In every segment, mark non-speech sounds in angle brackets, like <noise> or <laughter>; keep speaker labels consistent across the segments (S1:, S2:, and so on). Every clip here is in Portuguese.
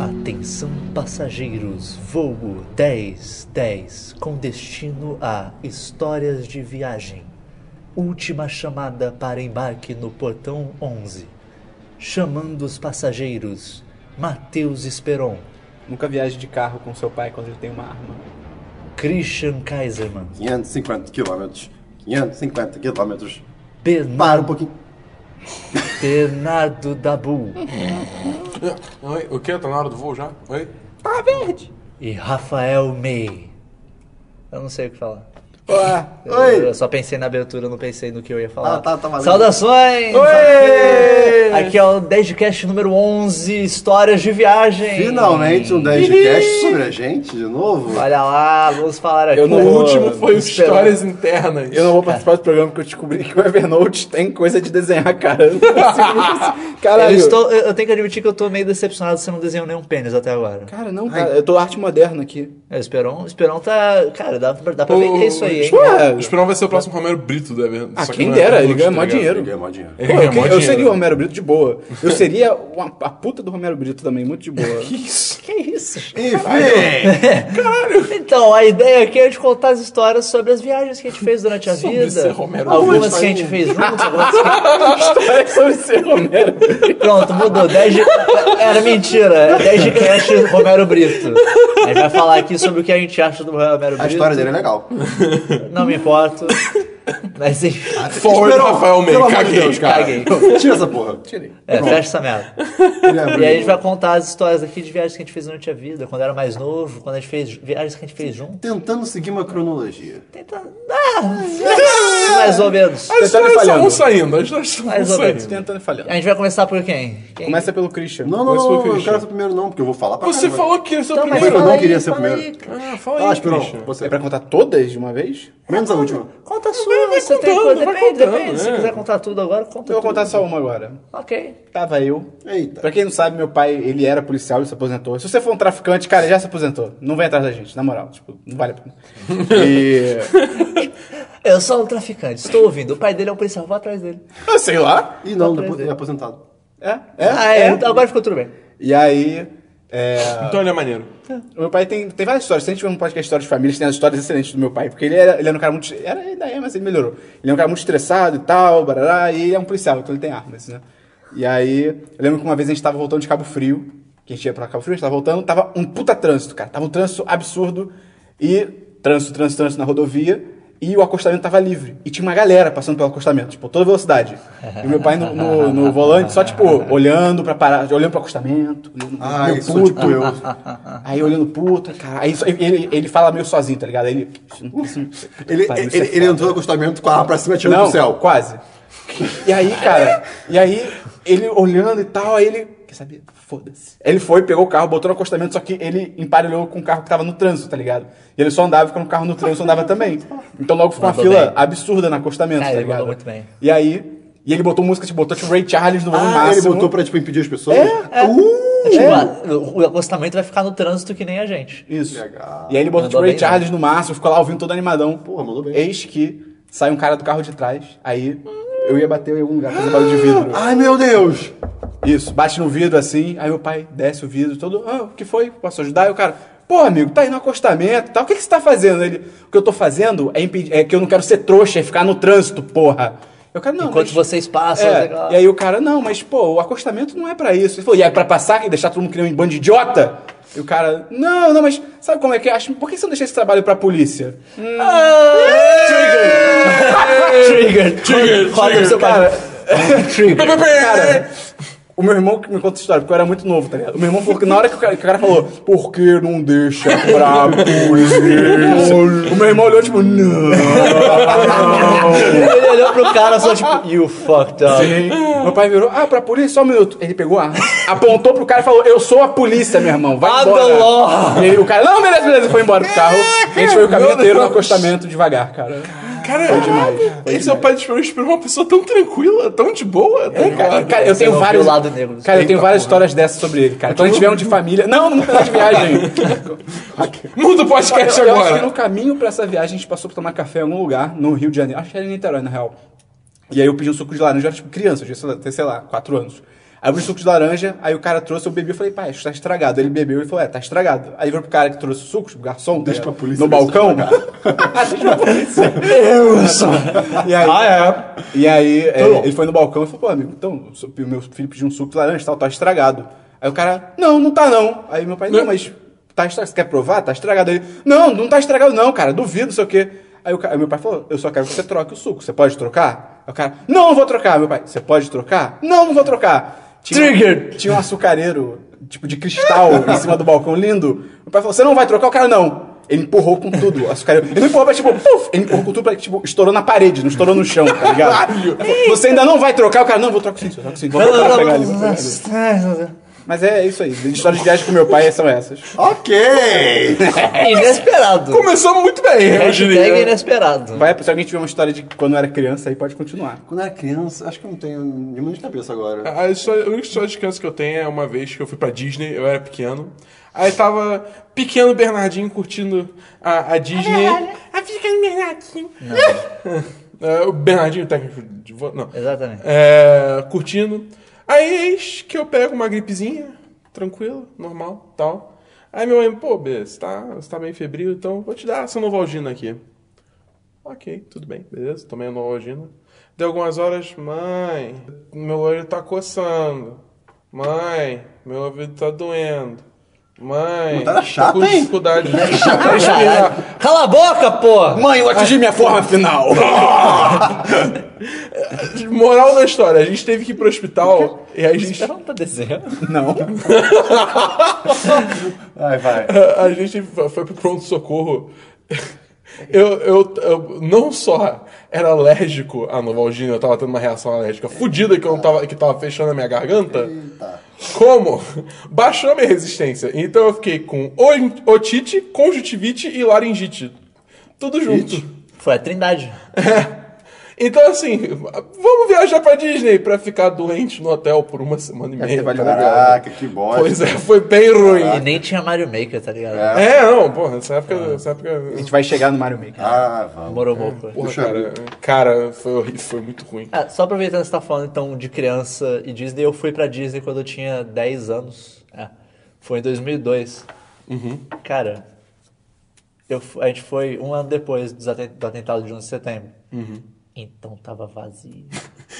S1: Atenção passageiros, voo 1010 com destino a Histórias de Viagem. Última chamada para embarque no portão 11. Chamando os passageiros, Matheus Esperon,
S2: Nunca viaje de carro com seu pai quando ele tem uma arma.
S1: Christian Kaiserman,
S3: 550 quilômetros. 550 quilômetros. Para um
S1: Bernardo,
S3: pouquinho.
S1: Bernardo Dabu
S4: Oi, o que? Tá na hora do voo já? Oi?
S1: e Rafael May. Eu não sei o que falar. Eu,
S3: Ah, Oi!
S1: eu só pensei na abertura, não pensei no que eu ia falar.
S3: Ah, tá, tá valendo.
S1: Saudações! Aqui é o 10 de cast número 11, Histórias de Viagem.
S3: Finalmente um 10 de cast sobre a gente de novo.
S1: Olha lá, vamos falar aqui.
S2: Eu não
S4: O
S2: vou-
S4: último foi o
S1: Esperon.
S4: Histórias Internas.
S2: Eu não vou participar do programa porque eu descobri que o Evernote tem coisa de desenhar, cara. Eu não <laughs> consigo-
S1: Eu,
S2: Caralho.
S1: estou, eu eu tenho que admitir que eu tô meio decepcionado se não desenhou nenhum pênis até agora.
S2: Cara, não, cara. Eu tô arte moderna aqui.
S1: É, o Esperon, o Esperon tá. Cara, dá, dá pra
S4: O-
S1: vender isso aí, hein?
S2: Pô,
S4: O Esperão É. vai ser o próximo Romero Brito do evento.
S2: Ah,
S4: só que
S2: quem
S4: não é
S2: dera,
S4: Evernote,
S2: ele ganha mó
S4: tá ligado?
S2: dinheiro.
S3: Ele ganhou mó dinheiro.
S4: Ele
S2: Pô,
S4: ganha
S2: eu,
S4: mó
S2: eu
S4: dinheiro.
S2: seria o Romero Brito de boa. Eu seria uma, a puta do Romero Brito também, muito de boa.
S4: Que isso?
S1: Que
S3: <laughs>
S1: isso?
S3: Enfim!
S1: Então, a ideia aqui é de contar as histórias sobre as viagens que a gente fez durante a
S4: Sobre
S1: vida.
S4: ser Romero
S1: algumas
S4: Brito.
S1: que a gente fez juntos, algumas que
S2: Parece sobre ser Romero Brito.
S1: Pronto, mudou. 10 de... Era mentira. É 10 de cast Romero Brito. A gente vai falar aqui sobre o que a gente acha do Romero Brito.
S3: A história dele é legal.
S1: Não me importo. Mas enfim.
S4: Forward
S3: Esperou.
S4: Rafael May,
S3: Pelo amor de
S4: caguei.
S3: Deus, cara.
S1: caguei.
S3: Tira essa porra. Tirei.
S1: É, fecha essa merda. E aí a gente vai contar as histórias aqui de viagens que a gente fez durante a vida, quando era mais novo, quando a gente fez viagens que a gente fez junto.
S3: Tentando seguir uma cronologia.
S1: Tenta. Ah, mais ou menos.
S4: As histórias
S2: tá falhando.
S4: só vão saindo. As histórias só vão
S1: Mais ou menos.
S4: saindo.
S2: Tentando e falhando.
S1: A gente vai começar por quem? Quem?
S2: Começa pelo Christian.
S3: Não, não,
S4: Mas foi o
S3: não, eu
S4: Christian.
S3: quero ser o primeiro não, porque eu vou falar pra
S4: Você
S3: caramba.
S4: falou que ia ser o
S1: Então, mas
S3: Primeiro
S4: primeiro.
S3: eu
S1: fala
S3: não
S1: aí,
S3: queria ser o
S1: fala aí,
S3: primeiro.
S4: Ah, fala
S3: Ah,
S4: aí,
S3: Esperão,
S4: Christian.
S3: você.
S2: É pra contar todas de uma vez?
S3: Menos a última.
S1: Conta a sua, você tem
S4: contando,
S1: coisa.
S4: vai
S1: Depende,
S4: contando,
S1: depende. Se
S4: é.
S1: quiser contar tudo agora, conta
S2: Então Eu vou
S1: tudo.
S2: contar só uma agora.
S1: Ok.
S2: Tava eu.
S3: Eita.
S2: Pra quem não sabe, meu pai, ele era policial e se aposentou. Se você for um traficante, cara, já se aposentou. Não vem atrás da gente, na moral. Tipo, não vale a
S1: <laughs>
S2: pena. E...
S1: Eu sou um traficante, estou ouvindo. O pai dele é um policial, vou atrás dele.
S2: Eu sei lá.
S3: E não,
S1: Tá
S3: depois
S1: preso.
S3: é aposentado.
S2: É, é,
S1: Ah, é, então agora ficou tudo bem.
S2: E aí... é,
S4: Então ele é maneiro.
S2: O meu pai tem, tem várias histórias. Se a gente tiver um podcast de história de família, tem as histórias excelentes do meu pai. Porque ele era, ele era um cara muito. Era, ainda é, mas ele melhorou. Ele é um cara muito estressado e tal, barará, e ele é um policial, então ele tem armas, né? E aí, eu lembro que uma vez a gente tava voltando de Cabo Frio, que a gente ia pra Cabo Frio, a gente tava voltando, tava um puta trânsito, cara. Tava um trânsito absurdo e trânsito, trânsito, trânsito na rodovia. E o acostamento tava livre. E tinha uma galera passando pelo acostamento, tipo, toda velocidade. E meu pai no, no- no volante, só, tipo, olhando pra parar, olhando pro acostamento, olhando pro
S3: Ah,
S2: meu
S3: isso, tipo eu.
S2: Aí olhando puta, cara. Aí só- ele, ele fala meio sozinho, tá ligado? Aí
S3: <laughs>
S2: Ele. isso- isso-
S3: Ele,
S2: Pai,
S3: ele,
S2: isso é
S3: ele
S2: foda.
S3: entrou no acostamento com a arma pra cima atirando
S2: Não,
S3: pro céu.
S2: Quase. E aí, cara, e aí ele olhando e tal, aí ele. Quer saber? Foda-se. Ele foi, pegou o carro, botou no acostamento, só que ele emparelhou com o carro que tava no trânsito, tá ligado? E ele só andava, ficando o carro no trânsito, andava também. Então logo ficou uma
S1: Mandou
S2: fila
S1: bem.
S2: absurda no acostamento,
S1: Cara,
S2: tá
S1: ele mandou
S2: ligado?
S1: muito bem.
S2: E aí. E ele botou música, tipo, botou tipo Ray Charles no volume
S3: Ah, ele
S2: máximo.
S3: botou pra tipo, impedir as pessoas?
S2: É,
S3: Uh!
S1: Tipo, ah, o o acostamento vai ficar no trânsito que nem a gente.
S2: Isso.
S3: Legal.
S2: E aí ele botou
S1: Mandou
S2: tipo, Ray
S1: bem, né?
S2: Charles no máximo, ficou lá ouvindo todo animadão.
S3: Porra, mandou bem.
S2: Eis que sai um cara do carro de trás, aí eu ia bater em algum lugar, fazer barulho de vidro.
S3: Ai, meu Deus!
S2: Isso, bate no vidro assim, aí meu pai desce o vidro todo, ah, o que foi? Posso ajudar? E o cara, pô amigo, tá aí no acostamento e tal, o que, que você tá fazendo? Ele, o que eu tô fazendo é, impedir, é que eu não quero ser trouxa e ficar no trânsito, porra. Eu quero, não,
S1: Enquanto
S2: mas-
S1: vocês passam,
S2: é,
S1: legal.
S2: e aí o cara, não, mas pô, o acostamento não é pra isso. Ele falou, e é pra passar e deixar todo mundo que nem um bando de idiota? E o cara, não, não, mas sabe como é que é? Acho- Por que você não deixa esse trabalho pra polícia?
S1: <laughs> Trigger!
S4: Trigger,
S1: Roda o seu
S2: Cara,
S1: Trigger!
S2: cara, o meu irmão que me conta essa história, porque eu era muito novo, tá ligado? O meu irmão falou que na hora que o cara, que o cara falou, por que não deixa pra polícia? O meu irmão olhou tipo, não.
S1: Ele olhou pro cara só tipo, you fucked up.
S2: Meu pai virou, ah, pra polícia? Só um minuto. Ele pegou a arma, apontou pro cara e falou, eu sou a polícia, meu irmão, vai
S1: I'm the law.
S2: embora. E ele, o cara, não, beleza, beleza, e foi embora pro carro. A gente foi o caminho inteiro no acostamento, devagar, cara.
S4: Cara, esse é o pai de Esperão. Esperão é uma pessoa tão tranquila, tão de boa. tá ligado?
S2: É, Cara, cara, eu
S1: Você
S2: tenho
S1: não viu
S2: vários.
S1: o lado negro.
S2: Cara, eu tenho várias histórias dessas sobre ele, cara. Quando a gente tiver um de família. Não, não tá de viagem.
S4: Muda o podcast
S2: Eu, eu acho que
S4: agora.
S2: no caminho pra essa viagem a gente passou pra tomar café em algum lugar, no Rio de Janeiro. Acho que era em Niterói, na real. E aí eu pedi um suco de laranja, eu era tipo criança, eu tinha, sei lá, sei lá, 4 anos. Aí abri o suco de laranja, aí o cara trouxe, eu bebi, eu falei, pai, isso tá estragado. Ele bebeu e falou, é, tá estragado. Aí virou pro cara que trouxe o suco, o garçom,
S3: Deixa
S2: é,
S3: pra polícia
S2: no
S3: ver se
S2: balcão. Ah, <laughs>
S3: tá
S2: Deixa pra polícia. E aí,
S4: Ah, é.
S2: e aí é,
S3: bom.
S2: ele foi no balcão e falou, pô, amigo, então, o seu- o meu filho pediu um suco de laranja e tal, tá estragado. Aí o cara, não, não tá não. Aí meu pai, não, mas tá estragado, você quer provar? Tá estragado. Ele, não, não tá estragado não, cara, duvido, não sei o quê. Aí o cara, meu pai falou, eu só quero que você troque o suco, você pode trocar? Aí o cara, não, não vou trocar, meu pai, você pode trocar? Não, não vou trocar. Tinha,
S1: Triggered.
S2: Tinha um açucareiro, tipo, de cristal em cima do balcão, lindo. Meu pai falou, você não vai trocar? O cara, não. Ele empurrou com tudo, o açucareiro. Ele não empurrou, mas tipo, puf, ele empurrou com tudo, pra, tipo, estourou na parede, não estourou no chão, tá ligado? Ele falou, Você ainda não vai trocar? O cara, não, vou trocar sim, eu troco sim. Vou trocar, pegar ali, vou pegar ali. Mas é isso aí, histórias de viagem com meu pai são essas.
S3: Ok!
S1: É Inesperado.
S4: Começamos muito
S2: é
S4: bem, né? eu
S2: né?
S1: Hashtag
S4: diria.
S1: inesperado.
S2: Vai, se alguém tiver uma história de quando era criança, aí pode continuar.
S3: <laughs> Quando eu era criança, acho que eu não tenho nenhuma de cabeça agora.
S4: A história- a única história de criança que eu tenho é uma vez que eu fui pra Disney, eu era pequeno. Aí tava pequeno Bernardinho curtindo a, a Disney. A pequeno Bernardinho. <laughs> É, o Bernardinho, o técnico de vo- Não.
S1: Exatamente.
S4: É, curtindo. Aí eis que eu pego uma gripezinha, tranquilo, normal, tal. Aí meu mãe, pô, B, você tá, você tá meio febril, então vou te dar essa Novalgina aqui. Ok, tudo bem, beleza, tomei a Novalgina. Deu algumas horas, mãe, meu olho tá coçando. Mãe, meu ouvido tá doendo. Mãe,
S3: Tá chata,
S4: tô com
S3: hein? Tá
S4: dificuldade de
S2: Ah,
S4: respirar.
S1: Cala a boca, pô!
S2: Mãe, eu atingi minha forma final!
S4: Moral da história, a gente teve que ir pro hospital e a
S2: é
S4: gente
S1: Não tá desenhando.
S2: Não.
S3: Vai, vai.
S4: a gente foi pro pronto-socorro. Eu, eu, eu não só era alérgico à Novalgina, eu tava tendo uma reação alérgica fodida que, eu não tava- que tava fechando a minha garganta, como <laughs> baixou a minha resistência. Então eu fiquei com oin- otite, conjuntivite e laringite. Tudo junto.
S1: Foi a Trindade.
S4: Então assim, vamos viajar pra Disney pra ficar doente no hotel por uma semana e meia.
S2: valeu.
S3: Caraca, que bosta.
S4: Pois é, foi bem
S1: E
S2: Ah.
S4: ruim.
S1: nem tinha Mario Maker, tá ligado?
S3: É.
S4: É, não, porra, essa época... Essa época
S2: A gente vai chegar no Mario Maker.
S3: Ah, vamos.
S1: Demorou um pouco.
S4: Porra,
S3: Puxa
S4: cara, cara, foi horrível, foi muito ruim.
S1: É, só aproveitando que você tá falando então de criança e Disney, eu fui pra Disney quando eu tinha 10 anos. É, foi em 2002. Cara, eu, fu- a gente foi um ano depois dos aten- do atentado de 11 de setembro. Então tava vazio.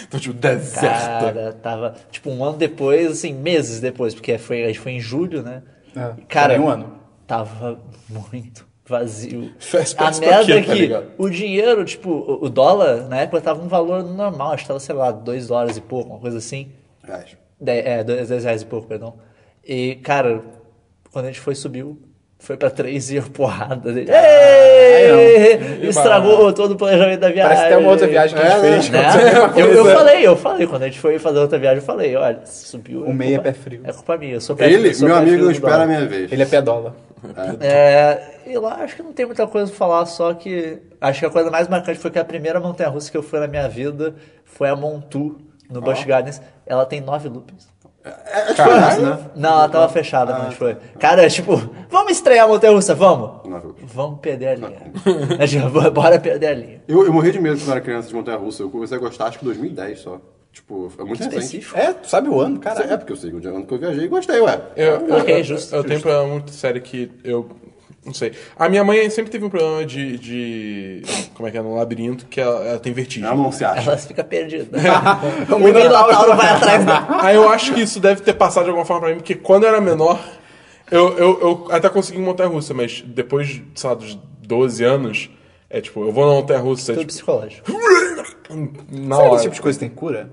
S4: Então, tipo, deserta.
S1: Cara, tava. Tipo, um ano depois, assim, meses depois, porque foi, a gente foi em julho, né?
S2: É,
S1: Cara,
S2: foi um ano.
S1: Tava muito vazio.
S4: Faz
S1: a
S4: parte
S1: merda
S2: um,
S4: daquilo,
S1: é
S4: tá
S1: que
S4: ligado?
S1: o dinheiro, tipo, o- o dólar, na época, tava um valor normal, acho que tava, sei lá, dois dólares e pouco, uma coisa assim.
S3: Vai.
S1: De, é, dois, dois reais e pouco, perdão. E, cara, quando a gente foi, subiu. Foi pra três e a porrada dele. Ei! Estragou todo o planejamento da viagem.
S2: Parece até uma outra viagem que é a gente fez.
S1: Né? Eu, eu falei, eu falei. Quando a gente foi fazer outra viagem, eu falei, olha, subiu.
S2: O meia é
S1: culpa-
S2: pé frio.
S1: É culpa minha, eu sou pé
S3: Ele,
S1: eu sou
S3: meu
S1: pé
S3: amigo,
S1: frio
S3: não
S1: do
S3: espera a
S1: dólar.
S3: minha vez.
S2: Ele é pedola.
S1: É, e lá acho que não tem muita coisa pra falar, só que acho que a coisa mais marcante foi que a primeira montanha russa que eu fui na minha vida foi a Montu, no Busch Gardens. Ela tem nove loops.
S3: É,
S2: Caralho, né?
S1: Não, ela tava fechada quando a gente foi. Cara, tipo, vamos estrear a montanha russa, vamos?
S3: Nove loops.
S1: Vamos perder a linha. <laughs> A gente, bora perder a linha.
S3: Eu, eu morri de medo quando eu era criança de montanha-russa. Eu comecei a gostar, acho que em 2010 só. Tipo, é muito recente.
S2: É, tu sabe o ano,
S3: Cara,
S2: cara.
S3: é porque eu sei onde é ano que eu viajei e gostei, ué.
S4: Eu, eu,
S1: Ok,
S4: eu-
S1: é justo,
S4: eu
S1: justo.
S4: tenho um problema muito sério que eu. Não sei. A minha mãe sempre teve um problema de. de como é que é? No labirinto, que ela, ela tem vertigem.
S3: Ela não se acha.
S1: Ela fica perdida.
S2: O
S1: o
S2: Minotauro
S1: Minotauro vai atrás dela.
S4: Aí eu acho que isso deve ter passado de alguma forma pra mim, porque quando eu era menor, eu, eu, eu até consegui montar a russa, mas depois, sei lá, dos 12 anos, é tipo, eu vou na montanha russa, é,
S1: Tudo
S3: Então,
S4: tipo,
S1: psicológico.
S4: na
S2: Será que esse
S4: hora.
S2: tipo de coisa tem cura?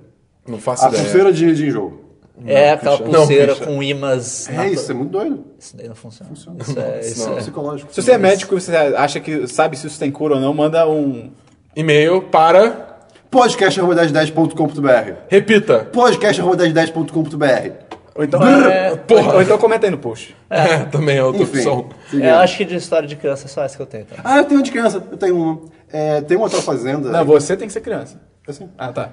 S4: Não faço
S3: A
S4: ideia.
S3: pulseira de, de enjoo.
S1: é aquela
S4: Christian. Não,
S1: pulseira
S4: Christian.
S1: com imãs.
S3: É
S1: natu-
S3: isso, é muito doido.
S1: Isso daí não funciona. Isso é, isso
S4: não.
S1: é-
S3: Psicológico.
S2: Se você é médico e você acha que sabe se isso tem cura ou não, manda um.
S4: E-mail para.
S3: Podcast.com.br
S4: Repita.
S3: Podcast.com.br
S2: Ou então,
S1: É,
S2: Porra. Ou então comenta aí no post.
S4: É, <laughs> também é outra
S3: Enfim.
S4: opção.
S3: seguindo.
S1: É, eu acho que de história de criança é só essa que eu tenho. Então.
S3: Ah, eu tenho uma de criança. Eu tenho uma. É, tem uma outra fazenda.
S2: Não, você tem que ser criança.
S3: Assim. tipo,
S2: Ah, tá.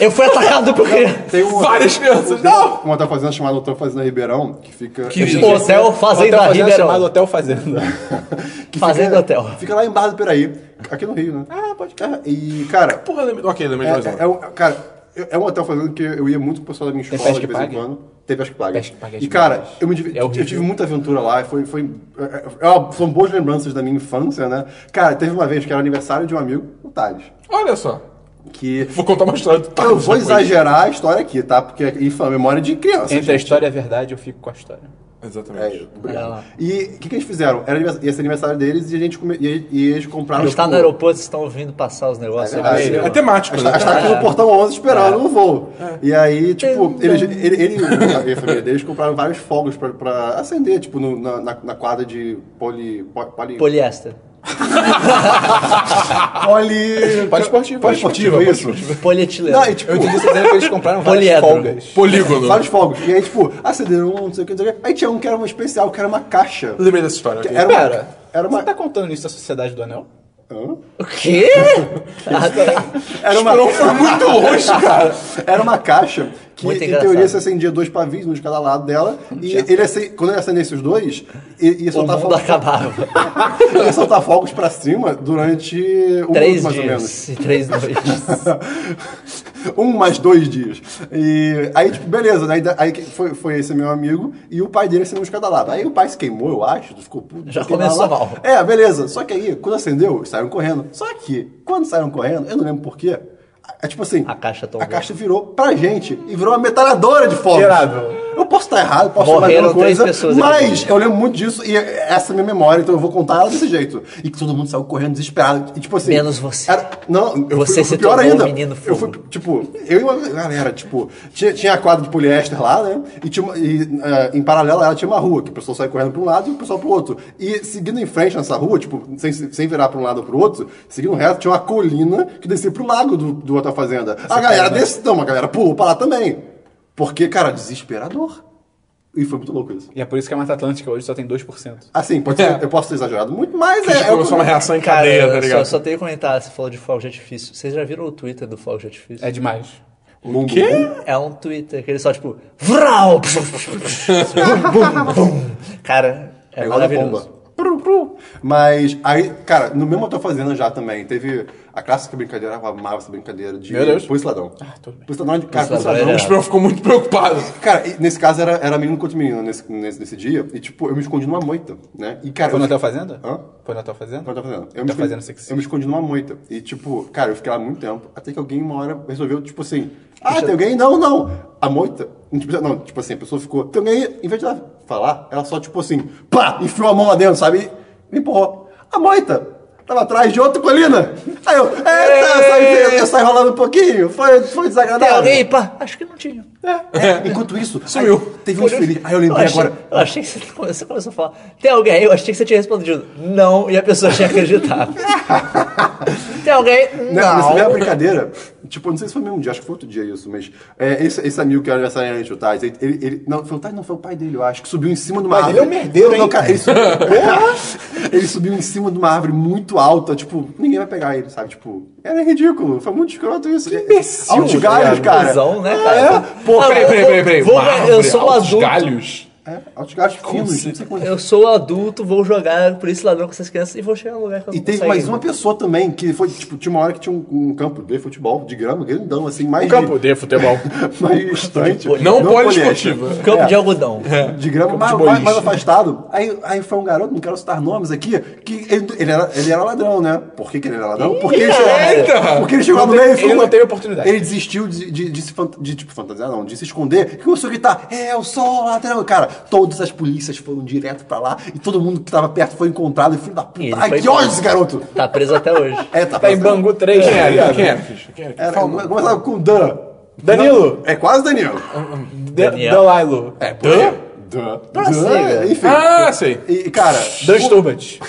S1: Eu fui atacado por criança.
S3: Tem uma,
S4: Várias crianças,
S3: tem
S4: não!
S3: Uma outra fazenda chamada Outra Fazenda Ribeirão, que fica...
S4: Que
S3: <laughs> que
S1: Hotel
S2: Tipo, hotel
S1: Fazenda
S2: fazenda chamado
S1: Ribeirão.
S2: Hotel Fazenda.
S3: fica-
S1: Fazenda Hotel.
S3: Fica lá em Barra do Piraí, aqui no Rio, né? Ah, pode. E, cara,
S4: Porra, lembrei. Ok, lembrei
S3: É,
S4: de mais uma.
S3: é, é um- cara, É um hotel fazendo que eu ia muito com o pessoal da minha escola
S2: Pesca
S3: de
S2: e
S3: vez em
S2: Pague?
S3: quando. Teve as pagas.
S2: Pesca e Pague é
S3: e cara,
S2: demais.
S3: eu, me divi-
S2: É horrível.
S3: eu tive muita aventura lá. Foi, foi, é- é- é- são boas lembranças da minha infância, né? Cara, teve uma vez que era aniversário de um amigo, o Thales.
S4: Olha só.
S3: Que.
S4: Vou contar uma história do Tales
S3: Eu vou
S4: depois.
S3: exagerar a história aqui, tá? Porque é infame, memória de criança.
S2: Entre a
S3: gente.
S2: história e a verdade, eu fico com a história.
S3: É,
S4: Exatamente.
S1: Olha lá.
S3: obrigado. E o que, que eles fizeram? Era anivers- ia ser aniversário deles e, a gente come- e- e eles compraram.
S1: A gente tá
S3: tipo,
S1: no aeroporto, vocês estão ouvindo passar os negócios.
S3: É verdade.
S1: aí,
S4: É,
S1: sei lá.
S4: temático, né?
S3: A gente tá aqui no portão 11 esperando um voo. E aí, tipo, eles, ele, ele e a família deles compraram vários fogos pra, pra acender, tipo, no- na, na- na quadra de poli... po- Poli...
S1: Poliéster.
S3: <laughs> poli...
S2: Poliesportiva.
S3: Poliesportiva, isso.
S1: Polietileno.
S3: Não, e, tipo,
S2: Eu entendi você dizendo que eles compraram várias
S1: Poliedro.
S2: folgas.
S3: <laughs>
S4: Polígono.
S3: vários fogos. E aí, tipo, acenderam um, não sei o que, não sei o que. Aí tinha um que era uma especial, que era uma caixa.
S4: Eu lembrei dessa história. ok?
S3: Era um- uma...
S2: Pera,
S3: Era uma...
S2: você tá contando isso da Sociedade do Anel?
S3: Hã?
S1: O quê? Ah, tá.
S3: Era uma...
S4: Não foi muito longe, cara.
S3: <laughs> Era uma caixa que,
S1: Muito
S3: em
S1: engraçado.
S3: teoria, você acendia dois pavis, um de cada lado dela. E ele acen- quando ele acendesse os dois, ia ia
S1: O
S3: soltar
S1: mundo
S3: fogos.
S1: acabava. <laughs>
S3: Ia soltar fogos pra cima durante um
S1: Três
S3: minuto, mais
S1: dias e três
S3: <laughs>
S1: noites.
S3: ou menos. <laughs> um mais dois dias. E aí, tipo, beleza, né? Aí da- Aí que- foi, foi esse meu amigo e o pai dele acendeu um de cada lado. Aí o pai se queimou, eu acho, ficou puto.
S1: Já
S3: sei o que lá,
S1: começou
S3: lá.
S1: mal.
S3: É, beleza. Só que aí, quando acendeu, saíram correndo. Só que, quando saíram correndo, eu não lembro porquê. É tipo assim.
S1: A caixa tombou.
S3: A caixa virou pra gente e virou uma metralhadora de fogos.
S2: Miserável.
S3: Eu posso estar errado, posso estar
S1: Morreram
S3: imaginando
S1: três
S3: coisa,
S1: pessoas ali.
S3: mas eu lembro muito disso e essa é a minha memória, então eu vou contar ela desse jeito. E que todo mundo saiu correndo desesperado. E tipo assim.
S1: Menos você.
S3: era- não, eu
S1: Você
S3: fui,
S1: se
S3: eu fui pior
S1: tornou um
S3: ainda.
S1: menino
S3: eu
S1: fogo.
S3: fui, tipo, eu e uma galera, tipo, tinha, tinha a quadra de poliéster lá, né? E, tinha uma- e, eh, em paralelo ela tinha uma rua, que o pessoal saía correndo pra um lado e o pessoal pro outro. E seguindo em frente nessa rua, tipo, sem, sem virar pra um lado ou pro outro, seguindo reto, tinha uma colina que descia pro lago do, do Hotel Fazenda. a galera
S1: né?
S3: desceu, não, a galera pulou pra lá também. Porque, cara, desesperador. E foi muito louco isso.
S2: E é por isso que a Mata Atlântica hoje só tem 2%.
S3: Assim, pode
S1: É.
S3: ser, eu posso ter exagerado muito, mas
S4: Que,
S3: é.
S4: tipo,
S3: é o-
S4: só uma reação em
S1: Cara,
S4: cadeia, tá
S1: eu
S4: ligado?
S1: só, só tenho que comentar, você falou de fogo de artifício. Vocês já viram o Twitter do fogo de artifício?
S2: É demais.
S3: O
S4: quê?
S1: É um Twitter que ele só, tipo, <laughs> vral! bum, bum, bum. Cara, é,
S3: É igual a bomba.
S1: maravilhoso.
S3: Pru, pru. Mas aí, cara, no mesmo eu tô fazendo já também. Teve a clássica brincadeira, eu amava essa brincadeira de
S2: Meu Deus.
S3: Puisladão. Ah,
S2: tudo bem.
S3: Puisladão é de cara,
S1: Puice
S3: Puice
S1: Ladrão
S4: O
S3: Ladrão.
S1: é-
S4: Esperão ficou muito preocupado.
S3: Cara, e nesse caso era, era menino contra menino nesse, nesse, nesse dia. E tipo, eu me escondi numa moita, né? E cara.
S2: Foi
S3: eu
S2: no Hotel
S3: fiquei-
S2: Fazenda?
S3: Hã?
S2: Foi no Hotel Fazenda?
S3: Não, eu tô fazendo. Eu
S2: Tá
S3: me, escondi,
S2: fazendo sexy.
S3: eu me escondi numa moita. E, tipo, cara, eu fiquei lá muito tempo. Até que alguém, uma hora, resolveu, tipo assim... Ah, tem alguém? Não, não. A moita... tipo, Não, tipo assim, a pessoa ficou... Tem alguém? aí?" Em vez de ela falar, ela só, tipo assim... Pá! Enfiou a mão lá dentro, sabe? E me empurrou. A moita... Tava atrás de outra colina. Aí eu... Eita! Eu saí, eu saí rolando um pouquinho. Foi, foi
S1: Tem
S3: desagradável.
S1: alguém? Pá, acho que não tinha.
S3: É, enquanto isso...
S4: Sumiu.
S3: aí Teve um infeliz... Aí eu lembrei
S1: achei,
S3: agora...
S1: Eu achei que você, come- você começou a falar. Tem alguém? Eu achei que você tinha respondido não e a pessoa tinha
S3: <laughs>
S1: acreditado. Tem alguém?
S3: É, Não, um
S1: Não.
S3: nessa mesma brincadeira, tipo, não sei se foi o mesmo dia, acho que foi outro dia isso, mas é, esse, esse amigo que era aniversariante, o Thais, ele, ele, ele- Não, foi o Thais, não, foi o pai dele, eu acho, que subiu em cima de uma
S2: Pai
S3: árvore.
S2: dele é um merdeiro,
S3: Não,
S2: hein?
S3: cara, ele subiu, ele subiu em cima de uma árvore muito alta, tipo, ninguém vai pegar ele, sabe? Tipo, era ridículo, foi muito escroto isso. Que
S4: imbecil,
S3: Altos
S4: tá
S3: cara.
S1: Cusão, né,
S3: É,
S1: cara?
S3: pô,
S1: Ah,
S3: cara,
S4: Peraí, peraí, peraí, peraí.
S1: Vou-
S4: Uma
S1: eu
S4: árvore,
S1: sou um
S4: altos
S1: adulto.
S4: galhos.
S3: é, altos galhos finos, não sei é quanto.
S1: Eu sou adulto, vou jogar por esse ladrão com essas crianças e vou chegar no lugar que eu
S3: E
S1: não
S3: teve
S1: consigo.
S3: mais uma pessoa também, que foi, tipo, tinha uma hora que tinha um, um campo de futebol, de grama, grandão, assim, mais
S2: Um
S3: de- <laughs>
S2: campo de futebol.
S3: mais distante.
S4: Não
S3: poliéster.
S4: poliesportiva.
S1: Um Campo
S3: É.
S1: de algodão.
S3: De grama, mais,
S4: de boliche.
S3: mais- mais afastado. Aí, aí foi um garoto, não quero citar nomes aqui, que ele, ele era, ele era ladrão, né? Por que, que ele era ladrão? Porque ele
S4: Eita!
S3: chegou, porque ele chegou lá no meio e
S2: Ele não teve oportunidade.
S3: Ele desistiu de, de, de se fan- de, tipo, fantasiar, não, de se esconder, e começou a gritar: É, eu sou ladrão. Cara, todas as polícias foram direto pra lá e todo mundo que tava perto foi encontrado e filho da
S1: E ele
S3: puta. Ai,
S1: foi
S3: que ódio
S1: preso.
S3: esse garoto!
S1: Tá preso até hoje.
S3: É, tá
S2: Tá em
S3: pensando-
S2: Bangu 3,
S4: Quem
S2: né?
S4: era?
S2: viado?
S4: Quem era, Ficha? Quem é? era?
S3: Era, um começava com Dan.
S2: Danilo.
S3: É quase Danilo.
S2: Da- Dalailo.
S3: É, Dan? Dan. Dan. Enfim.
S4: Ah, sei.
S3: E, cara,
S2: Dan Sturbert.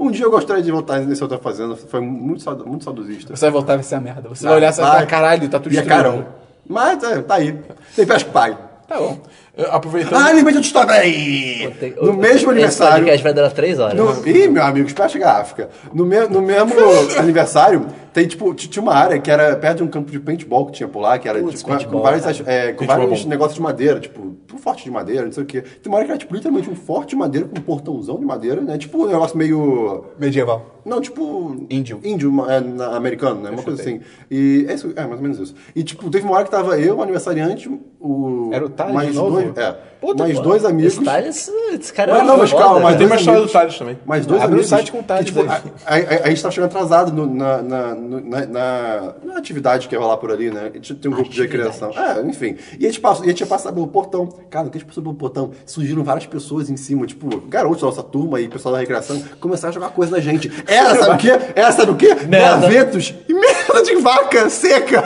S3: Um dia eu gostaria de voltar nesse outra fazenda, foi muito, saudo- muito saudosista.
S2: Você vai voltar a ver essa merda. Você vai olhar e é você vai
S1: tá
S3: Vai.
S2: falar, caralho, tá tudo
S3: E é
S2: destruído.
S3: carão. Mas é, tá aí. Tem pesca pai.
S2: Tá bom.
S4: Eu- Aproveitando.
S3: Ah, lembrei de outra história, peraí!
S1: Pô, tem-
S3: No
S1: o-
S3: mesmo
S1: esse
S3: aniversário.
S1: podcast vai durar três horas.
S3: No, ih, meu amigo, espera chegar à África. No, me-
S1: <laughs>
S3: no mesmo aniversário, tem, tipo, t- tinha uma área que era perto de um campo de paintball que tinha por lá, que era
S1: Putz,
S3: tipo, com- com
S1: paintball,
S3: vários,
S1: cara.
S3: é, com
S4: Paintball
S3: vários
S4: bom.
S3: negócios de madeira, tipo, um forte de madeira, não sei o quê. Tem uma área que era tipo, literalmente um forte de madeira com um portãozão de madeira, né? Tipo um negócio meio.
S2: Medieval.
S3: Não, tipo.
S2: Índio.
S3: Índio ma- é, na- americano, né? Uma coisa assim. E é, isso, é mais ou menos isso. E, tipo, teve uma hora que tava eu, o aniversariante, o.
S2: Era o Thales
S3: mais
S2: de novo?
S3: dois, é,
S2: Puta,
S3: mais
S2: pô.
S3: dois amigos.
S1: Esse, Thales, esse cara
S3: Não,
S1: é
S3: não, mas
S1: foda,
S3: calma, mas
S1: cara.
S4: Tem
S3: dois
S4: uma história
S3: amigos.
S4: do Thales também.
S3: Mais dois
S2: Abre o
S3: amigos.
S2: site com o Thales
S3: que, tipo, a,
S2: aí.
S3: a, a- a gente tava chegando atrasado no- na, na, no- na, na- na atividade que ia rolar por ali, né? A gente Tem um grupo de recreação. É, enfim. E a gente, passou, e a gente ia passar pelo portão. Cara, que a gente passou pelo portão, surgiram várias pessoas em cima, tipo, garotos da nossa turma e pessoal da recreação, começaram a jogar coisa na gente. Era, sabe o quê? Era, sabe o quê?
S1: Merda.
S3: Gravetos e merda de vaca seca.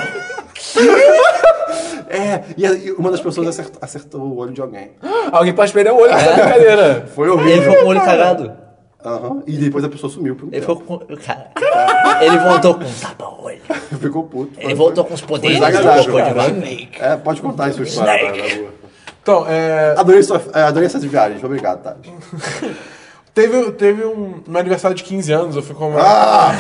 S3: <laughs> é, e a- e uma das pessoas acertou, acertou o olho de alguém.
S2: <gasps> Alguém pode perder o olho nessa brincadeira.
S3: Foi horrível.
S1: Ele ficou com o olho cagado.
S3: Aham. E depois a pessoa sumiu. por um
S1: Ele
S3: tempo.
S1: ficou com. Cara, ele voltou com um tapa-olho.
S3: <laughs> Ficou puto.
S1: Ele voltou com os poderes
S3: Foi
S1: do
S3: desagradável,
S1: Cocô de
S3: cara.
S1: Snake.
S3: É, pode contar isso história. cara, na rua.
S4: Então, é.
S3: Adorei, sua, é, adorei essas viagens. Obrigado, tá? Thales.
S4: Teve, teve um, meu aniversário de 15 anos, eu fui comemorar.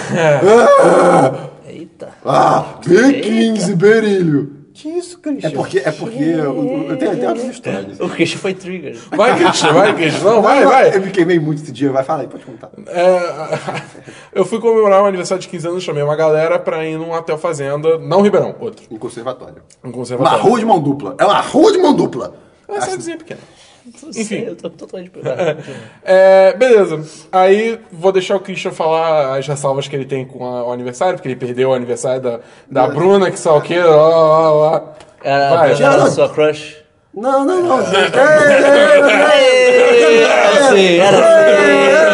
S1: Eita.
S3: Ah, B15, Berilho.
S4: Que isso, Christian?
S3: É porque, é porque eu, eu tenho até outras histórias.
S1: O Christian foi trigger.
S4: Vai, Christian, vai, Christian. Não, vai, vai.
S3: Eu me queimei muito esse dia. Vai, fala aí, pode contar.
S4: É, <laughs> eu fui comemorar um aniversário de 15 anos, chamei uma galera pra ir num hotel fazenda, não Ribeirão, outro.
S3: Um conservatório.
S4: Um
S3: Uma
S4: conservatório.
S3: rua de mão dupla. É uma rua de mão dupla.
S4: É cidadezinha pequena.
S1: Não sei,
S4: Enfim.
S1: Eu tô totalmente. Vai,
S4: É, beleza. Aí vou deixar o Christian falar as ressalvas que ele tem com a- o aniversário, porque ele perdeu o aniversário da, da Bruna, que sabe o quê? Lá, lá, lá, lá.
S1: Era
S4: Vai,
S1: a Bruna era
S3: Geraldo.
S1: sua crush.
S3: Não, não, não. É, é, é, é.
S1: Era assim, era assim. É.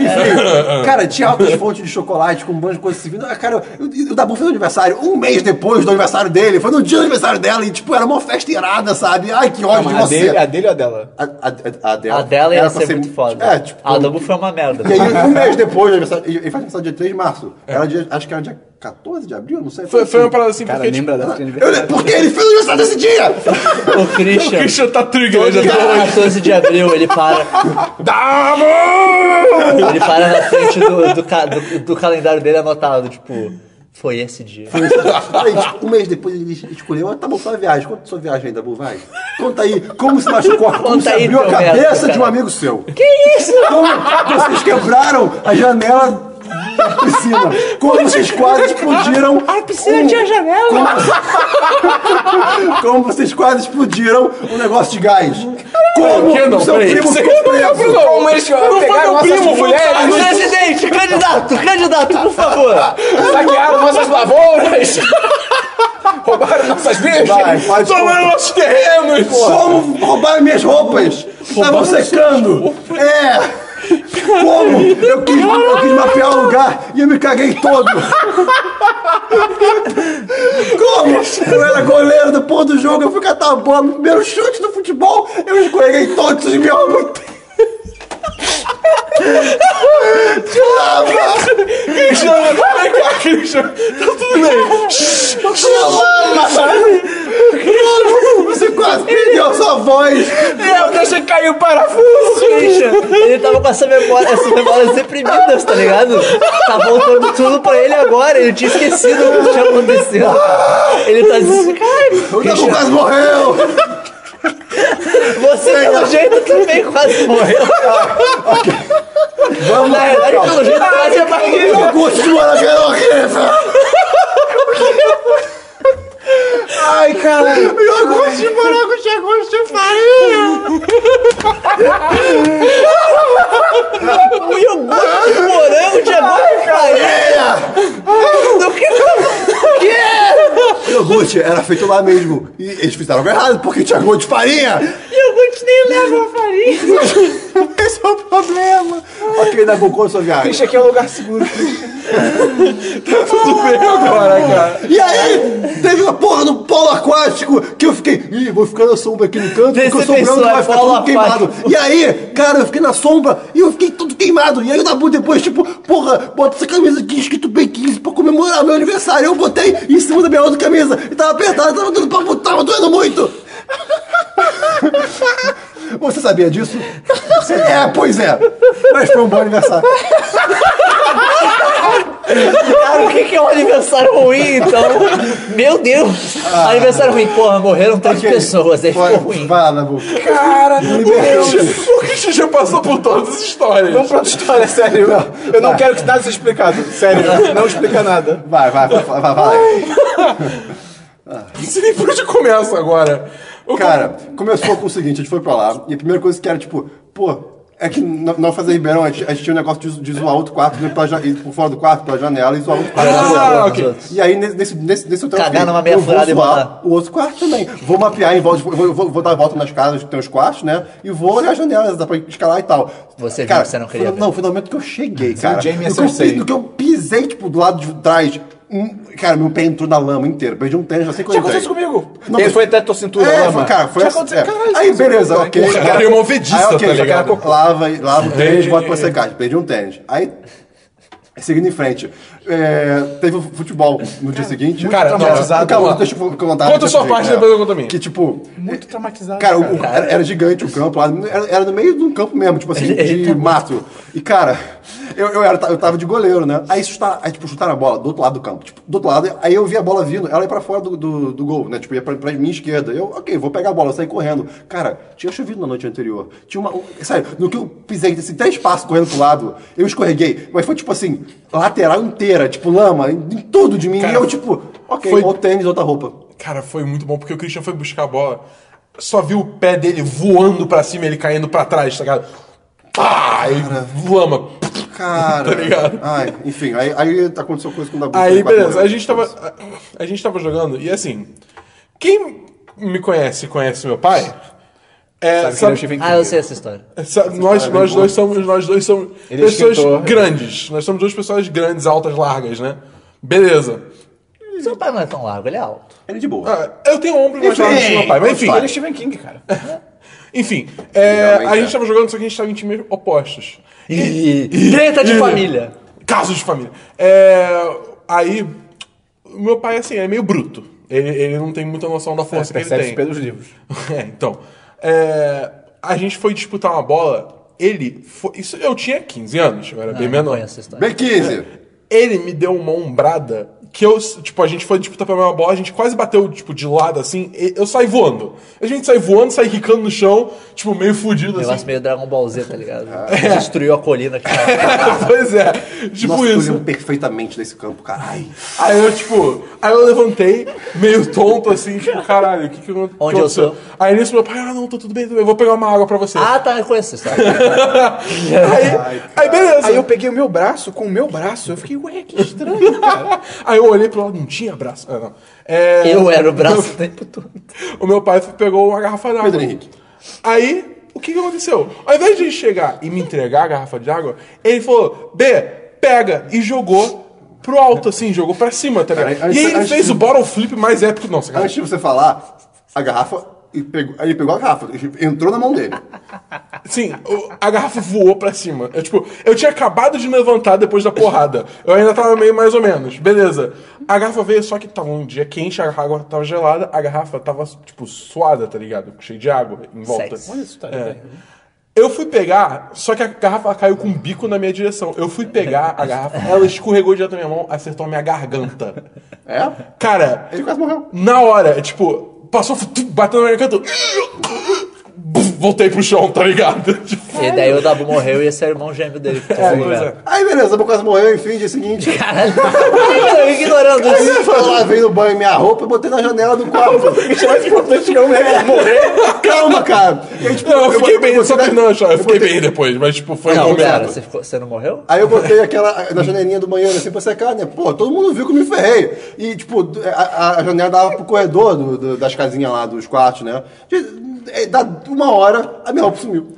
S3: Enfim, cara, tinha altas fontes de chocolate com um monte de coisa servindo. Ah, Cara, o, o Dabu fez aniversário um mês depois do aniversário dele. Foi no dia do aniversário dela e, tipo, era uma festa irada, sabe? Ai, que ódio
S2: Mas
S3: de
S2: a
S3: você.
S2: dele, a dele ou a dela?
S3: A, a- a dela,
S1: A dela ia
S3: É. era pra
S1: ser muito foda.
S3: É, tipo.
S1: A Dabu foi uma
S3: <laughs>
S1: merda.
S3: E aí, um mês depois, do aniversário- ele ele faz aniversário dia 3 de março.
S1: É.
S3: Era dia, acho que era dia 14 de abril, não sei.
S4: Foi, foi
S1: um
S4: uma
S3: assim.
S4: parada assim,
S2: Cara,
S4: porque.
S2: lembra dela? <laughs>
S3: Eu, porque ele fez o aniversário
S1: <laughs>
S3: desse dia!
S1: O
S4: tipo, o
S1: Christian.
S4: Christian tá trigger, já tô.
S1: 14 de abril, ele para.
S4: Dá, mano!
S1: Ele para na frente do, do, ca- do- do calendário dele anotado, tipo, foi esse dia.
S3: Aí, tipo, um mês depois ele escolheu, ah, tá bom, só a viagem. Conta sua viagem ainda, Bu, vai. Conta aí, como se machucou, como
S1: Conta
S3: se
S1: aí,
S3: abriu a
S1: teu
S3: cabeça
S1: médico,
S3: de um
S1: cara.
S3: amigo seu.
S1: Que isso?
S3: Como vocês quebraram a janela da piscina? Como vocês quase explodiram. A piscina tinha janela! Como... como vocês <laughs> quase explodiram um negócio de gás. Como
S4: Por que não?
S3: o seu
S4: Peraí,
S3: primo
S4: você-
S3: ficou
S4: Não,
S3: preso?
S4: Bruno,
S2: Como eles
S4: Não foi
S2: pegaram
S4: meu primo,
S2: nossas
S4: foi o
S2: mulheres,
S4: Thales.
S1: Presidente, candidato, candidato, por favor.
S2: saquearam nossas
S4: <laughs>
S2: lavouras, roubaram nossas
S3: Vai,
S2: virgens.
S3: pode
S4: Tomaram
S3: contar.
S4: nossos terrenos!
S3: Como roubaram minhas roupas? Estavam secando! É! Como? Eu quis, eu quis mapear o lugar e eu me caguei todo! Como? Eu era goleiro do pôr do jogo, eu fui catar a bola no primeiro chute do futebol, eu escorreguei todos os meus roupas! De lava!
S4: Christian, vem cá, Christian! Tá tudo bem!
S3: De lava! Como? Você quase perdeu a sua voz!
S2: Meu Deus, você caiu o parafuso.
S1: Christian, ele tava com essa memória, essas memórias reprimidas, tá ligado? Tá voltando tudo pra ele agora, ele tinha esquecido o que tinha acontecido. Ele tá dizendo, cara,
S3: O Dabu quase morreu!
S1: você pelo jeito também quase morreu.
S3: Vamos Ah,
S1: Na verdade, pelo jeito quase é barriga.
S3: Eu continuo naquele horrível!
S2: Ai, caralho.
S3: Meu gosto de morango tinha gosto de farinha!
S1: O Um iogurte de morango de agora de farinha. Do que?
S3: Meu gosto era feito lá mesmo. E eles fizeram algo errado, porque tinha gosto de farinha!
S1: Iogurte nem leva a farinha.
S3: Esse é o problema! Ok, da Goku, sua viagem. Tá
S2: Isso aqui é um lugar
S3: <laughs>
S2: seguro.
S4: Tudo bem agora, cara!
S3: E aí, teve uma porra no polo aquático que eu fiquei, ih, vou ficar na sombra aqui no canto, porque eu sou
S1: Decepção,
S3: branco, vai
S1: é
S3: ficar
S1: polo
S3: tudo queimado.
S1: aquático.
S3: E aí, cara, eu fiquei na sombra e eu fiquei todo queimado. E aí o Dabu depois, tipo, porra, bota essa camisa aqui escrito B15 pra comemorar meu aniversário. Eu botei em cima da minha outra camisa e tava apertado, tava doendo pra botar, tava doendo muito. Você sabia disso? Você- É, pois é. Mas foi um bom aniversário.
S1: Cara, o que que é um aniversário ruim, então? Meu Deus! Aniversário ruim, porra, morreram três
S3: Ah. Ok.
S1: pessoas, aí
S3: Vai-
S1: ficou ruim.
S3: Vai lá, Nabu.
S4: Cara, meu
S3: Deus.
S4: O Christian já passou por todas as histórias.
S2: Vamos pra outra história, sério. Eu, eu não quero que nada seja explicado. <laughs> Sério, não explica nada.
S3: Vai, vai, vai, vai, vai, vai.
S4: Não sei nem por onde começa agora. O
S3: Cara, começou com o seguinte, a gente foi pra lá, e a primeira coisa que era, tipo, pô, é que na na fazer Ribeirão, a gente, a gente tinha um negócio de, de zoar outro quarto, né, pela, ja- ir por fora do quarto, pela janela, e zoar outro quarto.
S1: Olha lá,
S4: Ah,
S1: porra,
S4: ok.
S1: os outros.
S3: E aí, nesse- nesse, nesse, nesse hotel,
S1: Cagar
S3: eu
S1: numa meia
S3: eu vou
S1: furada e
S3: zoar
S1: botar.
S3: O outro quarto também. Vou mapear em volta, vou, vou, vou dar a volta nas casas, que tem os quartos, né? E vou olhar as janelas, dá pra escalar e tal.
S1: Você viu
S3: cara,
S1: que você não queria
S3: foi-
S1: ver.
S3: Não, foi no momento que eu cheguei, cara.
S2: o Jamie
S3: do, que eu,
S2: Assassin.
S3: pi- do que eu pisei, tipo, do lado de trás. hum, Cara, meu pé entrou na lama inteira. Perdi um tênis, não sei
S4: que
S1: Tipo,
S3: quanto.
S4: aconteceu isso comigo?
S2: Ele foi até tua cintura,
S3: É,
S2: lama.
S3: foi, cara, foi
S4: Já
S3: assim.
S4: aconteceu,
S3: é.
S4: caralho,
S3: Aí,
S4: isso
S3: beleza,
S4: aconteceu
S3: ok.
S4: comigo. Cara,
S3: Cara,
S4: é uma ofendiça,
S3: aí, ok,
S4: tá
S3: já
S4: ligado?
S3: cara, Lava, lava o tênis,
S4: É.
S3: bota pra secar. Perdi um tênis. Aí, seguindo em frente. é, teve o futebol no dia seguinte.
S4: Cara,
S3: Calma,
S4: traumatizado.
S3: calma, deixa eu contar.
S4: Conta
S3: deixa eu
S4: sua
S3: dizer,
S4: parte,
S3: cara,
S4: depois eu conto a minha.
S3: Que tipo...
S2: Muito traumatizado.
S3: Cara, o- o- era, era gigante o campo lá. Era, era no meio de um campo mesmo,
S4: <laughs>
S3: tipo assim, de mato. E, cara, eu, eu, era, eu tava de goleiro, né? Aí, chutar, aí, tipo, chutaram a bola do outro lado do campo. Tipo, do outro lado, aí eu vi a bola vindo, ela ia pra fora do, do, do gol, né? Tipo, ia pra, pra minha esquerda. Eu, ok, vou pegar a bola, eu saí correndo. Cara, tinha chovido na noite anterior. Tinha uma. um- Sério, no que eu pisei assim, três passos correndo pro lado, eu escorreguei. Mas foi tipo assim, lateral inteira, tipo, lama, em, em tudo de mim.
S4: Cara,
S3: e eu, tipo, ok,
S4: foi-
S3: outro tênis, outra roupa.
S4: Cara, foi muito bom porque o Christian foi buscar a bola, só viu o pé dele voando pra cima, e ele caindo pra trás, tá ligado? Pá! Aí lama.
S3: Cara.
S4: <laughs> Tá ligado?
S3: Ai, enfim, aí, aí aconteceu coisa com o Dabu.
S4: Aí,
S3: Ele bateu,
S4: beleza,
S3: né?
S4: a gente tava. A, a gente tava jogando, e assim, quem me conhece e conhece meu pai. É,
S2: Sabe
S4: sabe-
S2: que ele é o chefe
S1: Ah, eu sei essa história.
S4: Sabe, É nós, nós, dois somos, nós dois somos
S2: Ele é
S4: pessoas
S2: escritor.
S4: grandes. Nós somos duas pessoas grandes, altas, largas, né? Beleza.
S1: Seu pai não é tão largo, ele é alto.
S3: Ele de boa.
S4: Ah, Eu tenho um ombro mais largo que o meu pai, mas enfim.
S2: Ele é Stephen King, <laughs> cara.
S4: Enfim, é,
S3: Realmente
S4: a
S3: é.
S4: gente tava jogando, só que a gente tava em times opostos.
S1: E... Treta de
S4: e-
S1: família.
S4: Casos de família. É, aí, o meu pai, assim, é meio bruto. Ele, ele não tem muita noção da força que ele
S2: Percebe
S4: tem.
S2: isso pelos livros.
S4: <laughs> É, então. É, a gente foi disputar uma bola. Ele foi. Isso eu tinha 15 anos, eu era bem
S1: Eu Ah, não
S4: menor.
S1: conheço essa história.
S3: Bem 15.
S4: é, Ele me deu uma ombrada que eu, tipo, a gente foi disputar pela mesma bola, a gente quase bateu, tipo, de lado assim, e eu saí voando. A gente sai voando, sai quicando no chão, tipo, meio fudido
S1: Um
S4: assim. <laughs>
S1: negócio meio Dragon Ball Z, tá ligado? Destruiu a colina que tava.
S4: pois é, tipo
S3: Nossa, eu
S4: isso.
S3: lembro perfeitamente desse campo, caralho.
S4: Aí eu, tipo, aí eu levantei, meio tonto assim, tipo, caralho, o que que eu que
S1: Onde eu
S4: aconteceu?
S1: tô?
S4: Aí nisso meu pai, ah, não, tô tudo bem, tudo bem, eu vou pegar uma água pra você.
S1: Ah, tá, eu conheço essa história.
S4: aí, aí beleza.
S2: Aí eu peguei o meu braço com o meu braço. Eu fiquei, ué, que estranho.
S4: <laughs> Aí eu olhei pro lado, não tinha braço. Ah, não. É,
S1: Eu era o braço o tempo todo.
S4: <laughs> O meu pai pegou uma garrafa d'água.
S3: Pedro Henrique.
S4: Aí, o que, que aconteceu? Ao invés de ele chegar e me entregar a garrafa de água, ele falou, B, pega, e jogou pro alto, assim, jogou pra cima, tá ligado?
S3: Cara, antes-
S4: e aí ele
S3: antes-
S4: fez o bottle flip mais épico. Nossa, cara.
S3: Antes de você falar, a garrafa. e pegou- Ele pegou a garrafa, entrou na mão dele.
S4: Sim, o- a garrafa voou pra cima. Eu, tipo, eu tinha acabado de me levantar depois da porrada. Eu ainda tava meio mais ou menos. Beleza. A garrafa veio, só que tava um dia quente, a água tava gelada, a garrafa tava, tipo, suada, tá ligado? Cheia de água em volta.
S1: Sexy.
S2: Olha isso, tá ligado?
S4: Eu fui pegar, só que a garrafa caiu com o bico na minha direção. Eu fui pegar a garrafa, ela escorregou direto na minha mão, acertou a minha garganta.
S3: É?
S4: Cara,
S3: Ele quase morreu.
S4: na hora, tipo, passou, tum, bateu na minha garganta. bum, Voltei pro chão, tá ligado? <laughs> Tipo,
S1: E daí o Dabu morreu e esse é o irmão gêmeo dele. Que
S4: é, pois é.
S3: Aí beleza, eu quase morreu, enfim, dia
S4: <laughs>
S3: seguinte.
S1: Caralho, eu ignorando isso.
S3: Eu lavei no banho minha roupa e botei na janela do
S4: <laughs>
S3: quarto.
S2: Isso é mais importante que eu morrer.
S3: Calma, cara. E aí, tipo,
S4: Não, eu fiquei bem,
S3: botei
S4: só
S3: na-
S4: que não, eu fiquei bem depois, mas tipo, foi
S1: Não,
S4: complicado.
S1: pera, você, ficou- você não morreu?
S3: Aí eu botei aquela na janelinha do banheiro assim pra secar, né? Pô, todo mundo viu que eu me ferrei. E, tipo, a, a janela dava pro corredor do- do- das casinhas lá, dos quartos, né? De- é, Dá uma hora, a minha roupa sumiu.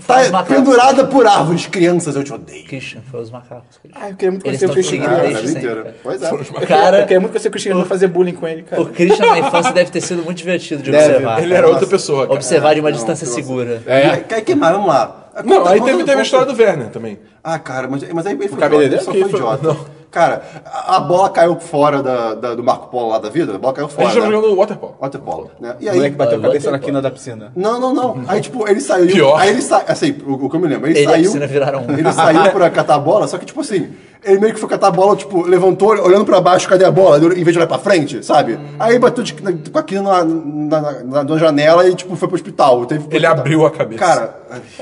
S1: faz
S3: tá
S1: macaco.
S3: pendurada por árvores. Crianças, eu te odeio.
S1: Christian, foi os macacos. Christian.
S2: Ai, eu queria muito
S1: Eles
S2: conhecer o
S1: tão
S2: Christian.
S1: te
S3: Ah,
S1: seguindo
S2: Grey.
S1: desde
S3: a
S4: né?
S3: vida
S1: sempre,
S3: inteira.
S1: cara.
S3: Pois é.
S2: Eu
S1: Cara,
S2: queria muito conhecer o Christian Grey, não fazer bullying com ele, cara.
S1: o Christian na infância deve ter sido muito divertido de
S2: Deve.
S1: observar.
S4: Ele
S1: cara.
S4: era outra pessoa, cara.
S1: Observar de uma
S3: Não,
S1: distância
S3: nossa.
S1: segura.
S3: É. Aí queimaram lá.
S4: Não, aí
S3: Conta-
S4: teve,
S3: conta- um
S4: teve a história do Werner também.
S3: Ah, cara, mas, mas aí ele foi
S2: cabeleireiro?
S3: idiota. Ele só foi idiota. Cara, a a bola caiu fora da, da- do Marco Polo lá da vida, a bola caiu
S4: A
S3: fora.
S4: gente tava
S3: né?
S4: jogando waterpolo.
S3: Waterpolo, né? E
S2: O
S3: aí.
S2: moleque bateu a
S1: Vai,
S2: cabeça
S1: vai,
S2: na
S1: vai.
S2: quina da piscina.
S3: Não, não, não. Aí, tipo, ele saiu.
S4: Pior.
S3: Aí ele saiu. Assim, o, o que eu me lembro. Ele,
S1: Ele e a
S3: saiu.
S1: piscina viraram um.
S3: Ele saiu pra catar a bola, só que, tipo assim, ele meio que foi catar a bola, tipo, levantou, olhando pra baixo, cadê a bola? Em vez de olhar pra frente, sabe? Aí bateu de, na, com aquilo na, na, na, na- na janela e, tipo, foi pro hospital. Teve-
S4: Ele abriu a cabeça.
S3: Cara,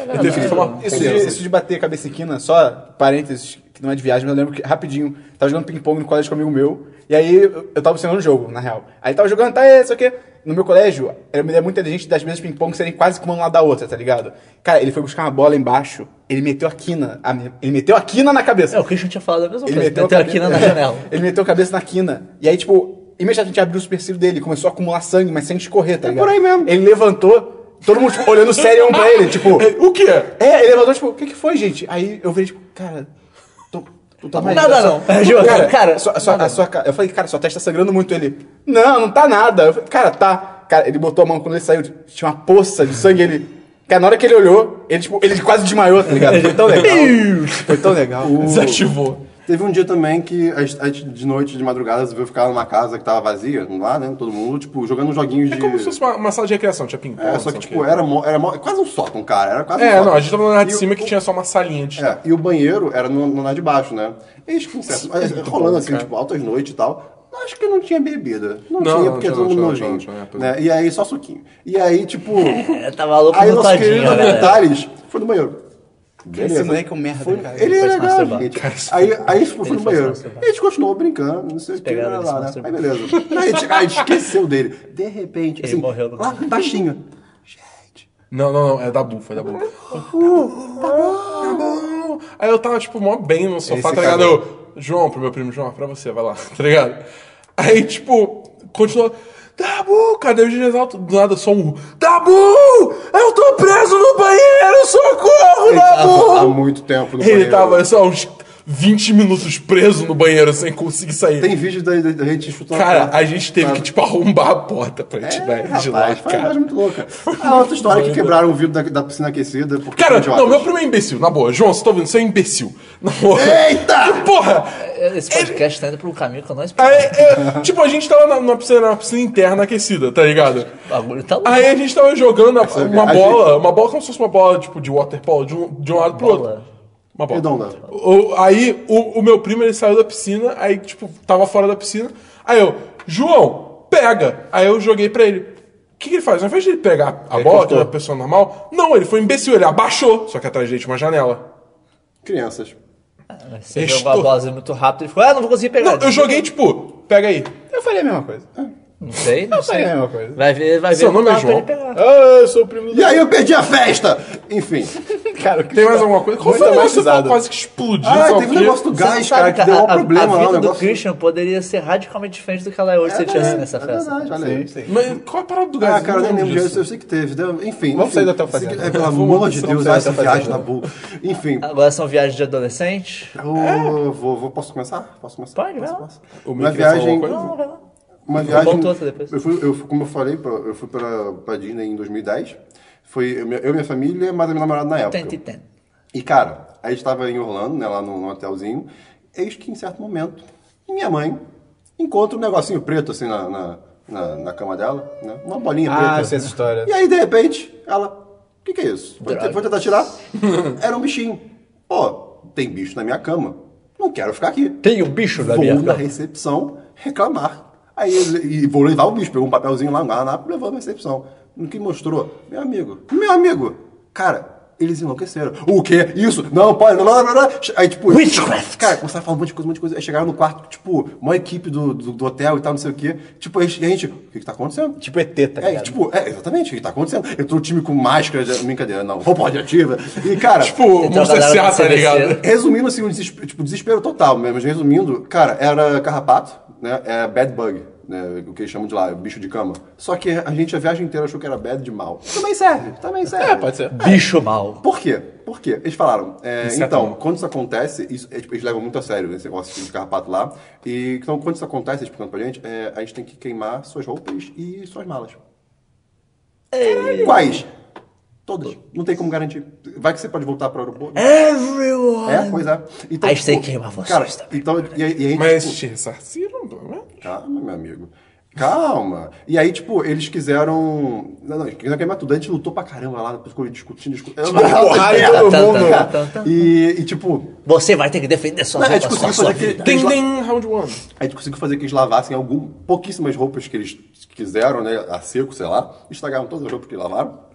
S4: Ele teve que tomar
S2: Isso de, isso de bater cabeça e quina, só parênteses, que não é de viagem, mas eu lembro que rapidinho, tava jogando ping-pong no colégio com um amigo meu, e aí eu eu tava observando o jogo, na real. Aí tava jogando, tá, é, isso aqui. No meu colégio, era uma ideia muito inteligente das mesas de ping-pong serem quase que uma lá da outra, tá ligado? Cara, ele foi buscar uma bola embaixo, ele meteu a quina, a me- ele meteu a quina na cabeça.
S1: É, o Christian tinha falado a mesma
S2: Ele
S1: coisa.
S2: meteu,
S1: Meteu,
S2: a cabeça- É.
S1: aqui na,
S2: <laughs>
S1: na janela.
S2: ele meteu a cabeça na quina. E aí, tipo, imediatamente abriu o supercílio dele, começou a acumular sangue, mas sem escorrer, tá ligado?
S3: por aí mesmo.
S2: Ele levantou, todo mundo tipo, olhando sério um pra ele,
S4: <laughs>
S2: tipo.
S4: O que é?
S2: É, ele levantou, tipo, o que que foi, gente? Aí eu virei, tipo, cara, tô. Tu tá mais
S1: Nada não. É, Gil,
S2: cara,
S1: cara,
S2: sua- sua- a sua ca- eu falei, cara, sua testa tá sangrando muito. Ele, não, não tá nada. Eu falei, cara, tá. Cara, ele botou a mão quando ele saiu, tinha uma poça de sangue. Ele, cara, na hora que ele olhou, ele, tipo, ele quase desmaiou, tá ligado? Foi tão legal. Foi tão legal.
S4: Desativou.
S3: Teve um dia também que a gente- a gente, de noite, de madrugada, resolveu ficar numa casa que tava vazia, lá, né? Todo mundo, tipo, jogando uns joguinhos
S4: É
S3: de.
S4: como se fosse uma, uma sala de recreação, assim, tinha ping-pong.
S3: É, só que, tipo, era, mo- era mo- quase um sótão, cara. Era quase um
S4: É,
S3: sótão.
S4: não, a gente tava na
S3: E
S4: de
S3: o-
S4: cima que tinha só uma salinha tipo, de
S3: É, e o banheiro era no, no andar de baixo, né? Eis que um certo, mas, rolando assim, tipo, altas noites e tal. Acho que não tinha bebida. Não,
S4: Não,
S3: tinha,
S4: não,
S3: porque
S4: tinha,
S3: todo
S4: não,
S3: mundo
S4: tinha, não,
S3: nojento.
S4: tinha, é. não, tinha,
S3: né? E aí, só suquinho. E aí, tipo...
S1: <laughs> É, tava louco
S3: aí,
S1: no
S3: nosso
S1: tadinho,
S3: querido
S1: né?
S3: Vitales foi no banheiro.
S2: Esse moleque é um merda, cara.
S3: Ele é
S1: Ele foi se
S3: legal,
S1: masturbar.
S3: gente. Aí,
S1: é
S3: aí tipo, foi no
S1: foi se
S3: banheiro.
S1: masturbar.
S3: A gente continuou brincando, não sei o que.
S1: pegaram
S3: Lá,
S1: ele se
S3: lá, né? Aí,
S1: masturbando.
S3: beleza. Aí, a gente, a gente esqueceu dele. De repente, assim,
S1: morreu no
S3: lá baixinho.
S4: Não, não, não, é da Bu, foi da Bu. Uh, tá bom. Aí eu tava, tipo, mó bem no sofá,
S2: Esse
S4: tá ligado?
S2: cara.
S4: Eu, João, pro meu primo João, pra você, vai lá, <laughs> tá ligado? Aí, tipo, continuou. Dabu, cadê o Gigi Exalto? Do nada, só um. Dabu! Eu tô preso no banheiro, socorro,
S3: Há
S4: Dabu!
S3: muito tempo no
S4: Ele
S3: banheiro.
S4: tava, sei lá, uns 20 minutos preso no banheiro sem conseguir sair.
S3: Tem vídeo da, da- da gente chutando
S4: Cara, a gente teve que, tipo, arrombar a porta pra <laughs> tirar ele de lá,
S3: É, Rapaz, foi uma
S4: cara.
S3: viagem muito louca. Ah, outra história que quebraram o vidro da, da piscina aquecida. Porque um
S4: Cara,
S3: são
S4: não, meu
S3: idiotas.
S4: primo é imbecil, na boa. João, você tá ouvindo? Você é imbecil. Na boa.
S3: Eita!
S4: Que porra!
S1: Esse podcast tá indo pro caminho que eu não
S4: Aí,
S1: esperava.
S4: é, tipo, a gente tava na, numa piscina, numa piscina interna aquecida, tá ligado?
S1: O bagulho tá louco.
S4: Aí a gente tava jogando é a- uma
S3: a
S4: bola, uma bola como se fosse uma bola, tipo, de waterpolo, de um, de um lado pro outro.
S1: Bola.
S4: Uma bola.
S3: Redonda.
S4: O- aí o, o meu primo, ele saiu da piscina, aí, tipo, tava fora da piscina. Aí eu, João, pega! Aí eu joguei pra ele. O que, que ele faz? Ao invés de ele pegar a bola, que é uma pessoa normal, não, ele foi um imbecil, ele abaixou, só que atrás dele tinha uma janela.
S3: Crianças.
S1: né? Você
S4: Estou-
S1: jogou a bola muito rápido e ficou, ah, não vou conseguir pegar.
S4: Não, eu joguei, tipo, pega aí.
S2: Eu faria a mesma coisa.
S1: Não sei, não é
S2: Eu
S1: sei.
S2: faria a mesma coisa.
S1: Vai ver, vai ver.
S4: Seu
S1: não
S4: nome é
S1: dá pra
S4: João?
S1: ele pegar.
S2: Ah, eu sou o primo <laughs>
S3: E aí eu perdi a festa! Enfim.
S2: Cara,
S4: Tem mais alguma coisa? Qual
S2: Muito
S4: foi o negócio que
S2: traumatizado.
S4: quase que explodiu?
S3: Ah,
S4: sei lá
S3: teve
S4: o
S3: um
S4: quê?
S3: negócio do
S1: Você não
S3: gás,
S1: sabe,
S3: cara, que deu um
S1: a,
S3: problema
S1: a
S3: lá.
S1: vida
S3: o
S1: do
S3: negócio...
S1: Christian poderia ser radicalmente diferente do que ela é hoje se ele tivesse
S3: É,
S1: ido nessa
S3: é
S1: festa.
S3: verdade, olha aí.
S2: Sim, sim.
S4: Mas qual é a parada do gás?
S3: Ah, cara, eu nem lembro disso.
S4: disso.
S3: Eu sei que teve. né? Enfim.
S2: Vamos
S3: enfim.
S2: sair do hotel fazenda.
S3: É, pelo amor de
S2: Vamos
S3: Deus,
S2: sair do
S3: essa
S2: hotel
S3: viagem na
S2: fazenda.
S3: bu. Enfim.
S1: Agora são viagens de adolescente.
S3: Eu vou, vou- posso começar? Posso começar?
S1: Pode,
S3: posso,
S1: vai lá.
S3: posso.
S4: O
S3: Uma
S4: Mickey quer falar
S3: viagem.
S4: alguma coisa?
S1: Não, vai lá.
S3: Uma viagem.
S1: Voltou outra depois.
S3: Eu fui, eu fui- como eu falei, pra- eu fui pra, pra Disney em 2010. Foi eu, minha- eu, minha família, mais a minha namorada na época.
S1: Tenta e tenta.
S3: E, cara, aí estava em Orlando, né, lá no, no hotelzinho. Eis que, em certo momento, minha mãe encontra um negocinho preto, assim, na, na, na- na cama dela, né? Uma bolinha
S2: Ah, eu sei
S3: preta.
S2: essa história.
S3: E aí, de repente, ela... O que, que é isso? Foi,
S1: Droga.
S3: foi
S1: <laughs>
S3: tentar tirar. Era um bichinho. Pô, tem bicho na minha cama. Não quero ficar aqui.
S1: Tem um bicho na
S3: Vou
S1: minha
S3: na
S1: cama.
S3: recepção reclamar. Aí ele- e vou levar o bicho, pegou um papelzinho lá, um guardanapo, levou na recepção. No que mostrou, meu amigo, meu amigo, cara, eles enlouqueceram. O quê? Isso? Não, pode, não, não, não, não. Aí, tipo,
S1: Witchcraft!
S3: Cara, começaram a falar um monte de coisa, um monte de coisa. Aí chegaram no quarto, tipo, uma equipe do, do, do hotel e tal, não sei o quê. Tipo, aí a gente, o que que tá acontecendo?
S2: Tipo ET, tá
S3: É,
S2: ligado?
S3: tipo, é, exatamente, o que tá acontecendo? Entrou o time com máscara, de- brincadeira, não, roupa radioativa. E, cara,
S4: Tipo,
S1: Então, a
S4: Monster
S1: galera
S4: S.A.,
S1: do
S4: tá
S1: CVC,
S4: ligado?
S1: né?
S3: Resumindo, assim, um desespero, tipo, desespero total mesmo. Mas resumindo, cara, era carrapato, né? É bad bug, né? O que eles chamam de lá, bicho de cama. Só que a gente a viagem inteira achou que era bad de mal. Também serve, também serve.
S2: É, pode ser.
S1: Bicho mal.
S3: Por quê? Por quê? Eles falaram, é,
S4: Inseto
S3: então,
S4: mal.
S3: quando isso acontece, isso, é, tipo, eles levam muito a sério esse negócio de carrapato lá. E então, quando isso acontece, explicando pra gente, é, a gente tem que queimar suas roupas e suas malas. Quais? Todas. Não tem como garantir. Vai que você pode voltar para o aeroporto.
S1: Everyone!
S3: É, pois é. Então,
S1: Aí você queima vocês
S3: Cara,
S1: também.
S3: então, e, aí- e aí,
S4: Mas
S3: tipo,
S4: te ressarciram, pelo menos.
S3: calma, meu amigo. Calma. E aí, tipo, eles quiseram. Não, não, eles quiseram queimar tudo. A gente lutou pra caramba lá, ficou discutindo, discutindo. <laughs> Tipo,
S2: porrada em todo
S1: Tá, tá,
S2: mundo.
S1: tá, tá, tá.
S3: E, e, tipo,
S1: Você vai ter que defender sua
S3: Não, a
S1: roupa,
S3: gente
S1: sua,
S3: conseguiu
S1: sua
S3: fazer aquele.
S1: vida.
S4: Ding, ding, round one.
S3: A gente conseguiu fazer que eles lavassem algum, pouquíssimas roupas que eles quiseram, né? A seco, sei lá. Estragaram todas as roupas que lavaram.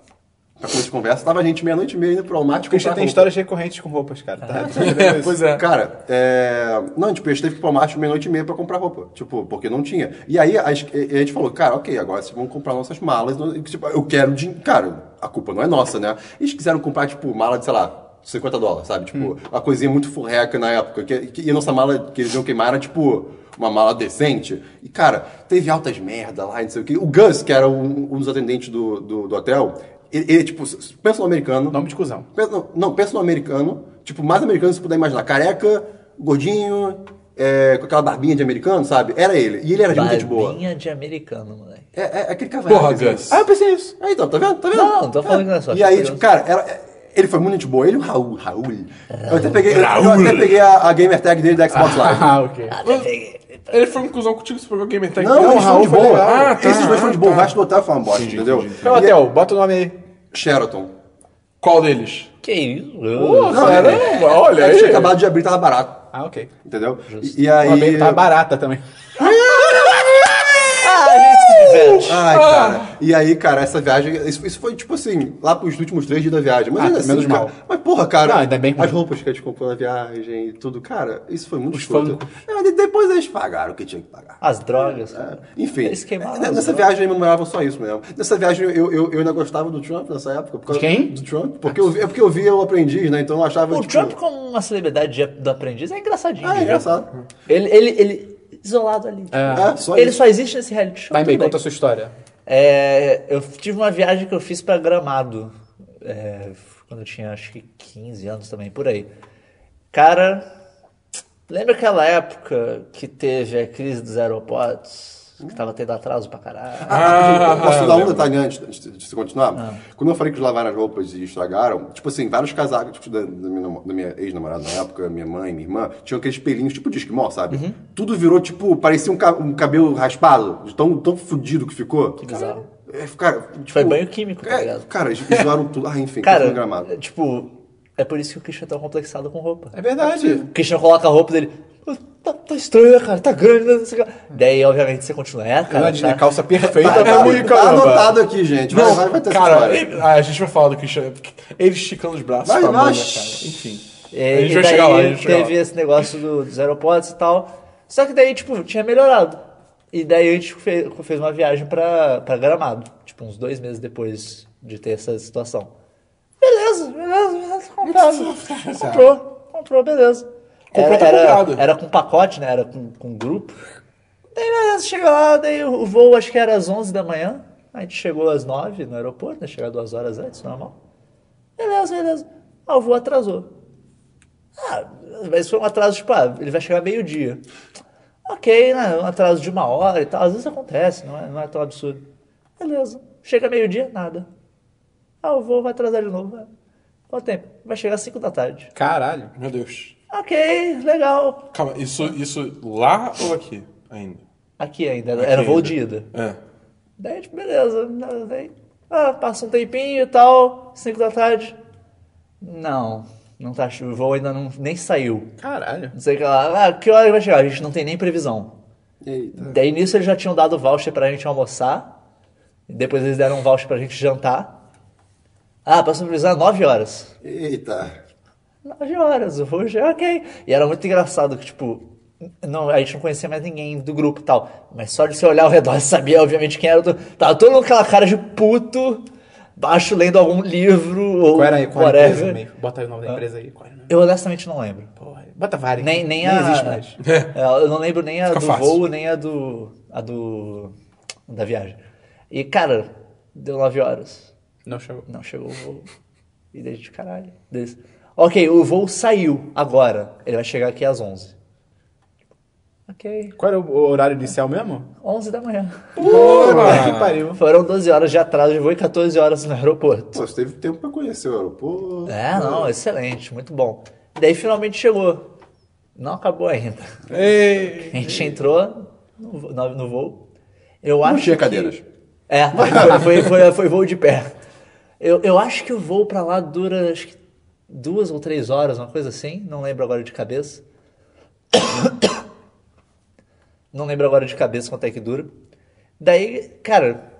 S3: Pra começo de conversa. Tava a gente meia-noite e meia indo pro Walmart.
S2: Porque a gente
S3: comprar
S2: tem
S3: roupa.
S2: histórias recorrentes com roupas, cara. Tá? <laughs>
S4: pois <laughs> é.
S3: Cara, é... não, tipo, a gente teve que ir pro Walmart meia-noite e meia pra comprar roupa. Tipo, porque não tinha. E aí a gente e a gente falou, cara, ok, agora vocês vão comprar nossas malas. E, Tipo, eu quero dinheiro. Cara, a culpa não é nossa, né? Eles quiseram comprar, tipo, mala de, sei lá. 50 dólares, sabe? Tipo,
S4: Hum.
S3: uma coisinha muito furreca na época. Que, que- e a nossa mala que eles iam queimar era, tipo, uma mala decente. E, cara, teve altas merda lá, e não sei o quê. O Gus, que era um, um dos atendentes do, do, do hotel, ele, ele, tipo, pensa no americano.
S2: Nome de cuzão.
S3: Pensa- não, não, pensa no americano. Tipo, mais americano que você puder imaginar. Careca, gordinho, é, com aquela barbinha de americano, sabe? Era ele. E ele era de muita de boa.
S1: Barbinha de americano, moleque.
S3: É, é- é aquele cavalo.
S4: Porra, Gus.
S2: Ah, eu pensei isso.
S3: Ah, então, tá vendo? Tá vendo?
S1: Não, não tô falando que não é só,
S3: E
S1: tô
S3: aí,
S1: curioso.
S3: tipo, cara, era- é, ele foi muito de boa. Ele e o Raul. Raul. Eu até peguei, eu até peguei a, a gamer tag dele da Xbox Live.
S2: Ah, ok.
S1: Ah, peguei.
S4: Ele foi um cuzão contigo, você pegou então o Gamer
S3: <laughs>
S4: Tag.
S3: Não,
S4: dele.
S3: eles foram de
S2: Raul foi
S3: boa.
S4: legal. Ah, tá,
S3: Esses dois foram de
S4: ah,
S3: boa. O
S4: tá.
S3: resto do hotel foi uma bosta, entendeu?
S2: Ô,
S3: E aí,
S2: Theo, bota o nome aí.
S3: Sheraton.
S4: Qual deles?
S1: Que isso?
S2: Não,
S3: é,
S2: era-
S3: é,
S2: olha
S3: é que tinha
S2: aí.
S3: acabado de abrir, tava barato.
S2: Ah, ok.
S3: Entendeu? E, e
S2: Uma
S3: aí...
S2: bem- Tá barata também.
S1: Ah, a gente se diverte.
S2: Ah.
S3: Ai, cara. E aí, cara, essa viagem. Isso, isso foi tipo assim, lá pros últimos três dias da viagem. Mas
S2: Ah,
S3: ainda assim,
S2: menos
S3: cara,
S2: mal.
S3: Mas porra, cara.
S2: Não, ainda bem ruim.
S3: as roupas que a gente comprou na viagem e tudo, cara, isso foi muito
S2: Os
S3: escroto.
S2: fangos.
S3: É, de- depois eles pagaram o que tinha que pagar.
S1: As drogas,
S3: É.
S1: cara.
S3: Enfim,
S1: Eles queimaram
S3: é,
S1: as
S3: nessa
S1: drogas.
S3: viagem eu memorava só isso mesmo. Nessa viagem eu, eu, eu ainda gostava do Trump nessa época. Por causa
S2: De quem?
S3: Do Trump. Porque eu, vi- é porque eu via o aprendiz, né? Então eu achava.
S1: O
S3: tipo,
S1: Trump como uma celebridade de- do aprendiz é engraçadinho.
S3: Ah, é
S1: né?
S3: engraçado.
S1: Ele, ele, ele isolado ali.
S2: Ah.
S3: É, só
S1: ele
S3: isso.
S1: só existe nesse reality show.
S2: Vai, meio,
S1: tudo bem.
S2: conta a sua história.
S1: É, eu tive uma viagem que eu fiz pra Gramado, é, quando eu tinha acho que 15 anos também, por aí. Cara, lembra aquela época que teve a crise dos aeroportos? Que tava tendo atraso pra caralho?
S4: Ah,
S3: Posso
S1: tá.
S3: dar um detalhe antes de de você continuar?
S1: Ah.
S3: Quando eu falei que eles lavaram as roupas e estragaram, tipo assim, vários casacos tipo, da, da minha, namo- da minha ex-namorada na época, minha mãe, minha irmã, tinham aqueles pelinhos tipo de esquimó, sabe?
S1: Uhum.
S3: Tudo virou tipo, parecia um, ca- um cabelo raspado, de tão, tão fudido que ficou. Que
S1: bizarro.
S3: Cara, tipo,
S1: Foi banho químico, tá
S3: é,
S1: ligado?
S3: cara, eles zoaram tudo. Ah, enfim,
S1: Cara,
S3: no gramado.
S1: tipo, é por isso que o Christian é tão complexado com roupa.
S2: É verdade.
S1: O Christian coloca a roupa dele. "Ah, Tá, tá estranho, cara, tá grande, não sei o que. lá." Daí, obviamente, você continua. É, cara.
S2: Verdade, né?
S1: tá-
S2: <laughs> Calça perfeita.
S3: Tá, tá-
S2: barriga,
S3: tá
S2: caramba.
S3: anotado aqui, gente. Vai, vai, vai ter essa
S4: cara,
S3: história.
S4: ele- ah, a gente vai falar do Christian. Ele esticando os braços
S3: Vai,
S4: pra
S3: vai.
S4: manga, cara. Enfim.
S1: É,
S4: a gente
S1: e
S4: vai
S1: daí
S4: chegar lá, a gente vai
S1: teve
S4: chegar lá.
S1: esse negócio do- dos aeroportos e tal. Só que daí, tipo, tinha melhorado. E daí a gente fe- fez, uma viagem pra, pra Gramado. Tipo, uns dois meses depois de ter essa situação. Beleza, beleza, beleza, comprado. Comprou, comprou, beleza.
S4: Comprou, tá comprado.
S1: era, era com pacote, né? Era com, com grupo. Daí, beleza, chega lá, daí o voo acho que era às 11 da manhã. A gente chegou às 9 no aeroporto, né? Chegar duas horas antes, normal. Beleza, beleza. Ah, o voo atrasou. Ah, mas foi um atraso, tipo, ah, ele vai chegar meio-dia. Ok, né? Um atraso de uma hora e tal. Às vezes acontece, não é, não é tão absurdo. Beleza. Chega meio-dia, nada. Ah, o voo vai atrasar de novo. Quanto tempo? Vai chegar às 5 da tarde.
S2: Caralho.
S4: Meu Deus.
S1: Ok, legal.
S4: Calma, isso, isso lá ou aqui ainda?
S1: Aqui ainda, né? era, era voo
S4: ainda.
S1: de ida.
S4: É.
S1: Daí, tipo, beleza. Daí, ah, passa um tempinho e tal, 5 da tarde. Não, não tá, o voo ainda não, nem saiu.
S2: Caralho.
S1: Não sei o que lá. Ah, que hora vai chegar? A gente não tem nem previsão.
S2: É.
S3: Eita.
S1: Daí nisso eles já tinham dado voucher pra gente almoçar. Depois eles deram um voucher pra gente jantar. Ah, passou a previsão 9 horas.
S3: Eita.
S1: 9 horas, o voo já ok. E era muito engraçado que, tipo, não, a gente não conhecia mais ninguém do grupo e tal. Mas só de você olhar ao redor, <laughs> você sabia, obviamente, quem era. Do... Tava todo mundo com aquela cara de puto, baixo, lendo algum livro ou
S2: Qual era aí? Qual era a empresa,
S1: whatever.
S2: meio? Bota aí o nome da empresa aí. Qual era o nome?
S1: Eu honestamente não lembro.
S2: Porra. Bota várias.
S1: Nem, nem, a...
S2: existe mais.
S1: <laughs> É, eu não lembro nem a
S4: Fica
S1: do
S4: fácil.
S1: voo, nem a do... a do... da viagem. E, cara, deu 9 horas.
S2: Não chegou.
S1: Não chegou o voo. E daí de caralho. Deles, Ok, o voo saiu agora. Ele vai chegar aqui às 11. Ok.
S2: Qual era o o horário inicial mesmo?
S1: 11 da manhã.
S4: Ah,
S2: Puta que pariu.
S1: Foram 12 horas de atraso de voo e 14 horas no aeroporto.
S3: Pô, você teve tempo pra conhecer o aeroporto.
S1: É, não, excelente, muito bom. Daí finalmente chegou. Não acabou ainda.
S4: Ei!
S1: A gente entrou no, vo- no- no voo. Eu acho
S3: tinha
S1: que-
S3: cadeiras.
S1: É, foi, foi, foi- foi voo de pé. Eu, eu acho que o voo pra lá dura acho que duas ou três horas, uma coisa assim. Não lembro agora de cabeça. Não lembro agora de cabeça quanto é que dura. Daí, cara,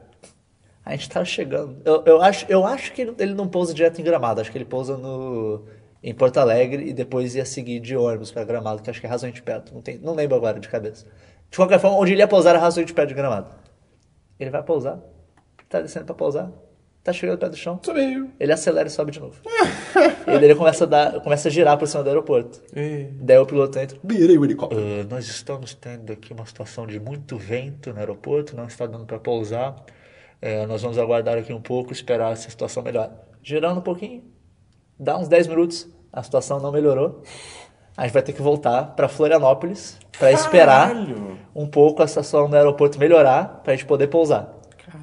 S1: a gente tava chegando. Eu, eu acho, eu acho que ele, ele não pousa direto em Gramado. Acho que ele pousa no, em Porto Alegre e depois ia seguir de ônibus pra Gramado, que acho que é razoavelmente perto. Não, tem, não lembro agora de cabeça. De qualquer forma, onde ele ia pousar era razoavelmente perto de Gramado. Ele vai pousar. Tá descendo pra pousar. Tá chegando perto do chão.
S4: Subiu.
S1: Ele acelera e sobe de novo. <laughs> e daí ele começa a, dar, começa a girar por cima do aeroporto.
S4: Ei.
S1: Daí o piloto entra.
S3: Virei o helicóptero.
S1: Ah, nós estamos tendo aqui uma situação de muito vento no aeroporto, não está dando para pousar. Eh, nós vamos aguardar aqui um pouco, esperar essa situação melhorar. Girando um pouquinho, dá uns 10 minutos, a situação não melhorou. A gente vai ter que voltar para Florianópolis para esperar
S4: Caralho!
S1: um pouco a situação do aeroporto melhorar para a gente poder pousar.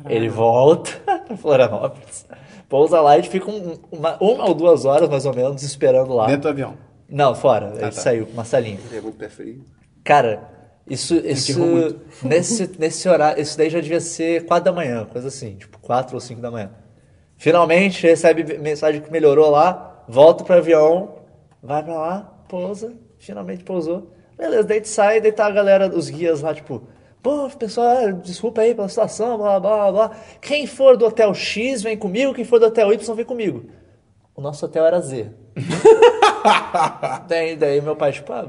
S1: Ele volta <laughs> para Florianópolis, pousa lá e a gente fica um- uma, uma ou duas horas mais ou menos esperando lá.
S2: Dentro do avião.
S1: Não, fora, a gente saiu com uma salinha.
S3: É muito pé frio.
S1: Cara, isso, isso
S2: errou muito.
S1: <laughs> nesse, nesse horário, isso daí já devia ser 4 da manhã, coisa assim, tipo 4 ou 5 da manhã. Finalmente recebe mensagem que melhorou lá, volta pro avião, vai pra lá, pousa, finalmente pousou. Beleza, daí tu sai, daí tá a galera, os guias lá, tipo, pô, pessoal, é, desculpa aí pela situação, blá blá blá. blá. Quem for do hotel X vem comigo, quem for do hotel Y vem comigo. O nosso hotel era Z. Daí, daí meu pai, tipo, ah,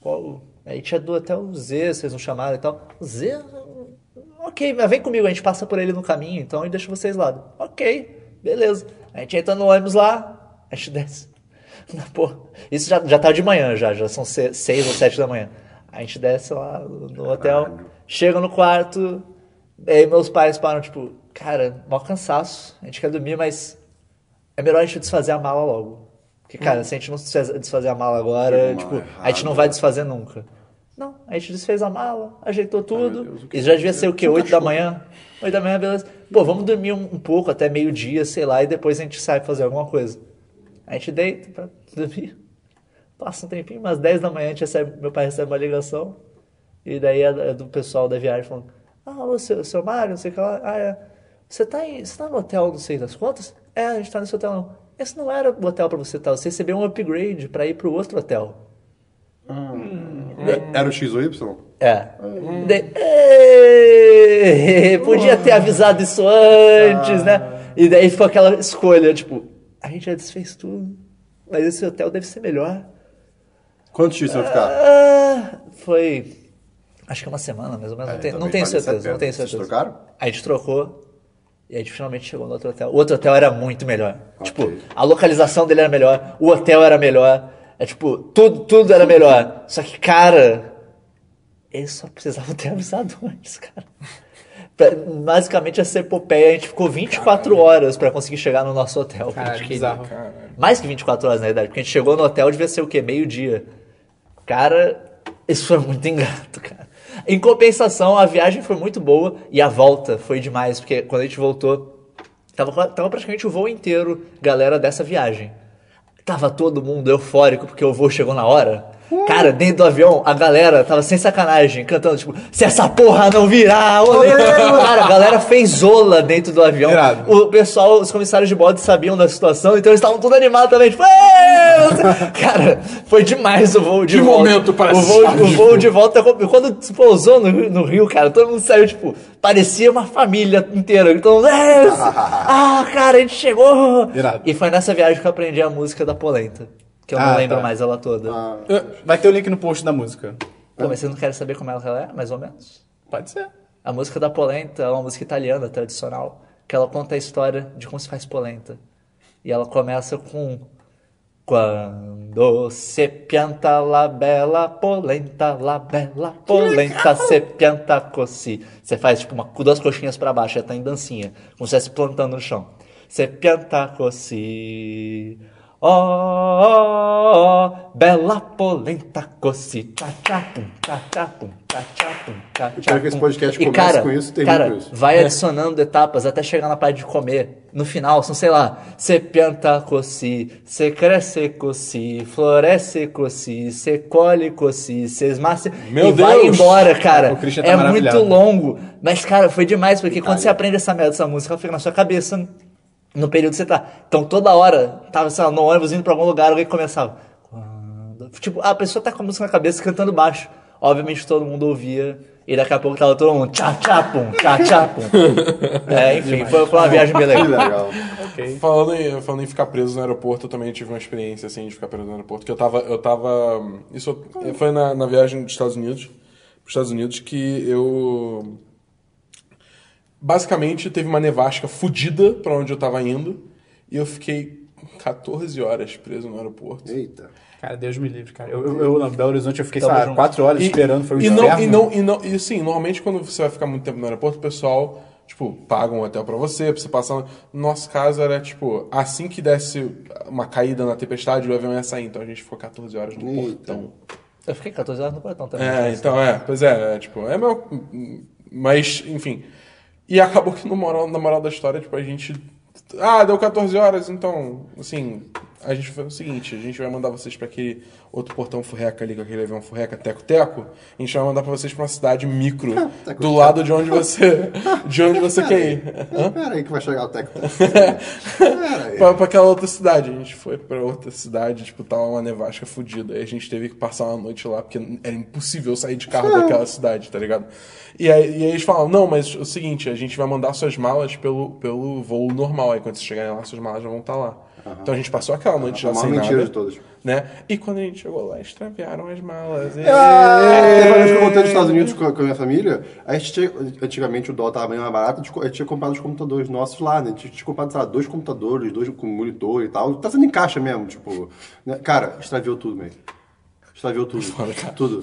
S1: qual... Aí tinha é do até o Z, vocês não chamaram e tal. Z? Ok, mas vem comigo, a gente passa por ele no caminho, então eu deixo vocês lá. Ok, beleza. A gente entra no ônibus lá, a gente <laughs> desce. Na porra. Isso já, já tá de manhã, já, já são se- seis ou sete da manhã. A gente desce lá no no hotel, chega no quarto, aí meus pais param, tipo, cara, mó cansaço, a gente quer dormir, mas é melhor a gente desfazer a mala logo. Porque, cara, se a gente não desfaz- desfazer a mala agora,
S3: Que
S1: tipo,
S3: mal
S1: a gente não vai desfazer nunca. Não, a gente desfez a mala, ajeitou tudo. Isso já devia ser o quê? 8 da manhã? 8 da manhã, beleza. Pô, vamos dormir um, um pouco, até meio-dia, sei lá, e depois a gente sai pra fazer alguma coisa. A gente deita pra dormir. Passa um tempinho, umas 10 da manhã, a gente recebe, meu pai recebe uma ligação. E daí é é do pessoal da viagem falando: Ah, ô, seu, seu Mário, não sei o que lá. Ah, é. Você tá, em, você tá no hotel, não sei das quantas? É, a gente tá nesse hotel não. Esse não era o hotel pra você estar. Você recebeu um upgrade pra ir pro outro hotel.
S3: Era o X ou Y?
S1: É. De- Ê, Podia ter avisado isso antes, né? E daí ficou aquela escolha, tipo, a gente já desfez tudo, mas esse hotel deve ser melhor.
S3: Quanto X você vai ficar?
S1: Ah, foi. Acho que uma semana, mais ou menos.
S3: É,
S1: não, tenho-
S3: então
S1: não
S3: bem,
S1: tenho
S3: vale essa
S1: certeza,
S3: pena.
S1: não tenho
S3: Vocês
S1: certeza.
S3: trocaram?
S1: A gente trocou e a gente finalmente chegou no outro hotel. O outro hotel era muito melhor. Tipo, a localização dele era melhor, o hotel era melhor. É tipo, tudo, tudo era melhor. Só que, cara, eles só precisavam ter <laughs> avisado antes, cara. Pra- basicamente, essa epopeia, a gente ficou 24 horas pra conseguir chegar no nosso hotel. que a gente
S2: Caralho,
S1: queria.
S2: bizarro.
S1: Mais que 24 horas, na verdade, porque a gente chegou no hotel, devia ser o quê? Meio-dia. Cara, isso foi muito ingrato, cara. Em compensação, a viagem foi muito boa e a volta foi demais, porque quando a gente voltou, tava, qua- tava praticamente o voo inteiro, galera, dessa viagem. Tava todo mundo eufórico porque o voo chegou na hora. Cara, dentro do avião, a galera tava sem sacanagem, cantando, tipo, se essa porra não virar, olê! Cara, a galera fez zola dentro do avião.
S2: Irado.
S1: O pessoal, os comissários de bordo sabiam da situação, então eles estavam todos animados também, tipo, "Ê!" <laughs> Cara, foi demais o voo de
S4: Que
S1: volta.
S4: momento para
S1: o voo,
S4: assistir.
S1: o voo de volta, quando pousou no, Rio- no Rio, cara, todo mundo saiu, tipo, parecia uma família inteira. Então, "É, ah, cara, a gente chegou.
S2: Irado.
S1: E foi nessa viagem que eu aprendi a música da Polenta, que eu
S2: Ah,
S1: não lembro
S2: tá.
S1: mais ela toda. Ah.
S4: É.
S2: Vai ter o link no post da música.
S1: Pô, mas vocês não querem saber como ela é, mais ou menos?
S2: Pode ser.
S1: A música da polenta é uma música italiana tradicional, que ela conta a história de como se faz polenta. E ela começa com um, quando se pianta la bella polenta, la bella polenta se pianta così. Você faz tipo uma, com duas coxinhas pra baixo, já tá em dancinha, como se estivesse plantando no chão. Se pianta così. ó, ó, bela polenta cocita, tchapum, tchapum, tchapum, tchapum,
S3: quero que esse podcast
S1: E,
S3: comece
S1: cara,
S3: com isso e termine
S1: cara,
S3: com isso.
S1: vai adicionando etapas até chegar na parte de comer. No final, são, sei lá, se pianta coci, se cresce coci, floresce coci, se colhe coci, se esmace.
S4: Meu
S1: e vai
S4: Deus!
S1: embora, cara.
S2: O Christian tá
S1: é
S2: maravilhado.
S1: muito longo. Mas, cara, foi demais, porque quando você aprende essa merda, essa música, ela fica na sua cabeça no período que você tá. Então, toda hora, tava, sei lá, no ônibus indo pra algum lugar, alguém começava. Quando... Tipo, a pessoa tá com a música na cabeça cantando baixo. Obviamente, todo mundo ouvia. E daqui a pouco tava todo mundo tchá tchá pum, tchá tchá
S3: <laughs>
S1: pum. É, enfim, foi, foi uma viagem bem
S3: Que
S1: legal.
S3: legal.
S4: Falando em, falando em ficar preso no aeroporto, eu também tive uma experiência assim de ficar preso no aeroporto. Que eu tava. Eu tava. Isso foi na, na viagem dos Estados Unidos. Pros Estados Unidos, que eu. Basicamente teve uma nevasca fudida pra onde eu tava indo. E eu fiquei 14 horas preso no aeroporto.
S3: Eita.
S2: Cara, Deus me livre, cara. Eu, eu, eu na Belo Horizonte eu fiquei, sei
S1: Tamo
S2: lá,
S1: junto.
S2: quatro horas
S4: E-
S2: esperando, foi um
S4: e
S2: inferno.
S4: não, e não, e não, e sim, normalmente quando você vai ficar muito tempo no aeroporto, o pessoal, tipo, paga um hotel pra você, pra você passar. No nosso caso era, tipo, assim que desse uma caída na tempestade, o avião ia sair, então a gente ficou 14 horas no
S3: Eita.
S4: portão.
S1: Eu fiquei 14 horas no portão também.
S4: É, então é, pois é, é, tipo, é meu. Mas, enfim. E <laughs> acabou que no moral, na moral da história, tipo, a gente. Ah, deu 14 horas, então, assim, a gente foi o seguinte, a gente vai mandar vocês pra aquele outro portão furreca ali, com aquele avião furreca, teco-teco, a gente vai mandar pra vocês pra uma cidade micro, do lado de onde você, de onde você
S3: <laughs>
S4: quer ir. Hã?
S3: Pera aí que vai chegar o
S4: <laughs>
S3: técnico.
S4: pra, pra aquela outra cidade. A gente foi pra outra cidade, tipo, tava uma nevasca fodida. Aí a gente teve que passar uma noite lá, porque era impossível sair de
S3: <laughs>
S4: carro daquela cidade, tá ligado? E aí, e aí eles falam, não, mas é o seguinte, a gente vai mandar suas malas pelo, pelo voo normal. Aí quando vocês chegarem lá, suas malas já vão estar lá. Então a gente passou aquela noite
S3: A
S4: já
S3: maior
S4: sem
S3: mentira
S4: nada,
S3: de todas.
S4: Né? E quando a gente chegou lá, extraviaram as malas. E... <laughs>
S3: É, teve uma vez que eu voltei dos Estados Unidos com a, com a minha família, a gente tinha, antigamente o dólar estava bem mais barato, a gente co- a gente tinha comprado os computadores nossos lá, né? A gente tinha comprado, sei lá, dois computadores, dois com monitor e tal. Tá sendo em caixa mesmo, tipo. né? Cara, extraviou tudo, mesmo. Extraviou tudo. Tudo.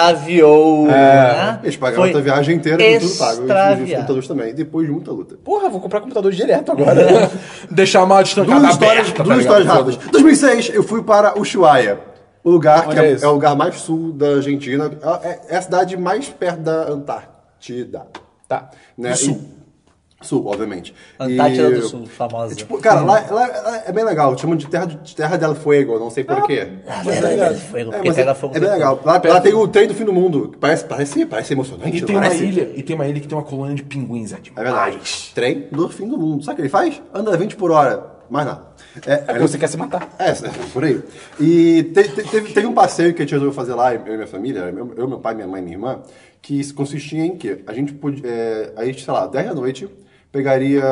S1: Extraviou. né?
S3: Eles pagaram
S1: Foi
S3: É. a viagem inteira com tudo pago. E os
S1: extraviar.
S3: computadores também. Depois de muita luta. É.
S2: Porra, vou comprar computador direto agora.
S4: Deixar a mala estancada
S3: Duas histórias,
S4: aberta, tá
S3: duas
S4: ligado?
S3: histórias rápidas. 2006, eu fui para Ushuaia. O lugar que
S2: Olha
S3: é,
S2: isso.
S3: é o lugar mais sul da Argentina. É, é a cidade mais perto da Antártida.
S2: tá.
S3: Né?
S4: sul.
S3: E- sul, obviamente.
S1: Antártida
S3: E-
S1: do Sul, famosa.
S3: Tipo, cara, lá, lá- lá é bem legal. Chamam de Terra, de terra del Fuego, não sei porquê.
S1: Ah, verdade, fogo,
S3: É,
S1: porque
S3: mas é,
S1: pega fogo.
S3: é bem legal. Lá, lá tem o trem do fim do mundo. que Parece, parece, parece emocionante.
S4: E
S3: não
S4: tem, uma
S3: parece?
S4: ilha, e tem uma ilha que tem uma colônia de pinguins, é
S3: É
S4: demais.
S3: verdade. Trem do fim do mundo. Sabe o que ele faz? Anda 20 por hora. Mais nada. É,
S2: É, você quer se matar.
S3: é, por aí. E te- te- teve, teve um passeio que a gente resolveu fazer lá, eu e minha família, eu, eu, meu pai, minha mãe e minha irmã, que isso consistia em que a gente podia, é, a gente, sei lá, 10 da noite, pegaria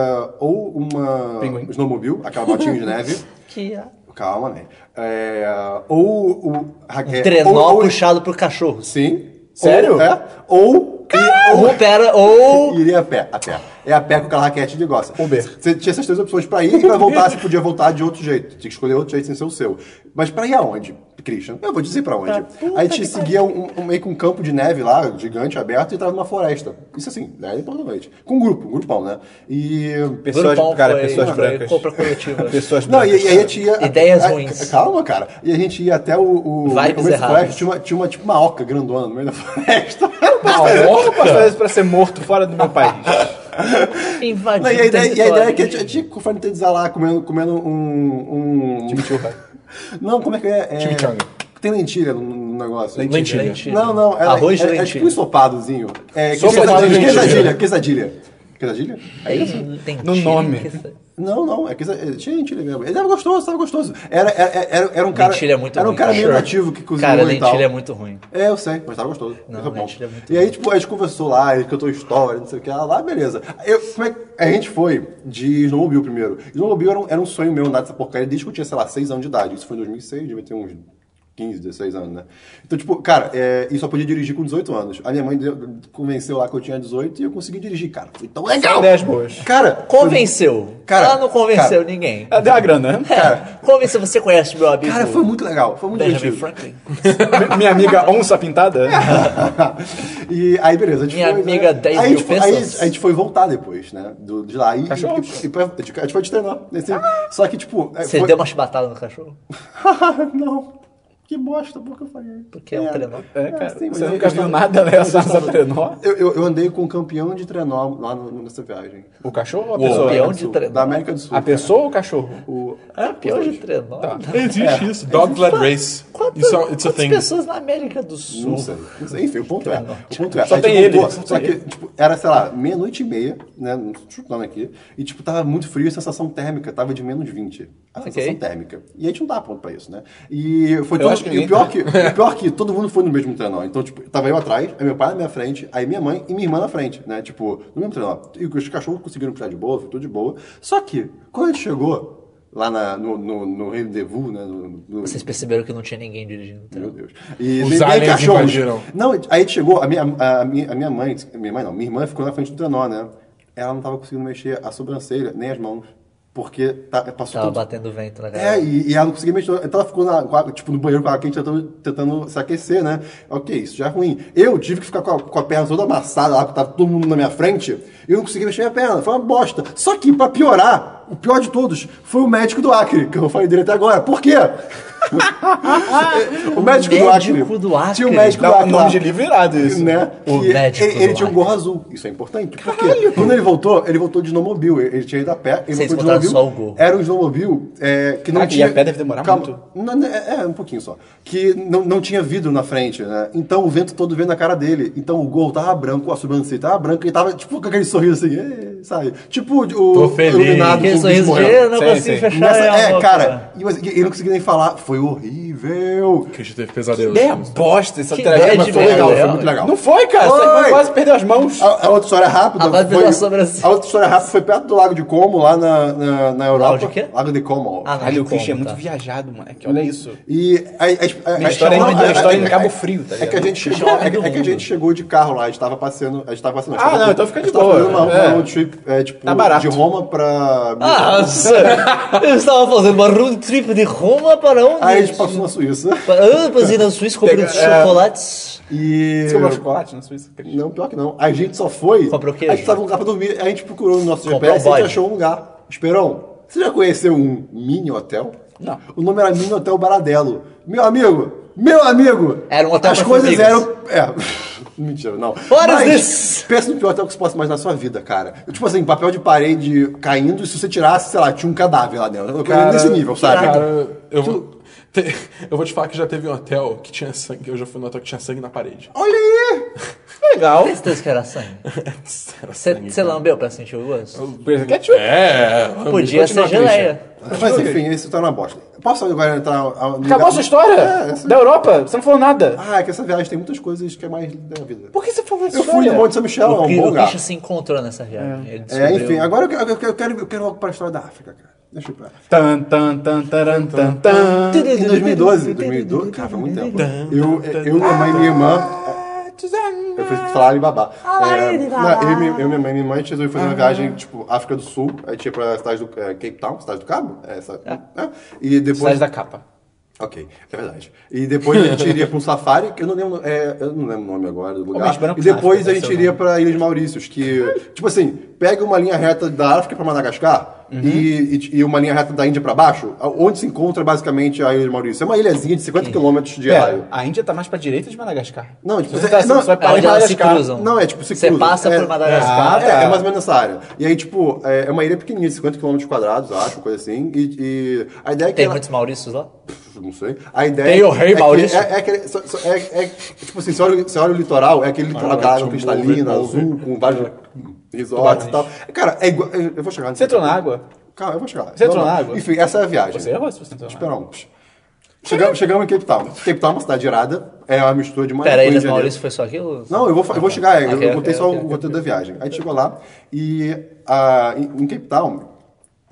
S3: ou uma
S2: Pinguim.
S3: snowmobile, aquela botinha de neve,
S1: Que a-
S3: calma, né? É, ou o...
S1: Um
S3: raquete-
S1: trenó
S3: É, ou- ou-
S1: puxado pro cachorro.
S3: Sim.
S2: Sério?
S3: Ou, é, ou... e- ou-
S1: Ou pera, ou.
S3: <laughs> Iria a pé, a pé. É a pé com aquela raquete de gosta.
S2: Uber.
S3: Você tinha essas três opções pra ir e pra voltar, você podia voltar de outro jeito. Tinha que escolher outro jeito sem ser o seu. Mas pra ir aonde, Christian? Eu vou dizer pra onde. Aí a gente seguia um, um- meio que um campo de neve lá, gigante, aberto, e entrava numa floresta. Isso assim, né? Importante. Com um grupo, um grupão, né? E.
S2: Pessoas,
S1: Grupão
S2: cara,
S1: foi-
S2: pessoas
S1: foi
S2: brancas.
S1: compra
S3: <laughs>
S1: coletiva.
S2: Pessoas
S3: Não, e,
S2: brancas.
S3: e aí a gente ia.
S1: Ideias
S3: a-
S1: ruins.
S3: Calma, cara. E a gente ia até o. o
S1: Vibes
S3: começo da
S1: erradas.
S3: floresta, Tinha uma, tinha uma, tipo, uma oca grandona no meio
S1: <laughs>
S3: da <laughs> floresta. é?
S2: Como eu posso fazer isso pra ser morto fora do meu <laughs> país?
S1: Invadiu
S3: Não, e, a
S1: o
S3: ideia, e a
S1: território.
S3: ideia é que a gente tinha que confraternizar lá, comendo, comendo um.
S4: Tipo,
S3: um... Não, como é que é? é...
S4: Chimichanga.
S3: Tem lentilha no- no negócio.
S4: tipo Lentilha.
S1: Lentilha.
S3: Não, não. Era,
S1: Arroz de
S3: era, era
S1: lentilha.
S3: tipo um ensopadozinho. É,
S4: Sopa de
S3: quesadilha. Quesadilha.
S4: lentilha.
S3: Quesadilha. Quesadilha? É isso?
S1: Tem- tem
S2: No
S1: time
S2: nome.
S1: que isso-
S3: Não, não, é que é- tinha lentilha mesmo. Ele era gostoso, tava gostoso. Era, era, era, era um cara.
S1: Lentilha é muito
S3: Era um
S1: ruim,
S3: cara meio
S1: cara.
S3: nativo que cozinhou
S1: Cara,
S3: e tal.
S1: lentilha é muito ruim.
S3: É, eu sei, mas tava gostoso.
S1: Não,
S3: Isso é bom.
S1: lentilha é muito
S3: e aí, tipo, a gente conversou lá, ele cantou história, não sei o que, lá, lá beleza. Eu, como é que- a gente foi de Snowmobile primeiro. Snowmobile era um, era um sonho meu andar dessa porcaria desde que eu tinha, sei lá, 6 anos de idade. Isso foi em 2006, devia ter uns 15, 16 anos, né? Então, tipo, cara, é, e só podia dirigir com 18 anos. A minha mãe deu- convenceu lá que eu tinha 18 e eu consegui dirigir, cara. Foi tão legal!
S2: Ideias boas.
S3: Cara,
S1: Convenceu.
S3: Cara,
S1: Ela não convenceu
S3: cara.
S1: ninguém.
S2: Deu a grana, né?
S1: Cara, <laughs> convenceu. Você conhece meu amigo?
S3: Cara, foi muito legal, foi muito
S1: Benjamin
S3: divertido.
S1: Franklin.
S2: Mi- Minha amiga onça pintada. É,
S3: e aí, beleza. A gente
S1: Minha
S3: foi,
S1: amiga, 10
S3: aí,
S1: mil
S3: tipo, aí
S1: pesos.
S3: a gente foi voltar depois, né? Do, de lá. E, e,
S2: Cachorro.
S3: e- e- a gente foi treinar. Assim,
S2: Ah.
S3: Só que, tipo. é,
S1: Você
S3: foi- <laughs> Ah,
S1: deu uma chibatada no cachorro?
S3: não. Que bosta, por que eu falei?
S1: Porque é um trenó.
S2: É, cara,
S3: sim, mas
S2: você
S3: aí-
S2: nunca viu nada né? relacionado a trenó?
S3: Eu, eu, eu andei com um campeão de trenó lá no- nessa viagem.
S2: O cachorro ou a pessoa?
S1: Campeão
S3: Do
S1: de
S3: Sul,
S1: trenó.
S3: Da América do Sul.
S2: A pessoa ou o cachorro?
S3: O-
S1: Campeão É de trenó?
S3: Tá. É.
S4: Existe isso. Dog Blood Race.
S1: Quantas,
S4: Isso é it's a
S1: quantas
S4: thing.
S1: pessoas na América do
S3: Não
S1: Sul?
S3: sei. Não sei. Enfim, o ponto é. O ponto é.
S2: tipo, Só
S3: a gente
S2: tem ele,
S3: voltou,
S2: só tem
S3: Só que,
S2: ele.
S3: tipo, era, sei lá, meia-noite e meia, né? Chutando aqui. E, tipo, tava muito frio e a sensação térmica tava de menos 20. A
S1: Ok.
S3: sensação térmica. E a gente não tá pronto pra isso, né? E foi
S2: Eu
S3: todo-
S2: acho que
S3: e o
S2: ninguém
S3: pior
S2: tá.
S3: que, o pior que todo mundo foi no mesmo trenó. Então, tipo, tava eu atrás, aí meu pai na minha frente, aí minha mãe e minha irmã na frente, né? Tipo, no mesmo trenó. E os cachorros conseguiram puxar de boa, foi tudo de boa. Só que, quando a gente chegou lá na- no, no, no Rendezvous, né? No, no-
S1: Vocês perceberam que não tinha ninguém dirigindo o
S3: meu
S1: trenó?
S3: Deus. E
S4: Os
S3: nem- nem
S4: aliens
S3: cachorros.
S4: invadiram.
S3: Não, aí chegou, a minha, a, minha, a minha mãe, minha mãe não, minha irmã ficou na frente do trenó, né? Ela não tava conseguindo mexer a sobrancelha, nem as mãos, porque tá, passou
S1: Tava
S3: tudo.
S1: batendo vento na
S3: É,
S1: galera.
S3: e, e ela não conseguia mexer. Então ela ficou na, com a- tipo, no banheiro com a água quente tentando, tentando se aquecer, né? Ok, isso já é ruim. Eu tive que ficar com a, com a perna toda amassada lá, porque tava todo mundo na minha frente, e eu não conseguia mexer minha perna. Foi uma bosta. Só que, pra piorar, o pior de todos foi o médico do Acre, que eu falei dele até agora.
S2: <laughs>
S3: Por quê? o médico, do Acre.
S1: Médico do Acre.
S3: Tinha o médico
S2: Dá
S3: do
S2: um
S3: Acre. lá,
S2: nome de livro irado isso.
S3: Né?
S1: O
S3: Que
S1: médico
S3: ele, ele
S1: do
S3: tinha um
S1: Acre.
S3: gorro azul. Isso é importante. Porque quando ele voltou, ele voltou de snowmobile. Ele ele tinha ido a pé. Ele
S1: Vocês
S3: voltou de
S1: botaram
S3: snowmobile.
S1: só o gorro.
S3: Era um snowmobile é, que não
S2: Caraca, e
S3: tinha.
S2: a pé deve demorar muito.
S3: Não, não, é, é, um pouquinho só. Que não, não tinha vidro na frente, né? Então o vento todo veio na cara dele. Então o gol tava branco, a sobrancelha tava branca e tava tipo com aquele sorriso assim, "Ê", sabe? Tipo o
S4: Tô feliz.
S3: iluminado
S1: Aquele
S3: com o bicho
S1: sorriso
S3: morrendo.
S1: de eu não
S2: Sim,
S1: consigo
S2: sim.
S1: fechar
S3: Nessa-
S1: a
S3: é,
S1: boca.
S3: cara, e mas ele não conseguia nem falar, foi horrível.
S4: Que a gente teve pesadelo.
S2: Ideia bosta essa
S1: Que
S2: tragédia.
S1: ideia
S2: mas
S1: de
S2: foi
S1: merda,
S2: legal.
S1: é.
S3: foi muito legal.
S2: Não foi, cara. Você
S3: Foi. Ah,
S2: quase perdeu as mãos.
S3: A, a outra história rápida.
S1: A base
S3: foi,
S1: da sobrancelha.
S3: a outra história rápida foi perto do Lago de Como, lá na, na, na Europa.
S1: Lago de quê?
S3: Lago de Como.
S1: Ah,
S2: Caralho, o
S1: como,
S2: Christian é muito
S1: tá?
S2: viajado, moleque. Olha isso.
S3: E a, a, a,
S2: Minha história é
S3: não,
S2: uma- minha história é
S3: a-
S2: em Cabo Frio, tá
S3: É que a
S2: ligado?
S3: gente chegou, é, que- é que a gente chegou de carro lá, a gente tava passeando. A gente tava passeando. a gente
S2: Ah,
S3: tava-
S2: não, então fica de
S3: a gente tava
S2: boa,
S3: fazendo Uma,
S2: é.
S3: uma road trip, é, tipo,
S2: Tá barato.
S3: de Roma pra.
S1: Ah, sério. <laughs> eu estava fazendo uma road trip de Roma para onde?
S3: Aí a gente passou na Suíça.
S1: Ah, passei na Suíça comprando
S2: Pega- é.
S1: chocolates.
S3: E.
S2: Você comprou chocolate na Suíça?
S3: Não, pior que não. A gente só foi.
S1: Comprou queijo. né?
S3: A gente tava num lugar pra dormir. A gente procurou no nosso
S1: Comprou
S3: GPS e a gente
S1: bode.
S3: achou um lugar. Esperão, você já conheceu um mini hotel?
S2: Não.
S3: O nome era Mini Hotel Baradelo. Meu amigo, meu amigo!
S1: Era um hotel
S3: As
S1: pra
S3: coisas
S1: formigas.
S3: eram. É. <laughs> Mentira, não.
S1: What is
S3: Mas,
S1: this?
S3: Pensa no pior hotel que você possa imaginar na sua vida, cara. Tipo assim, papel de parede caindo e se você tirasse, sei lá, tinha um cadáver lá dentro. Eu quero
S2: Cara,
S3: nesse nível, sabe?
S4: Cara, eu vou. te- Eu vou te falar que já teve um hotel que tinha sangue. Eu já fui no hotel que tinha sangue na parede.
S3: Olha aí!
S2: Legal.
S1: Certeza que era sangue.
S4: Era sangue,
S1: Você
S4: cara.
S1: lambeu pra sentir o gosto?
S2: Ketchup.
S4: É, eu-
S1: Podia
S4: continua,
S1: ser
S4: Christian.
S1: geleia.
S3: Mas enfim, esse tá na bosta. Posso agora entrar.
S2: Acabou a sua história?
S3: É, essa-
S2: Da Europa? Você não falou nada.
S3: Ah, é que essa viagem tem muitas coisas que é mais da vida.
S2: Por que você falou essa
S3: Eu fui
S2: história?
S3: no Monte São Michel, é
S1: O
S3: um
S1: Cri-
S3: bom
S1: o
S3: lugar.
S1: Christian se encontrou nessa viagem. Ele
S3: É,
S1: descobriu-
S3: enfim, agora eu, eu- eu- eu quero, eu quero logo para a história da África, cara. Deixa eu ir pra lá.
S2: Tan, tan, tan, taran, tan, tan.
S3: Em 2012, 2012, cara, foi muito tempo. Eu, eu minha mãe e minha irmã. Eu fui falar Alibaba. É, não, eu, e minha- eu, minha mãe e minha irmã, a gente resolveu fazer uma viagem, tipo, África do Sul. A gente ia pra cidade do é, Cape Town, cidade do Cabo. É, essa, é. E
S2: Cidade
S3: depois.
S2: da capa.
S3: Ok, é verdade. E depois a gente iria para um safari, que eu não lembro, é, eu não lembro o nome agora do lugar.
S2: mas branco
S3: e depois
S2: na África,
S3: a
S2: deve
S3: gente
S2: ser o
S3: iria para Ilhas Maurícios, que, tipo assim, pega uma linha reta da África para Madagascar e, e- e uma linha reta da Índia para baixo, a- onde se encontra basicamente a Ilha de Maurício. É uma ilhazinha de 50 quilômetros de
S2: Pera,
S3: raio.
S2: a Índia tá mais pra direita de Madagascar.
S3: Não, tipo,
S2: você tá assim,
S3: não,
S2: você
S1: É
S2: vai parar em
S1: onde elas se
S2: Madagascar.
S1: cruzam.
S3: Não, é tipo, se
S1: Você
S3: cruza.
S1: passa
S3: É-
S1: por Madagascar.
S2: Ah,
S3: é,
S2: tá.
S3: é mais ou menos nessa área. E aí, tipo, é, é uma ilha pequenininha, de 50 km quadrados, acho, coisa assim. E, e a ideia é que
S1: Tem
S3: ela-
S1: muitos Maurícios lá?
S3: não sei. A ideia
S4: Tem o rei
S3: é que-
S4: Maurício.
S3: É, é, aquele- só- só- é- é- tipo assim, você olha, você olha o litoral, é aquele litoral da água
S4: tipo,
S3: cristalina,
S4: envolve-
S3: azul, com vários resorts e tal. Cara, é igual. Eu eu vou chegar nesse.
S2: Você entrou na água?
S3: Calma, eu vou chegar lá.
S2: Você entrou
S3: Não,
S2: na
S3: não.
S2: água?
S3: Enfim, essa é a viagem.
S2: Você errou se você entrou na água.
S3: Espera um. Chegamos, chegamos em Cape Town. Cape Town é uma cidade irada, é uma mistura de uma.
S1: Pera,
S3: com
S1: Ilhas
S3: Rio de Janeiro.
S1: Maurício foi só aquilo?
S3: Não, eu vou, fa- eu vou chegar, eu
S1: Ah, tá. Ok,
S3: contei
S1: ok,
S3: só
S1: ok,
S3: o roteiro da viagem. Aí a gente chegou lá e ah, em em Cape Town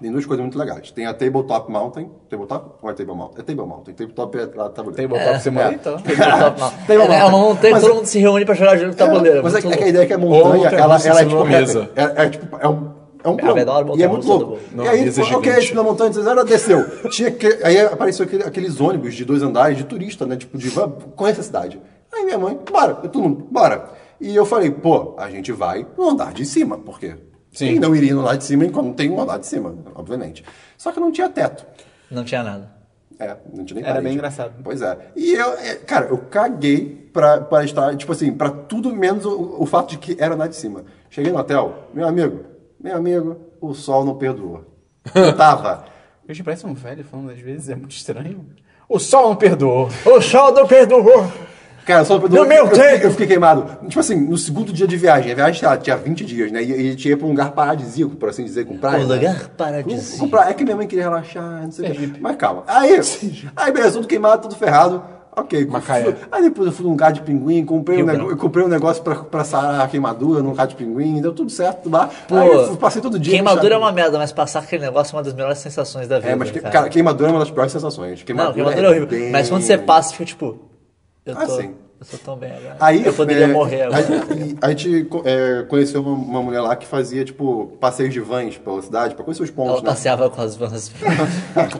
S3: Tem duas coisas muito legais. Tem a Tabletop Mountain. Tabletop? Ou é Table Mountain? É Table Mountain. Tabletop é a tabuleiro.
S2: Tabletop você
S1: É,
S2: mora.
S1: então. Tabletop
S3: <laughs>
S1: Mountain. É,
S3: Table
S1: é uma
S3: Mountain.
S1: montanha que
S3: Mas
S1: todo
S3: é-
S1: mundo se reúne pra jogar jogo de tabuleiro.
S3: Mas é,
S1: muito
S3: que-
S1: louco.
S3: é que a ideia é que a
S4: Ou
S3: montanha,
S4: montanha
S3: ela,
S4: russa
S3: ela é
S4: sem
S3: tipo.
S4: uma mesa.
S3: É, é, é tipo. É um, é um plano.
S1: adoro montanha
S3: e é muito
S1: russa
S3: louco.
S1: do
S4: bolo.
S3: e aí,
S4: Não, mesa é
S3: tipo, ok,
S4: gigante.
S3: a gente na montanha, ela desceu. Tinha que, aí apareceu aquele- aqueles ônibus de dois andares de turista, né? Tipo, de "Vá, conhece a cidade. Aí minha mãe, bora, todo mundo, bora. E eu falei, pô, a gente vai no andar de cima, porque
S2: Sim.
S3: quem não iria no andar de cima enquanto não tem um andar de cima, obviamente. Só que não tinha teto.
S1: Não tinha nada.
S3: É, não tinha nem
S2: Era
S3: parede.
S2: bem engraçado.
S3: Pois é. E eu, é, cara, eu caguei pra, pra estar, tipo assim, pra tudo menos o, o fato de que era lá de cima. Cheguei no hotel, meu amigo, meu amigo, o sol não perdoa. Eu tava. <laughs>
S2: Gente, parece um velho falando às vezes, é muito estranho. O sol não perdoou.
S1: O sol do perdoou.
S3: Cara, o sol não perdoa.
S1: No meu
S3: eu, fiquei-
S1: tempo!
S3: eu fiquei queimado. Tipo assim, no segundo dia de viagem, a viagem sei lá, tinha 20 dias, né? E, e a gente ia pra um lugar paradisíaco, por assim dizer, com praia.
S1: Um
S3: né?
S1: lugar
S3: Com-
S1: paradisíaco.
S3: com praia. É que minha mãe queria relaxar, não sei o
S1: É
S3: quê.
S1: <laughs>
S3: Mas calma. Aí, aí beleza, tudo queimado, tudo ferrado. Ok.
S4: Macaé.
S3: Aí depois eu fui num lugar de pinguim, comprei,
S1: Rio
S3: um, nego-
S1: Branco.
S3: eu comprei um negócio pra, pra sarar a queimadura num lugar de pinguim, deu tudo certo tudo lá.
S1: Pô,
S3: aí eu fui- passei todo dia.
S1: Queimadura é
S3: deixa-
S1: uma merda, mas passar aquele negócio é uma das melhores sensações da vida.
S3: É, mas, que- cara, queimadura é uma das piores sensações.
S1: Não, queimadura é horrível.
S3: bem-
S1: Mas quando você passa, fica tipo. Eu tô,
S3: Ah, sim.
S1: eu sou tão bem agora.
S3: Aí,
S1: eu poderia
S3: é,
S1: morrer
S3: A,
S1: agora.
S3: gente- a gente co- é, conheceu uma, uma mulher lá que fazia, tipo, passeios de vans pela cidade, pra conhecer os pontos,
S1: Ela tá
S3: né?
S1: passeava com as vans. <laughs>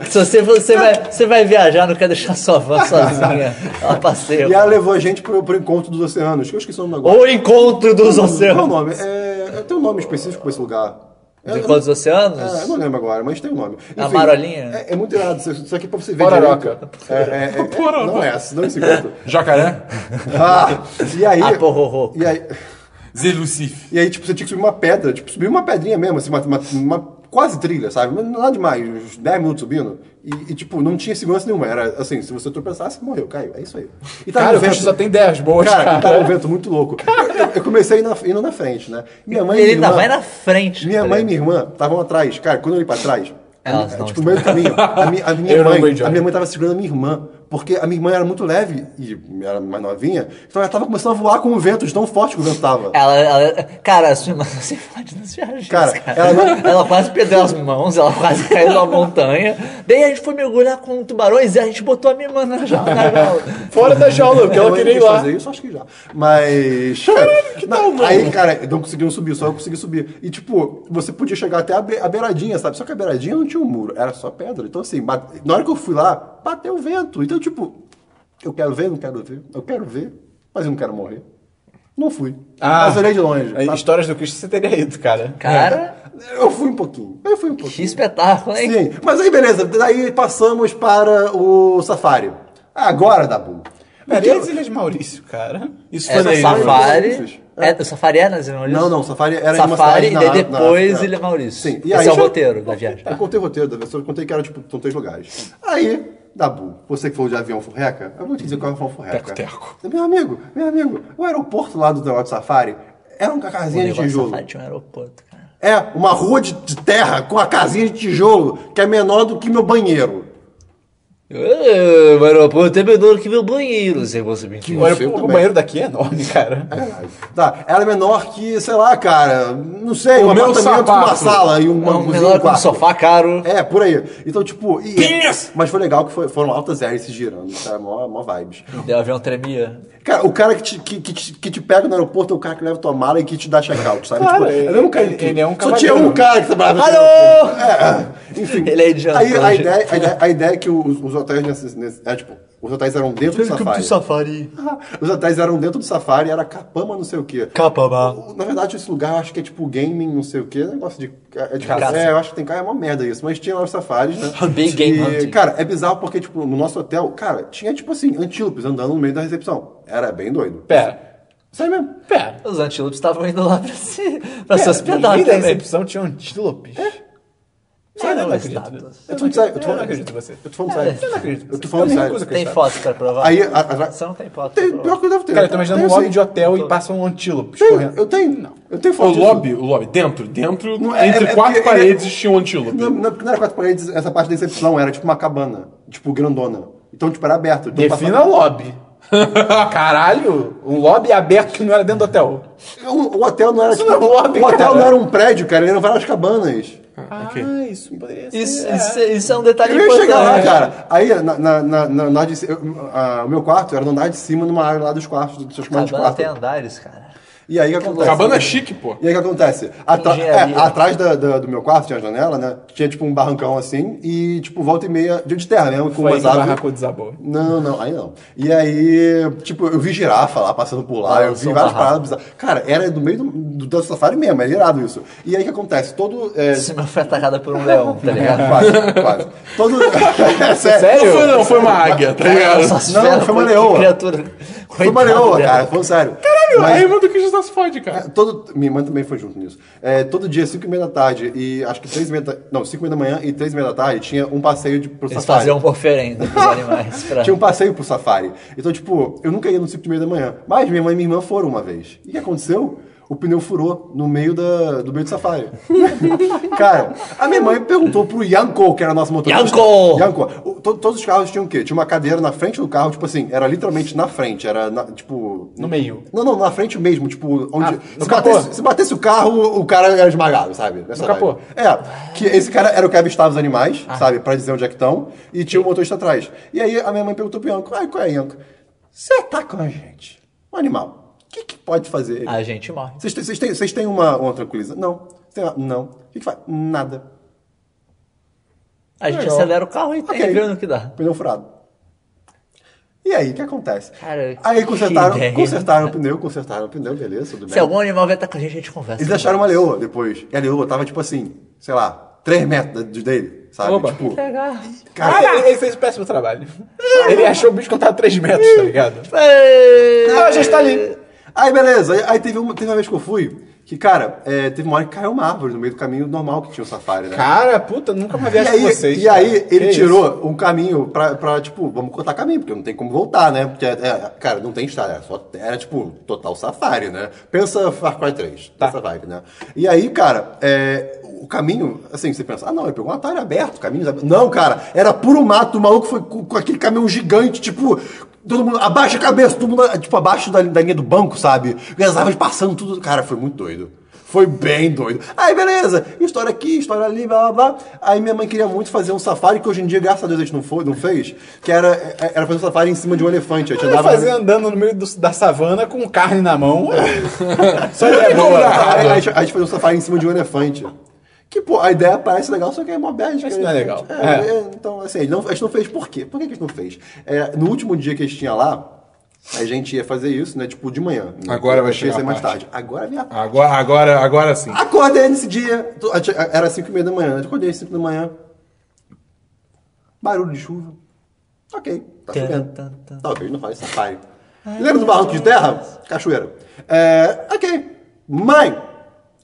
S1: Se você, você, vai, você vai viajar, não quer deixar sua van sozinha. Ela passeia.
S3: E ela levou a gente pro, pro encontro dos oceanos, que eu esqueci o nome agora.
S1: Ou encontro dos
S3: Qual é o
S1: oceanos.
S3: nome? É, é, tem um nome específico pra esse lugar.
S1: Do
S3: É,
S1: encontro dos
S3: é, eu
S1: oceanos?
S3: não lembro agora, mas tem um nome.
S1: A Marolinha?
S3: É, é muito irado, isso- isso aqui é pra você ver
S2: Pororoca.
S3: direito. É, é, é, é, não é essa, não é esse encontro.
S4: Jacaré?
S3: Ah, e aí...
S1: A porrorô.
S3: E aí...
S4: Zé Lucif.
S3: E aí, tipo, você tinha que subir uma pedra, tipo, subir uma pedrinha mesmo, assim, uma, uma- uma quase trilha, sabe? Mas Nada demais, uns 10 minutos subindo. E, e, tipo, não tinha segurança nenhuma. Era assim, se você tropeçasse, morreu, caiu. É isso aí. E tava
S2: Cara,
S3: um
S2: o bicho só tem 10 boas,
S3: Cara,
S2: Tá, cara.
S3: tava um vento muito louco. Eu, eu comecei indo na, indo na frente, né? Minha mãe e
S1: Ele ainda
S3: minha irmã-
S1: vai na frente.
S3: Minha
S1: tá
S3: mãe e
S1: ligado?
S3: minha irmã estavam atrás. Cara, quando eu olhei pra trás, a
S1: Elas
S3: minha-
S1: não
S3: tipo, no meio do caminho, a minha,
S1: <laughs>
S3: a minha
S2: Eu não
S3: mãe,
S2: aguento,
S3: a
S2: olha.
S3: minha mãe tava segurando a minha irmã. Porque a minha irmã era muito leve e era mais novinha, então ela tava começando a voar com o vento, de tão forte que o vento tava.
S1: Ela, ela- cara, a sua irmã tá se fode nas viagens.
S3: Cara,
S1: Cara,
S3: ela
S1: Ela,
S3: não-
S1: quase perdeu as mãos, ela quase caiu na montanha. Daí a gente foi mergulhar com tubarões e a gente botou a minha irmã na jaula. na jaula.
S2: tá Fora da jaula, porque ela
S3: Minha mãe
S2: queria ir
S3: quis
S2: lá.
S3: fazer É, isso, acho que já. Mas. Caralho, que não, aí, cara, não conseguiam subir, só eu consegui subir. E, tipo, você podia chegar até a, be- a beiradinha, sabe? Só que a beiradinha não tinha um muro, era só pedra. Então, assim, bate- na hora que eu fui lá, bateu o vento. Então, tipo, eu quero ver, não quero ver. Eu quero ver, mas eu não quero morrer. Não fui. mas olhei de longe.
S2: Ah. Aí,
S3: Mas-
S2: Histórias do Cristo você teria ido, cara.
S1: Cara,
S3: Eu fui um pouquinho. Eu fui um pouquinho.
S1: que espetáculo, hein?
S3: Sim, mas aí beleza, daí passamos para o safari. Agora, Dabu.
S2: Pera, e as Ilhas Maurício, cara?
S4: Isso
S1: É
S4: foi né?
S1: no
S4: na ilha.
S1: safari.
S3: Maurício.
S1: É, o safari é nas Ilhas Maurício?
S3: Não, não, Safari era em uma
S1: Safari
S3: cidade
S1: e
S3: na-
S1: daí depois
S3: na- é.
S1: Ilha Maurício.
S3: Sim, e
S1: Esse
S3: aí-
S1: é o roteiro da
S3: <laughs>
S1: viagem.
S3: Eu contei o roteiro da versão, eu contei que era tipo, são três lugares. Aí, Dabu, você que falou de avião furreca, eu vou te dizer qual é o avião furreca.
S4: Teco,
S3: Meu amigo, meu amigo, o aeroporto lá do negócio de Safari era uma
S1: O
S3: casinha de
S1: negócio do
S3: tijolo.
S1: safari tinha um aeroporto, cara.
S3: É, uma rua de, de terra com a casinha de tijolo que é menor do que meu banheiro.
S1: Ah, O aeroporto é menor que meu banheiro, se você me
S2: O,
S1: entende.
S2: aer-
S3: eu
S2: o
S3: também.
S2: banheiro daqui é enorme, cara.
S3: Tá, era menor que, sei lá, cara, não sei,
S4: O
S3: um
S4: meu
S3: apartamento com uma
S4: é sapato.
S3: sala e uma
S1: É um
S3: cozinha,
S1: menor que um
S3: quarto.
S1: sofá caro.
S3: É, por aí. Então, tipo. e-
S4: Pinhas!
S3: Mas foi legal que foi- foram altas hélices girando. Cara, mó, mó vibes.
S1: Daí O avião tremia.
S3: Cara, o cara que te, que, que te, que te pega no aeroporto é o cara que leva tua mala e que te dá check-out, sabe?
S2: Cara,
S3: tipo, é o mesmo cara em
S2: ele-
S3: tudo.
S2: ele é um
S3: Só tinha
S2: cavaleiro.
S3: um cara que trabalhava. no
S1: Alô!
S3: aeroporto. É, é. enfim.
S1: Ele é idiota,
S3: Aí, a,
S1: gente.
S3: ideia, a, ideia, a ideia é que os, os hotéis nesses. nesses- é, tipo, os hotéis eram dentro
S2: um
S3: do safari.
S1: safari.
S3: <laughs> Os hotéis eram dentro do safari, era Capama, não sei o quê.
S1: Capama.
S3: O- Na verdade, esse lugar eu acho que é tipo gaming, não sei o quê. Negócio de. É, de
S1: Caça.
S3: é eu acho que tem cara, é uma merda isso. Mas tinha lá os safaris,
S1: <laughs>
S3: né?
S1: Big Game
S3: e,
S1: Hunting.
S3: Cara, é bizarro porque, tipo, no nosso hotel, cara, tinha, tipo assim, antílopes andando no meio da recepção. Era bem doido.
S2: Pera,
S3: Sério mesmo.
S2: pera.
S1: Os antílopes estavam indo lá pra se, pra se
S3: É,
S2: Pera,
S1: hospedar
S2: no meio da
S1: também.
S2: recepção tinha um antílopes.
S1: Não,
S2: Sério, É, eu é.
S1: não
S2: não acredito.
S1: estátuas.
S3: Eu tô falando sério.
S2: Eu
S3: Eu tô
S2: não
S3: falando
S2: acredito em você.
S3: Eu tô falando sério.
S2: Eu não acredito. em
S3: Eu tô
S2: você.
S3: falando
S2: me
S3: sério.
S2: recuso
S1: É.
S2: a
S1: Tem
S2: acreditar.
S1: fotos pra provar.
S3: Aí, a- a-
S1: Você não tem foto. pra
S3: Tem, pior
S1: provar.
S3: que eu devo ter.
S2: é Cara, eu tô imaginando um
S3: Tem,
S2: lobby
S3: sim.
S2: de hotel e passam um antílope
S3: Tem,
S2: correndo.
S3: Eu tenho. Eu tenho
S4: O
S3: foto disso.
S4: lobby, o lobby, dentro, dentro,
S3: Não, é-
S4: entre
S3: é- é
S4: quatro
S3: porque ele é-
S4: paredes tinha um antílope.
S3: Não, não, porque não era quatro paredes, essa parte da recepção era tipo uma cabana, tipo grandona. Então, tipo, era aberto. Então,
S2: <laughs> Defina lobby. Caralho, um lobby aberto que não era dentro do hotel.
S3: O, o hotel não era. tipo,
S2: não é um lobby,
S3: o hotel
S2: cara.
S3: não era um prédio, cara, ele eram várias cabanas.
S4: Ah, ok.
S2: Ah, isso poderia ser.
S1: Isso,
S2: é.
S1: isso, isso é um detalhe
S3: Eu ia
S1: importante.
S3: chegar lá, cara. Aí, na, na, na, na andar de, ci- eu- a- o meu quarto era no andar de cima, numa área lá dos quartos, dos seus comandos de
S1: Cabana
S3: quarto.
S1: um tem andares, cara.
S3: E aí o que acontece?
S4: Cabana é chique, pô.
S3: E aí o que acontece? Atra-
S1: Engenharia.
S3: é, atrás da- da- do meu quarto tinha a janela, né? Tinha tipo um barrancão assim e tipo volta e meia de de terra mesmo, com
S2: Foi aí
S3: umas
S2: que o
S3: árvores.
S2: barraco desabou.
S3: Não, não, aí não. E aí, tipo, eu vi girafa lá passando por lá,
S1: Ah,
S3: eu
S1: eu
S3: vi
S1: sou um
S3: várias
S1: barraco.
S3: paradas bizarras. Cara, era do meio do, do, do safari mesmo, era irado isso. E aí o que acontece? Todo. É,
S1: Se não foi atacada por um leão, tá ligado?
S3: quase, quase. Todo. <laughs> é sério?
S4: Não
S2: Sério?
S4: foi, não, foi uma águia, tá ligado?
S1: Só
S4: Caralho,
S1: se
S3: Não,
S1: ferra,
S3: foi uma
S1: que
S3: leoa.
S1: Criatura.
S3: Foi uma
S1: Coitado
S3: leoa,
S1: dela.
S3: cara, falando sério.
S4: a
S3: Mas- é,
S4: irmã do Cristo se fode, cara.
S3: Todo, minha irmã também foi junto nisso. É, todo dia, 5 e meia da tarde, e acho que 3 e meia da, Não, 5 e meia da manhã e 3 e meia da tarde, tinha um passeio de, pro
S1: né? Eles
S3: safari.
S1: faziam uma
S3: <laughs>
S1: oferenda pros animais. Pra...
S3: Tinha um passeio pro safari. Então, tipo, eu nunca ia no 5 e meia da manhã. Mas minha mãe e minha irmã foram uma vez. E o que aconteceu? O pneu furou no meio da, do meio do safari. <laughs> Cara, a minha mãe perguntou pro Yanko, que era nosso motorista.
S1: Yanko!
S3: Yanko! O- to- todos os carros tinham o quê? Tinha uma cadeira na frente do carro, tipo assim, era literalmente na frente, era, na- tipo...
S2: No meio.
S3: Não, não, na frente mesmo, tipo, onde...
S2: Ah, no
S3: se,
S2: capô.
S3: batesse, se batesse o carro, o cara era esmagado, sabe? Nessa
S2: No capô.
S3: vibe. É, que esse cara era o que avistava os animais,
S1: Ah.
S3: sabe? Pra dizer onde é que estão. E tinha o motorista atrás. E aí a minha mãe perguntou pro Ianco, ai, qual é, Ianco? Você ataca a gente, um animal, o que, que pode fazer ele?
S1: A gente morre.
S3: Vocês têm, vocês têm, vocês têm uma, uma tranquiliza? Não. Tem uma- não. O que, que faz? Nada.
S1: A gente
S3: Legal.
S1: acelera o carro e tem
S3: Ok.
S1: vendo o que dá.
S3: Pneu furado. E aí, o que acontece?
S1: Cara,
S3: aí
S1: que
S3: consertaram,
S1: ideia.
S3: consertaram o pneu, consertaram o pneu, beleza, tudo bem.
S1: Se algum animal vier atacar a gente, a gente conversa.
S3: Eles acharam uma leoa depois. E a leoa tava, tipo assim, sei lá, 3 metros de- dele, sabe?
S4: Oba.
S3: Tipo,
S1: Pegar.
S3: cara,
S2: Ah, ele, ele fez um péssimo trabalho. ele achou o bicho quando tava 3 metros, tá ligado?
S1: Ah,
S2: Ah, já está ali.
S3: Aí beleza, aí, aí teve, uma, teve uma vez que eu fui, que cara, é, teve uma hora que caiu uma árvore no meio do caminho normal que tinha o safari, né?
S2: Cara, puta, nunca mais
S3: e
S2: viajo
S3: aí,
S2: com vocês.
S3: e aí
S2: cara.
S3: ele
S2: Que
S3: tirou um caminho pra, pra, tipo, vamos cortar caminho, porque não tem como voltar, né? Porque, é, é, cara, não tem estrada, era só, era tipo, total safari, né? Pensa Far Cry 3, tá. safari, né? E aí, cara, é, o caminho, assim, você pensa, ah não, ele pegou um atalho aberto, caminhos abertos. Não, cara, era puro mato, o maluco foi com, com aquele caminhão gigante, tipo... Todo mundo abaixa a cabeça, todo mundo, tipo, abaixo da, da linha do banco, sabe? E as árvores passando tudo. Cara, foi muito doido. Foi bem doido. Aí, beleza. História aqui, história ali, blá, blá, blá. Aí minha mãe queria muito fazer um safari, que hoje em dia, graças a Deus, a gente não, foi, não fez. Que era, é- era fazer um safari em cima de um elefante. A
S2: isso?
S3: gente
S2: Ele
S3: andava...
S2: fazia andando no meio do- da savana com carne na mão. <laughs> Só
S3: É,
S2: é
S3: boa.
S2: boa.
S3: Aí a gente, a gente fazia um safari em cima de um elefante. Que, pô, a ideia parece legal, só que é mó bad.
S2: Mas
S3: cara.
S2: não é legal.
S3: É,
S2: É.
S3: é, então, assim, a gente, não, a gente não fez por quê? Por que que a gente não fez? É, no último dia que a gente tinha lá, a gente ia fazer isso, né? Tipo, de manhã.
S4: Agora
S3: Eu
S4: vai
S3: achei
S4: chegar
S3: isso aí
S4: a
S3: mais
S4: parte.
S3: tarde. Agora vem a
S4: Agora, agora, agora
S1: assim.
S4: sim.
S3: Acordei nesse dia, tô- ati- era 5 e meia da manhã, acordei às 5 da manhã, barulho de chuva, ok, tá
S1: Tan,
S3: chovendo,
S1: tan, tan.
S3: talvez não fale safari. Lembra do barranco de terra? Cachoeira. É, ok, mãe,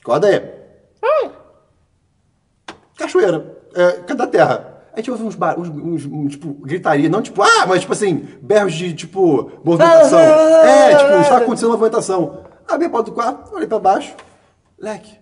S3: acorda aí. Cachoeira, é, cadê a terra? A gente ouve uns barulhos, uns, uns, tipo, gritaria, não tipo, ah, mas tipo assim, berros de, tipo, movimentação. É, tipo, está acontecendo uma movimentação. Abri a porta do quarto, olhei pra baixo, leque,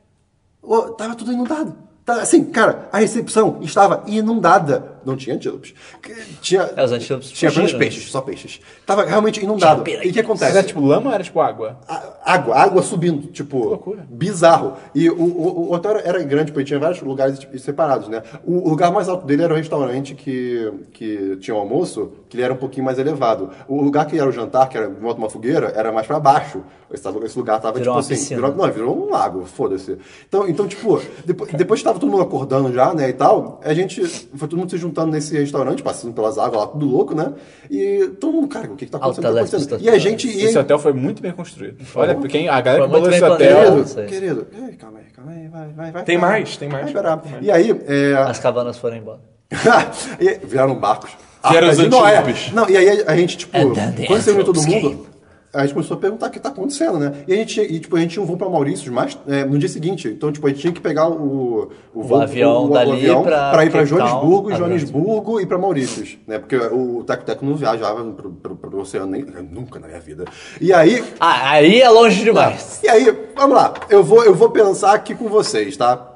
S3: Ô, tava tudo inundado. Tá, assim, cara, a recepção estava inundada. Não tinha antílopes. Que- Tinha,
S1: É, os antílopes
S3: tinha apenas
S1: fugiram.
S3: peixes, só peixes. Tava realmente inundado.
S1: Tinha
S3: E o que acontece?
S2: Era tipo lama ou era tipo água?
S3: A- água, água subindo, tipo,
S2: loucura.
S3: bizarro. E o, o, o hotel era- era grande, porque tinha vários lugares tipo, separados, né? O, o lugar mais alto dele era um restaurante que, que tinha um almoço, que ele era um pouquinho mais elevado. O lugar que era o jantar, que era em volta de uma fogueira, era mais pra baixo. Esse, esse lugar tava,
S1: Virou
S3: tipo
S1: uma
S3: assim,
S1: piscina.
S3: virou- não, virou um lago, foda-se. Então, então tipo, depois, depois que tava todo mundo acordando já, né, e tal, a gente foi todo mundo se juntando nesse restaurante, passando pelas águas lá, tudo louco, né? E todo mundo, cara, o que que tá acontecendo? O que tá
S1: Altas
S3: acontecendo?
S1: artes
S3: E a gente ia...
S2: Esse hotel foi muito bem construído. Olha, quem, a
S1: Foi
S2: galera que
S1: muito
S2: bolou esse
S1: bem
S2: hotel.
S1: planejado.
S3: Querido,
S1: sei.
S3: querido, ei, calma aí, calma aí, vai, vai, vai.
S4: Tem
S3: calma.
S4: mais, tem
S3: Vai
S4: mais.
S3: esperar. E aí, é...
S1: As cabanas foram embora.
S3: <laughs> e- viraram barcos.
S4: Vieram os
S3: Arcas de Noé.
S4: antílopes.
S3: Não, e aí a gente, tipo,
S1: And then the
S3: quando se reuniu todo
S1: antelopes
S3: mundo, a gente começou a perguntar o que tá acontecendo, né? E a gente, e, tipo, a gente tinha um voo pra Maurício mas, é, no dia seguinte. Então, tipo, a gente tinha que pegar o, o, voo-
S1: avião dali pra
S3: pra ir pra
S1: Cape Town.
S3: Joanesburgo,
S1: Ah,
S3: Joanesburgo e pra Maurícios, né? Porque o Teco Teco não viajava pro, pro, pro oceano nem, nunca na minha vida. E aí,
S1: Ah, aí é longe demais.
S3: e aí, vamos lá. Eu vou, eu vou pensar aqui com vocês, tá?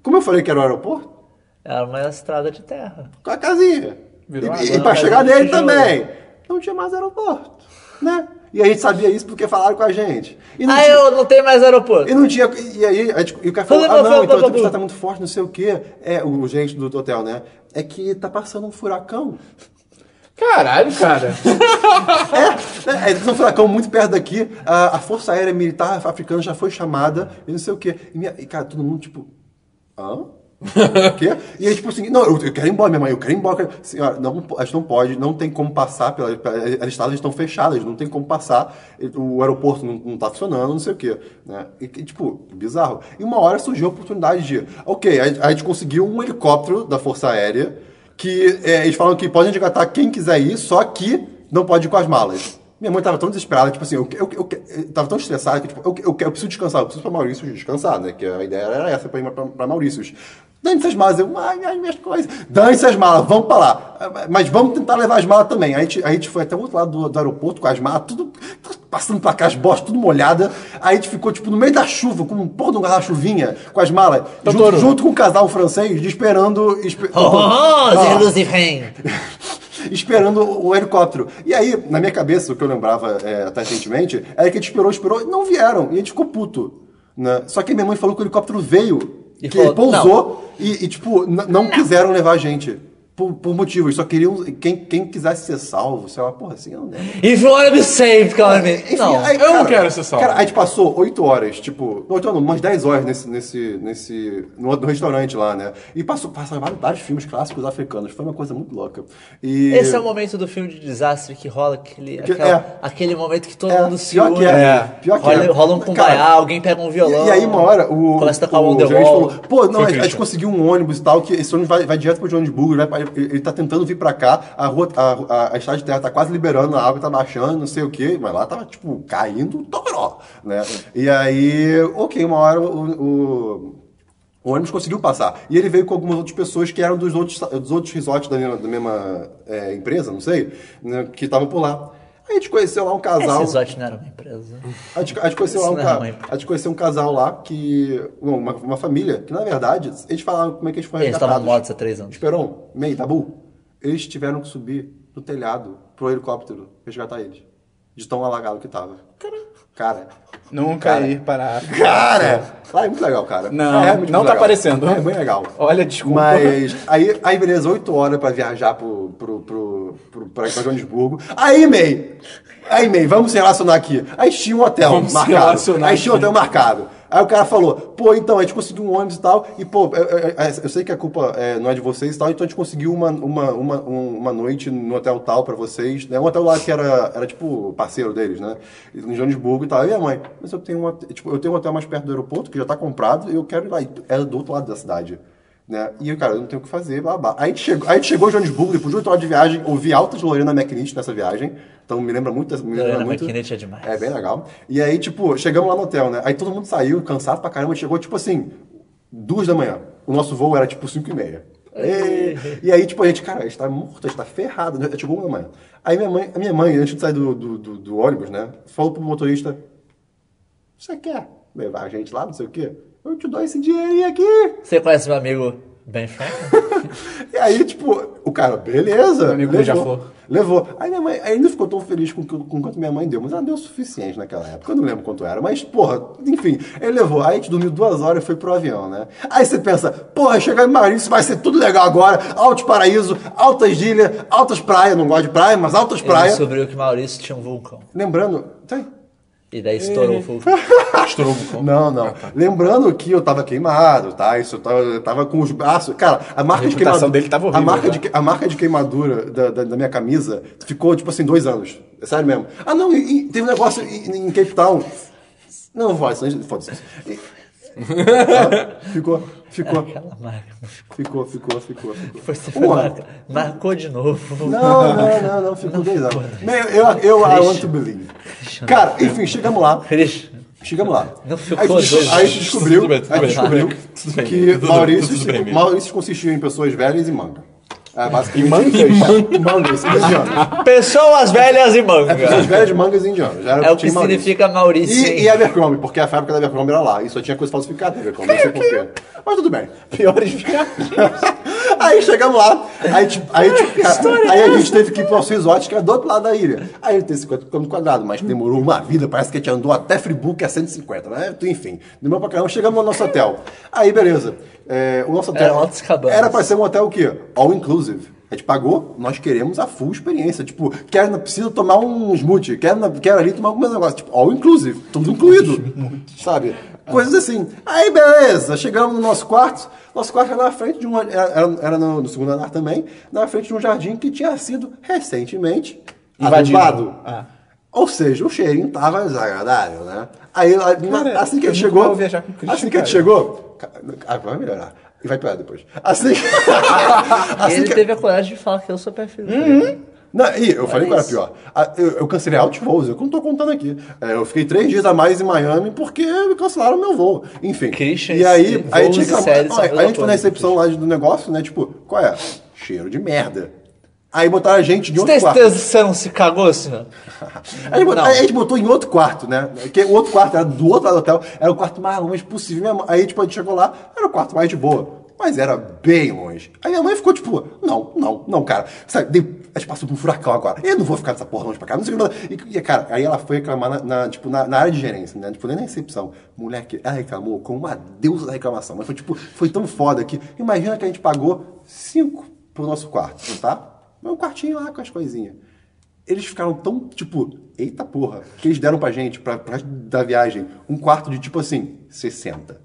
S3: Como eu falei que era o aeroporto,
S1: Era uma É estrada de terra.
S3: com a casinha.
S4: Virou
S3: E-
S4: água,
S3: e
S4: né?
S3: para chegar nele
S1: Tijolo.
S3: também. Não tinha mais aeroporto. né? E a gente sabia isso porque falaram com a gente. E não
S1: Ah,
S3: tinha-
S1: eu não tenho mais aeroporto.
S3: E não tinha. E aí, a gente- e o cara falou:
S1: Falei,
S3: ah,
S1: blá,
S3: não,
S1: blá,
S3: então a
S1: blá,
S3: tempestade
S1: blá.
S3: tá muito forte, não sei o quê. É, o gerente do hotel, né? É que tá passando um furacão.
S2: Caralho, cara. <laughs>
S3: É, é, é um furacão muito perto daqui. A, a Força Aérea Militar Africana já foi chamada e não sei o quê. E, minha- e, cara, todo mundo, tipo. Hã? O quê? E aí, tipo assim, não, eu, eu quero ir embora, minha mãe, eu quero ir embora. eu quero- Senhora, não, po- a gente não pode, não tem como passar pela. pela- As estradas estão fechadas, não tem como passar. O aeroporto não, não tá funcionando, não sei o quê. Né? E, que, tipo, bizarro. E uma hora surgiu a oportunidade de. Ok, a, a gente conseguiu um helicóptero da Força Aérea, que é, eles falam que podem resgatar quem quiser ir, só que não pode ir com as malas. Minha mãe tava tão desesperada, tipo assim, eu, eu, eu, eu tava tão estressada que, tipo, eu, eu, eu preciso descansar, eu preciso pra Maurícios descansar, né? Que a ideia era essa, pra ir pra, pra Maurícios. Dane-se as malas, eu, ai, ai, minhas coisas. Dane-se as malas, vamos pra lá. Mas vamos tentar levar as malas também. Aí a gente, a gente foi até o outro lado do, do aeroporto com as malas, tudo tá passando pra cá, as bostas tudo molhada. Aí a gente ficou, tipo, no meio da chuva, com um pão de um garra-chuvinha, com as malas, junto,
S4: Totoro.
S3: junto com um casal francês, esperando... espe-
S1: Oh,
S3: Ah
S1: Zé Lucifer.
S3: esperando o helicóptero. E aí, na minha cabeça, o que eu lembrava é, até recentemente, era que a gente esperou, esperou, e não vieram. E a gente ficou puto. Né? Só que a minha mãe falou que o helicóptero veio,
S1: E
S3: que ele
S1: falou,
S3: pousou, e, e, tipo, n- não, quiseram levar a gente. Por, por motivos, só queriam. Quem, quem quisesse ser salvo, sei lá, porra, assim, eu não lembro.
S1: If you wanna be saved, call me.
S3: Enfim,
S1: Não.
S3: aí,
S4: eu não quero ser salvo.
S3: Cara, a gente passou 8 horas, tipo, não, 8 horas, não, umas 10 horas nesse, nesse, nesse, no, no restaurante lá, né? E passou, passaram vários, vários filmes clássicos africanos, foi uma coisa muito louca. E...
S1: Esse é o momento do filme de desastre que rola aquele,
S3: Que-
S1: aquela-
S3: é.
S1: aquele momento que todo
S3: É,
S1: mundo se
S3: pior
S1: une.
S3: que é. É, pior que
S1: rola,
S3: é.
S1: rola um kumbaya,
S3: Cara,
S1: alguém pega um violão.
S3: E, e aí, uma hora, o,
S1: Começa a tocar
S3: o,
S1: o
S3: gerente falou:
S1: Wonderwall.
S3: pô, não, a, gente- a
S4: Foi
S3: gente
S4: Christian.
S3: conseguiu um ônibus e tal, que esse ônibus vai, vai direto pro Johannesburgo, ele, vai, pra- ele, ele tá tentando vir pra cá, a rua, a, a, a estrada de terra tá quase liberando, a água tá baixando, não sei o quê, mas lá tava, tipo, caindo toró, né? E aí, ok, uma hora o- o o ônibus conseguiu passar. E ele veio com algumas outras pessoas que eram dos outros, dos outros resorts da mesma, da mesma, é, empresa, não sei, né, que estavam por lá. Aí a gente conheceu lá um
S1: Esse
S3: casal.
S1: exótico não era uma empresa.
S3: A gente, a gente conheceu lá
S1: Isso
S3: um,
S1: não é
S3: ca-
S1: ruim.
S3: a gente conheceu um casal lá que. Uma, uma família, que na verdade, eles falaram como é que eles foram
S1: Eles estavam
S3: resgatados. um
S1: mortos há três anos.
S3: Esperon, Mei, Tabu. tá Eles tiveram que subir no telhado pro helicóptero resgatar eles. De tão alagado que tava. Cara.
S2: Não
S3: Cara.
S2: cair para a África.
S3: Cara! Lá é muito legal, cara.
S2: Não,
S3: É realmente
S2: não
S3: muito
S2: tá
S3: legal.
S2: aparecendo.
S3: É bem legal.
S2: Olha, desculpa.
S3: Mas aí, aí beleza, 8 horas pra viajar pro, pro, pro, pro, pra pra Joanesburgo. Aí, May! Aí, May, vamos se relacionar aqui. Aí tinha um hotel
S4: Vamos se
S3: marcado.
S4: relacionar
S3: Aí tinha um
S4: aqui.
S3: hotel marcado. Aí o cara falou, pô, então, a gente conseguiu um ônibus e tal, e pô, eu, eu- é, eu- eu sei que a culpa é, não é de vocês e tal, então a gente conseguiu uma, uma, uma, um- uma noite no hotel tal pra vocês, né? Um hotel lá que era, era tipo parceiro deles, né? Em Joanesburgo e tal. E minha mãe, mas eu tenho, um hotel- tipo, eu tenho um hotel mais perto do aeroporto que já tá comprado e eu quero ir lá. E Era do outro lado da cidade né? E eu, cara, eu não tenho o que fazer, blá, blá. Aí a gente chegou, aí a gente chegou em Joanesburgo, depois de 8 horas de viagem, ouvi altas Lorena McNish nessa viagem. Então me lembra muito dessa. me lembra
S1: Lorena
S3: muito-
S1: McKnight é demais.
S3: É bem legal. E aí, tipo, chegamos lá no hotel, né? Aí todo mundo saiu, cansado pra caramba, chegou, tipo assim, duas da manhã. O nosso voo era tipo 5 e meia. E, e aí, tipo, a gente, cara, a gente tá morto, a gente tá ferrado. né? Chegou uma da manhã. Aí minha mãe, a minha mãe, antes de sair do, do, do- do ônibus, né? Falou pro motorista, você quer levar a gente lá, não sei o quê? Eu te dou esse dinheirinho aqui.
S1: Você conhece meu amigo Ben Franklin?
S3: E aí, tipo, o cara, beleza.
S2: Meu amigo
S3: levou,
S2: beija-flor.
S3: Levou. Aí minha mãe ainda ficou tão feliz com, com, com quanto minha mãe deu, mas ela deu o suficiente naquela época. Eu não lembro quanto era, mas, porra, enfim, ele levou. Aí a gente dormiu duas horas e foi pro avião, né? Aí você pensa, porra, chegar em Marício vai ser tudo legal agora. Alto paraíso, altas ilhas, altas praias. Não gosto de praia, mas
S2: É
S3: altas
S1: Ele
S3: praias.
S1: descobriu que Maurício tinha um vulcão.
S3: Lembrando. Tem.
S1: E daí estourou o vulcão.
S4: Estourou o vulcão.
S3: Não, não. Lembrando que eu tava queimado, tá? Isso eu tava, eu tava com os braços. Cara, a marca de
S2: reputação
S3: queimadura.
S2: dele tava horrível,
S3: a, marca
S2: né?
S3: de, que- a marca de queimadura da, da- da minha camisa ficou, tipo assim, dois anos. É sério mesmo. Ah, não, e, e teve um negócio em, em Cape Town. Não, foda-se, né? foda-se.
S2: <laughs>
S3: E- Ah, ficou, ficou,
S1: Aquela marca.
S3: ficou, ficou, ficou, ficou.
S1: Você
S3: Um
S1: foi
S3: ano.
S1: marca. Marcou de novo.
S3: Não, não, não, não, ficou dois anos. Não, Eu, eu, eu I want to believe.
S2: né?
S3: Cara, enfim, chegamos lá.
S1: Christian.
S3: Chegamos lá.
S1: Não ficou
S3: aí, a gente-
S1: dois
S3: aí a gente
S4: anos.
S3: descobriu,
S4: Tudo bem, tudo
S3: aí a gente
S4: bem.
S3: descobriu
S4: Tudo bem,
S3: que
S4: tudo bem,
S3: Maurício,
S4: tudo bem, amigo.
S3: Maurício consistia em pessoas velhas e manga. É, basicamente.
S2: E mangas?
S3: man- <laughs> mangas, indianos.
S1: Pessoas velhas e
S3: É
S1: manga.
S3: Pessoas velhas de mangas indianos. Já era
S1: É o
S3: time
S1: que
S3: Maurício.
S1: significa Maurício.
S3: E,
S1: hein?
S3: e Abercrombie, porque a fábrica da Abercrombie era lá. E só tinha coisa falsificada da Abercrombie, não sei porquê. Mas tudo bem. <laughs>
S2: Piores viagens.
S3: Aí chegamos lá, aí, tipo, aí, tipo, cara, aí a gente teve que ir para os resorts que era do outro lado da ilha. Aí tem 50 km quadrado, mas demorou uma vida, parece que a gente andou até Friburgo, que é 150, né? Tu, Enfim, demorou pra caramba, chegamos no nosso hotel. Aí, beleza. É, o nosso
S1: Era
S3: hotel
S1: Altos Cabanas.
S3: era pra ser um hotel o quê? All inclusive. A gente pagou, nós queremos a full experiência. Tipo, quer, precisa tomar um smoothie, quer, quer ali tomar algum negócio. Tipo, all inclusive, tudo incluído. sabe? Coisas assim. Aí, beleza, chegamos no nosso quarto. Nosso quarto era na frente de um. Era, era- era no, no segundo andar também, na frente de um jardim que tinha sido recentemente
S2: Invadido.
S3: invadido.
S2: Ah.
S3: Ou seja, o cheirinho tava desagradável, né? Aí, lá-
S2: Cara,
S3: assim que
S2: eu
S3: ele
S2: nunca
S3: chegou.
S2: vou viajar com o Christian,
S3: Assim que ele
S2: cara.
S3: chegou. ca- Ah, vai melhorar. E vai piorar depois. Assim,
S1: <laughs>
S3: assim
S1: Ele
S3: que.
S1: teve a coragem de falar que eu sou perfil. Uhum.
S3: Não, e eu falei que era
S1: É isso.
S3: pior. Ah, Eu, eu cancelei altos voos, eu que não tô contando aqui. É, Eu fiquei três dias a mais em Miami porque cancelaram meu voo. Enfim.
S1: Christian,
S3: e aí,
S1: voos
S3: aí, tinha
S1: e
S3: que-
S1: séries, essa
S3: Olha, aí a gente
S1: coisa
S3: foi na
S1: toda,
S3: recepção lá do negócio, né? Tipo, qual é? Cheiro de merda. Aí botaram a gente de
S1: Você
S3: outro
S1: tem
S3: quarto.
S1: certeza que você não se cagou, senhor?
S3: Aí, bot-
S1: Não.
S3: aí a gente botou em outro quarto, né? Que o outro quarto era do outro lado do hotel, era o quarto mais longe possível. Minha mãe- Aí, tipo, a gente chegou lá, era o quarto mais de boa. Mas era bem longe. Aí minha mãe ficou tipo, não, não, não, cara. Sabe, dei- a gente passou por um furacão agora. Eu não vou ficar nessa porra longe pra cá. Não sei o que. não- E, e, cara, aí ela foi reclamar na, na, tipo, na, na área de gerência, né? Tipo, nem na recepção. Moleque, ela reclamou como uma deusa da reclamação. Mas foi tipo, foi tão foda que. Imagina que a gente pagou cinco pro nosso quarto, tá? Um quartinho lá com as coisinhas. Eles ficaram tão, tipo, eita porra, que eles deram pra gente, pra, pra da viagem, um quarto de, tipo assim, 60.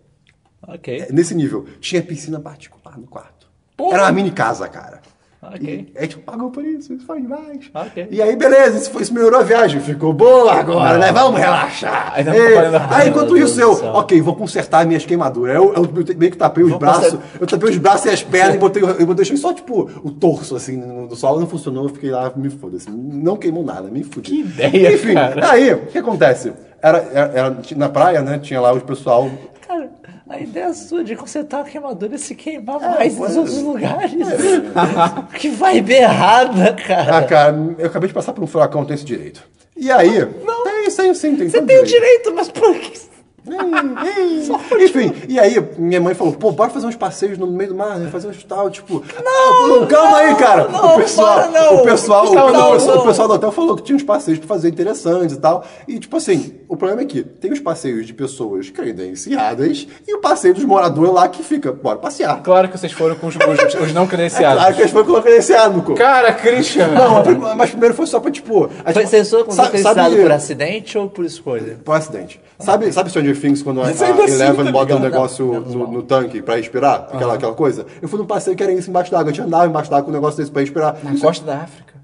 S1: Ok.
S3: É, Nesse nível. Tinha piscina particular no quarto.
S4: Porra.
S3: Era uma mini casa, cara.
S2: Ah,
S1: Ok.
S3: E é tipo, a gente pagou por um isso, isso foi demais.
S1: Ok.
S3: E aí, beleza, isso, foi, isso melhorou a viagem. Ficou boa agora, né? Vamos relaxar.
S2: Aí tá
S3: Ei,
S2: falando a
S3: aí,
S2: coisa,
S3: enquanto
S1: meu
S3: isso,
S1: Deus
S3: eu,
S1: do céu.
S3: ok, vou consertar minhas queimaduras. Eu, eu meio que tapei os braços, eu tapei os braços e as pernas e botei, eu botei só, tipo, o torso, assim, no, no sol. Não funcionou, eu fiquei lá, me foda-se. Não queimou nada, me fudi.
S2: Que ideia,
S3: Enfim,
S2: cara.
S3: aí, o que acontece? Era, era- era- na praia, né, tinha lá o pessoal
S1: Cara, a ideia sua de consertar a queimadura é se queimar mais nos
S2: é.
S3: mas-
S1: outros lugares. <laughs> que vai bem errada,
S3: Ah,
S1: cara.
S3: cara, eu acabei de passar por um furacão, eu tenho esse direito. E aí? Não. Tem, tem, sim, tem
S1: Você
S3: todo
S1: tem o direito, mas por que... <laughs>
S3: Ei, ei. Enfim, e aí minha mãe falou, pô, bora fazer uns passeios no meio do mar, né? fazer uns tal, tipo... Não, Calma aí, cara!
S1: não,
S3: o pessoal,
S1: para, não.
S3: O pessoal, o,
S1: Não,
S3: o pessoal-
S1: não.
S3: o pessoal do hotel falou que tinha uns passeios pra fazer interessantes e tal. E, tipo assim, o problema é que tem os passeios de pessoas credenciadas e o passeio dos moradores lá que fica, bora passear. É
S2: Claro que vocês foram com os, os, os não <laughs> credenciados.
S3: Claro que eles foram colocar credenciado no cu.
S2: Cara, Christian!
S3: Não, mas prim- mas primeiro foi só pra, tipo... a
S1: Foi
S3: gente-
S1: censura com
S3: Sabe-
S1: sabe...
S3: sabe-
S1: por acidente ou por escolha?
S3: Por um acidente. Sabe, sabe Stranger Things quando a,
S2: Mas ainda
S3: a
S2: assim,
S3: Eleven
S2: tá
S3: bota um
S2: ligado?
S3: negócio no, no tanque pra respirar? Aquela, aquela coisa? Eu fui num passeio que era isso embaixo d'água. Eu tinha andava embaixo d'água com um negócio desse pra respirar.
S2: Na costa da África.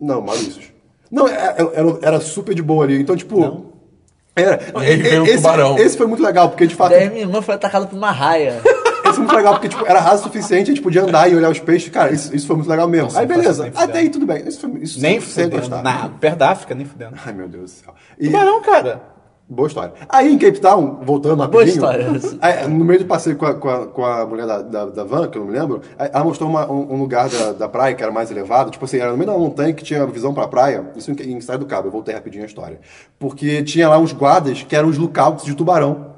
S3: Não, Maurícios. Não, era, era- era super de boa ali. Então, tipo. Era.
S4: E aí veio o
S3: esse,
S4: tubarão.
S3: esse foi muito legal, porque de fato.
S1: Daí é minha irmã foi atacada por uma raia.
S3: Isso foi muito legal, porque tipo, era raso o suficiente, a gente podia andar e olhar os peixes. Cara, isso, isso foi muito legal mesmo. aí
S2: não faço
S3: beleza,
S2: nem fudendo.
S3: até aí tudo bem. Isso foi, isso
S2: Nem
S3: você
S2: fudendo.
S3: gostar.
S2: Na, perto da África, nem fudendo.
S3: Ai, meu Deus do céu. E-
S2: Tubarão, Ah, cara.
S3: Boa história. Aí em Cape Town, voltando rapidinho. <laughs>
S1: história.
S3: aí, no meio do passeio com a, com a, com a mulher da, da, da van, que eu não me lembro, aí ela mostrou uma- um, um lugar da, da praia que era mais elevado. Tipo assim, era no meio da montanha que tinha visão pra praia. Isso em, em Saia do Cabo, eu voltei rapidinho a história. Porque tinha lá uns guardas que eram os lookouts de tubarão.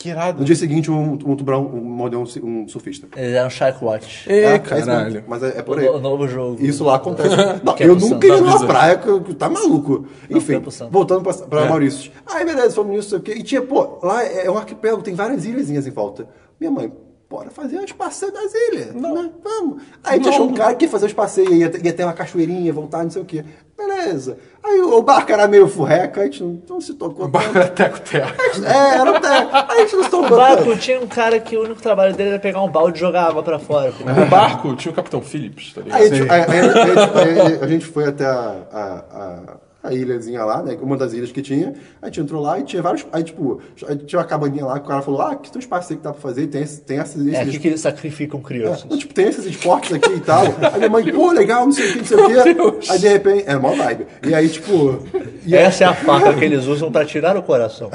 S2: Que
S3: No
S2: irado.
S3: dia seguinte, um, um tubarão um, mordeu um, su- um surfista.
S1: Eles eram Shark Watch.
S4: Ê,
S3: É, é isso mesmo.
S4: caralho.
S3: Mas é, é por aí.
S1: O, o novo jogo.
S3: Isso lá acontece. Não,
S1: Que é
S3: eu
S1: pro
S3: nunca ia
S1: Santos.
S3: numa
S4: Bizarro.
S3: praia, que, que tá maluco. Enfim,
S1: é pro É. Santos.
S3: voltando pra, pra Maurício. Aí, beleza, fomos nisso, sei o quê. E tinha, pô, lá é um arquipélago, tem várias ilhazinhas em volta. Minha mãe, bora fazer uns passeios das ilhas. né? Vamos. Aí a gente achou um cara que ia fazer os passeios, ia, ter- ia ter uma cachoeirinha, voltar, não sei o quê. Beleza. Aí o, o barco era meio furreca, a gente não, não se tocou. tanto.
S4: Barra teco-teco.
S3: É, era até. Aí a gente não se
S1: O
S3: tocou. tanto.
S1: barco tinha um cara que o único trabalho dele era pegar um balde e jogar água pra fora.
S4: No barco tinha o Capitão Phillips, tá ligado?
S3: Aí, tipo, aí- aí- aí- aí- aí a gente foi até a, a- a- a ilhazinha lá, né? Uma das ilhas que tinha. A gente entrou lá e tinha vários. Aí, tipo, aí tinha uma cabaninha lá que o cara falou: Ah, que tem uns passeios que dá pra fazer, tem, esse, tem essas.
S1: É
S3: esses-
S1: aqui que eles sacrificam crianças.
S3: não, tipo, tem esses esportes aqui e tal. Aí minha mãe, pô, legal, não sei o que, não sei o que. Aí de repente, é mó vibe. E aí, tipo. E aí,
S1: Essa é a faca que eles usam pra tirar o coração.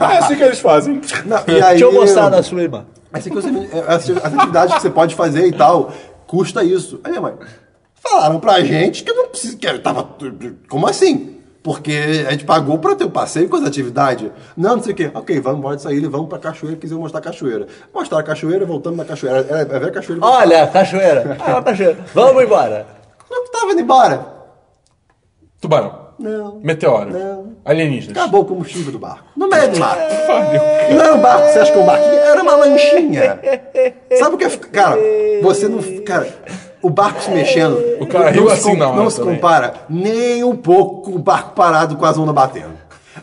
S2: Ah, é assim que eles fazem.
S3: não, <laughs> e aí,
S1: Deixa eu mostrar na sua irmã.
S3: Assim que você, as atividades que você pode fazer e tal. custa isso. Aí minha mãe, falaram pra gente que não precisa, que eu tava, como assim? Porque a gente pagou pra ter o passeio com as atividades. Não, não sei o quê. Ok, vamos embora dessa ilha, e vamos pra cachoeira, quiser mostrar a cachoeira. Mostraram a cachoeira, voltamos na cachoeira. Era, era a velha cachoeira.
S1: Olha, cachoeira. Ah, cachoeira. Vamos embora.
S3: Eu tava indo embora.
S4: Tubarão.
S3: Não.
S4: Meteoro.
S3: Não.
S4: Alienígenas.
S3: Acabou o combustível do barco. No meio do mar.
S4: Valeu.
S3: Não era um barco, você acha que é um barquinho? Era uma lanchinha. Sabe o que é. fi- Cara, você não. fi- Cara, o barco se mexendo.
S4: O cara
S3: não
S4: riu
S3: se
S4: assim
S3: com-
S4: na hora
S3: Não se
S4: também.
S3: compara nem um pouco com o barco parado com a onda batendo.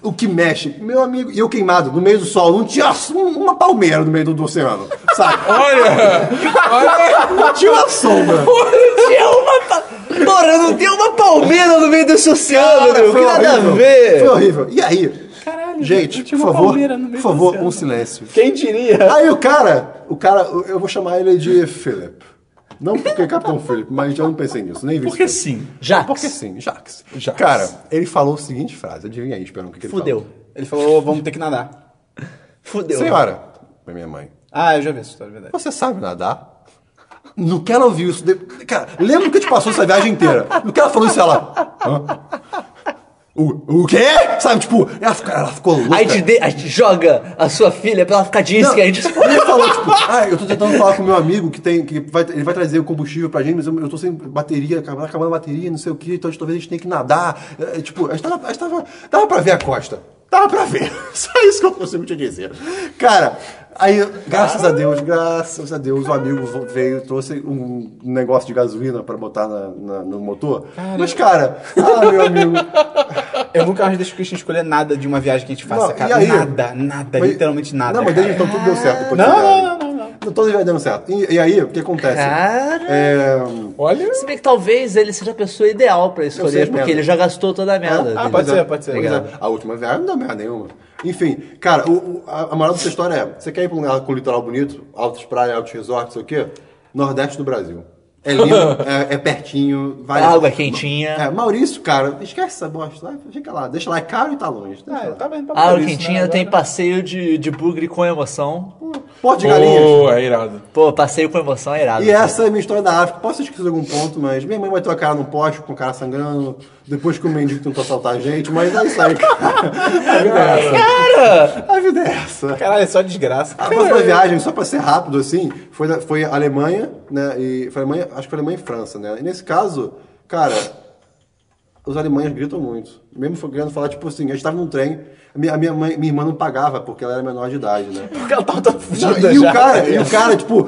S3: O que mexe, meu amigo, e eu queimado no meio do sol, não tinha um- uma palmeira no meio do, do oceano, sabe?
S4: Olha! <laughs> Olha!
S3: Não tinha uma sombra.
S1: Não tinha uma. pa- Porra, não tem uma palmeira no meio desse oceano,
S3: Cara,
S1: meu.
S3: foi
S1: Que nada a
S3: horrível. Foi
S1: ver.
S3: horrível. E aí?
S2: Caralho,
S3: gente,
S2: eu tinha
S3: por
S2: uma
S3: favor,
S2: palmeira no meio
S3: por
S2: do
S3: favor,
S2: oceano.
S3: um silêncio.
S2: Quem diria?
S3: Aí o cara, o cara, eu vou chamar ele de Philip. Não porque é Capitão Philip, mas eu não pensei nisso, nem vi.
S4: Porque
S3: isso.
S4: sim.
S3: Porque
S1: Jax.
S3: sim, Jax.
S4: Jax.
S3: Cara, ele falou a seguinte frase, adivinha aí, Esperão, o que, que ele
S1: Fudeu.
S3: falou.
S2: Ele falou, vamos ter que nadar.
S1: Fudeu.
S3: Senhora, pra minha mãe,
S2: Ah, eu já vi essa história, é verdade.
S3: você sabe nadar? No que ela ouviu isso, de- cara, lembra que a gente passou essa viagem inteira? No que ela falou isso, ela... "Hã? O, o quê? Sabe, tipo, ela, fica- ela ficou louca.
S1: A gente, de- a gente joga a sua filha pra ela ficar disso que a gente.
S3: Ele
S1: <laughs>
S3: falou, tipo, ah, eu tô tentando falar com meu amigo que tem. Que vai, ele vai trazer o combustível pra gente, mas eu, eu tô sem bateria, acabando, acabando a bateria, não sei o que, então talvez a gente tenha que nadar. É, é, tipo, a gente, tava, a gente tava. Dava pra ver a costa. Dava pra ver. <laughs> Só isso que eu consigo te dizer. Cara, aí, graças a Deus, graças a Deus, o amigo veio, trouxe um negócio de gasolina pra botar na- na- no motor. Mas, cara, ah, meu amigo.
S2: Eu nunca mais deixo o Christian escolher nada de uma viagem que a gente faça,
S3: Não, e
S2: cara.
S3: aí?
S2: Nada, nada,
S3: Mas-
S2: literalmente nada.
S3: Não, mas
S2: cara.
S3: desde então tudo deu certo. depois
S2: Não,
S3: que
S2: não, Ah.
S3: vieram. Não, Todas já deram certo. E, e aí, o que acontece?
S1: Cara.
S3: É,
S4: Olha!
S1: Se bem que talvez ele seja a pessoa ideal pra
S3: Eu sei,
S1: escolher, porque
S3: merda.
S1: ele já gastou toda a
S3: é um-
S1: merda.
S2: Ah,
S1: dele.
S2: pode ser, pode ser.
S3: pois é, a última viagem não deu merda nenhuma. Enfim, cara, o- o- a, a moral dessa história é: você quer ir pra um lugar com litoral bonito, altos praias, altos resorts, não sei o quê? Nordeste do Brasil.
S2: <laughs>
S3: É lindo, é, é pertinho, vai.
S1: A água é quentinha.
S3: É, Maurício, cara, esquece essa bosta. vai, Fica lá, deixa lá, é caro e tá longe. deixa
S2: Ah,
S3: lá.
S2: eu tava indo pra
S1: A água
S2: Paulista,
S1: quentinha
S2: né,
S1: tem
S2: agora.
S1: passeio de, de bugre com emoção.
S3: Porto de Galinhas.
S4: Pô, é irado.
S1: Pô, passeio com emoção é irado.
S3: E essa é a minha história da África. Posso ter esquecido algum ponto, mas minha mãe bateu a cara num poste com o cara sangrando, depois que o mendigo tentou assaltar a gente, mas é
S2: <laughs>
S3: isso aí, cara. A vida é essa. Cara! A vida é essa.
S2: Caralho, é só desgraça.
S3: A próxima viagem, só pra ser rápido assim, foi, da- foi Alemanha, né? E foi Alemanha, acho que foi Alemanha e França, né? E nesse caso, cara, os alemães gritam muito. Mesmo foi querendo falar, tipo assim, a gente tava num trem, a minha, a minha mãe, minha irmã não pagava porque ela era menor de idade, né?
S2: Porque ela tava toda
S3: Não,
S2: fudida
S3: e o
S2: <laughs> já.
S3: cara, e o cara, tipo,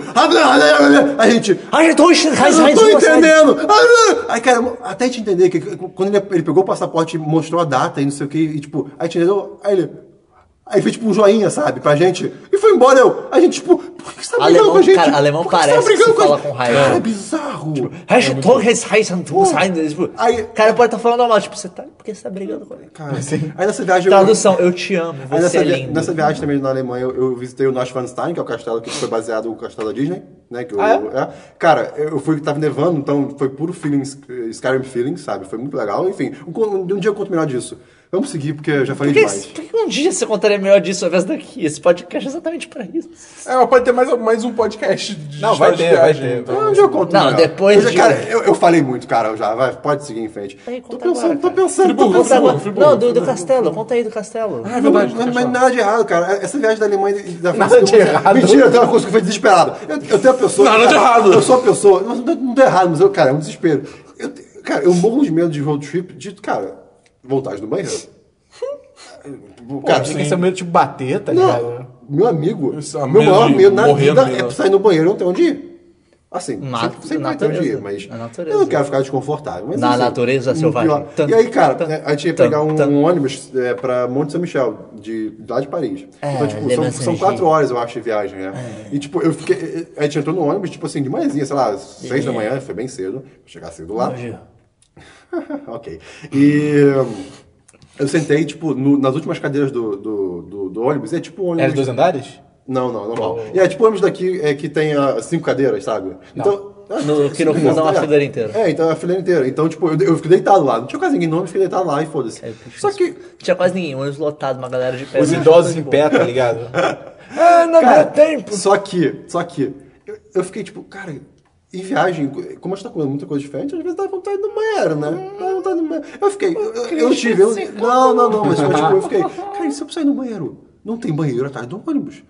S3: a gente.
S1: Ai, eu tô enchendo.
S3: Eu não tô entendendo! Ah, ah. Aí, cara, até te entender que quando ele, ele pegou o passaporte e mostrou a data e não sei o que, e tipo, aí te entendeu? Aí ele. Aí fez tipo um joinha, sabe, pra gente. E foi embora, eu. A gente, tipo, por que você tá brigando
S1: Alemão,
S3: com a gente?
S1: cara, alemão
S3: por que você tá
S1: parece que
S3: brigando
S1: se fala
S3: a gente?
S1: com raiva. Tipo,
S3: Cara, é bizarro.
S1: <laughs>
S3: Aí-
S1: O cara pode estar falando normal, tipo, você tá. Por que você tá brigando com ele?
S3: Cara, aí nessa viagem eu.
S1: Tradução, eu te amo,
S3: Aí
S1: você
S3: nessa,
S1: é
S3: vi-
S1: lindo.
S3: nessa viagem também na Alemanha, eu, eu visitei o Neuschwanstein, que é o castelo que foi baseado no castelo da Disney, né? que eu-
S2: Ah, é?
S3: eu- é. Cara, eu fui que tava nevando, então foi puro feeling, eh, Skyrim feeling, sabe? Foi muito legal. Enfim, um, co- um dia eu conto melhor disso. Vamos seguir, porque eu já falei
S1: Por que,
S3: demais.
S1: por que um dia você contaria melhor disso ao invés daqui? Esse podcast é exatamente pra isso.
S4: É, mas pode ter mais, mais um podcast de
S2: Não, vai
S4: história de
S2: ter, vai
S4: viagem,
S2: ter.
S4: então.
S3: Ah, Um dia eu conto
S1: Não,
S3: melhor.
S1: depois
S3: Eu já-
S1: de-
S3: Cara, eu, eu falei muito, cara, eu já. Vai, pode seguir em frente.
S1: Aí,
S3: tô
S1: conta
S3: pensando,
S1: agora,
S3: tô
S1: cara.
S3: pensando, tô pensando.
S4: Friburgo,
S1: Conta
S4: Friburgo,
S1: agora.
S4: Friburgo,
S1: tá não, do, do castelo, conta aí do castelo.
S4: Ah,
S3: Não,
S4: é verdade.
S3: não,
S4: tá
S3: mas
S4: achando.
S3: nada de errado, cara. Essa viagem da Alemanha e da
S2: Nada de errado.
S3: Mentira, tem uma coisa que foi desesperada. Eu, eu tenho a pessoa.
S4: Nada de errado.
S3: Eu sou a pessoa. Não, não, não tô errado, mas eu, cara, é um desespero. Eu, te- cara, eu morro de medo de road trip de, cara, vontade do banheiro.
S4: <laughs>
S2: Cara, tinha que ser meio tipo bater, tá
S3: Não,
S1: né?
S2: ligado?
S3: meu amigo,
S4: Isso, a
S3: meu
S4: medo
S3: maior
S4: de
S3: medo na
S4: morrer no
S3: vida
S4: meio
S3: é
S4: da-
S3: sair no banheiro e não ter onde ir. Assim,
S1: Na-
S3: sempre, sempre vai ter
S1: natureza.
S3: onde ir, mas
S1: Na natureza.
S3: eu não quero ficar desconfortável. mas
S1: Na
S3: assim,
S1: natureza
S3: um
S1: selvagem.
S3: pior.
S1: Tan,
S3: E aí, cara,
S1: tan,
S3: né, a gente ia
S1: tan,
S3: pegar um,
S1: tan.
S3: um ônibus é, pra Monte São Michel, de, lá de Paris.
S1: É,
S3: então, tipo,
S1: Le
S3: são,
S1: Mans
S3: são
S1: Saint-Germain.
S3: quatro horas, eu acho, de viagem, né?
S1: É.
S3: E, tipo, eu fiquei... A gente entrou no ônibus, tipo assim, de manhãzinha, sei lá, seis
S1: É.
S3: da manhã, foi bem cedo, pra chegar cedo lá. <laughs> ok. E hum, eu sentei, tipo, no- nas últimas cadeiras do, do, do- do ônibus. E é tipo um ônibus.
S2: Era de dois andares?
S3: Não, não, normal. E é tipo ônibus daqui é, que tem ah, cinco cadeiras, sabe? Então. ah,
S1: No- que no
S3: cinco
S1: fundo é uma
S3: cadeiras.
S1: fileira inteira.
S3: É, então é a fileira inteira. Então, tipo, eu, eu fiquei deitado lá. Não tinha quase ninguém no ônibus, fiquei deitado lá e foda-se.
S1: É,
S3: Só que.
S1: Tinha quase ninguém, um ônibus lotado, uma galera de pé.
S2: Os idosos em pé, tá ligado?
S1: Ah, não dá
S3: Cara,
S1: tempo.
S3: Só que, só que. Eu, eu fiquei tipo, cara, E viagem, como a gente tá comendo muita coisa diferente, às vezes dá vontade do banheiro, né? Dá vontade do banheiro. Eu fiquei, eu, eu tive. eu-
S1: assim,
S3: não, não, não, mas, mas,
S1: <laughs>
S3: tipo, eu fiquei, cara, e se eu precisar ir no banheiro? Não tem banheiro atrás do ônibus.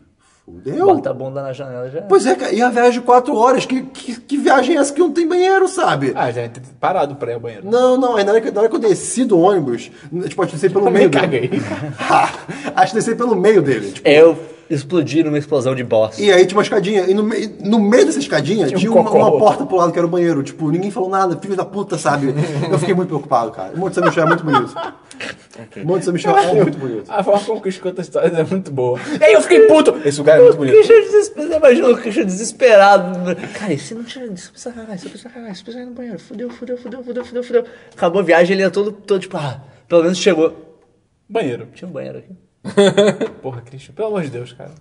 S3: Fudeu.
S1: Bota a bunda na janela já.
S3: Pois é, cara, e a viagem de quatro horas, que, que, que viagem é essa que não tem banheiro, sabe?
S2: Ah, já tem parado pra ir ao banheiro.
S3: Não, não, aí na hora que, na hora que eu desci do ônibus, tipo, eu desci pelo
S2: Eu
S3: meio
S2: me caguei.
S3: dele. <laughs> Acho que desci pelo meio dele. tipo.
S1: É, Eu explodi numa explosão de bosta.
S3: E aí tinha uma escadinha, e no, mei- no meio dessa escadinha tinha,
S2: um
S3: uma,
S2: cocô.
S3: uma porta pro lado que era o banheiro. Tipo, ninguém falou nada, filho da puta, sabe? Eu fiquei muito preocupado, cara. O Monte São Michel é muito bonito. O Monte São Michel é muito bonito.
S2: A forma como o Chris conta histórias é muito
S4: <laughs>
S2: boa. E aí eu fiquei puto! Esse lugar é muito
S1: O
S2: bonito.
S1: Christian desesperado, imagina o Christian desesperado. Cara, e se não tira isso precisa cagar, isso precisa cagar, isso precisa ir no banheiro. Fudeu, fudeu, fudeu, fudeu, fudeu, fudeu. Acabou a viagem, ele é todo, todo tipo, ah, pelo menos chegou.
S2: Banheiro.
S1: Tinha um banheiro aqui.
S2: Porra, Christian, pelo amor de Deus, cara.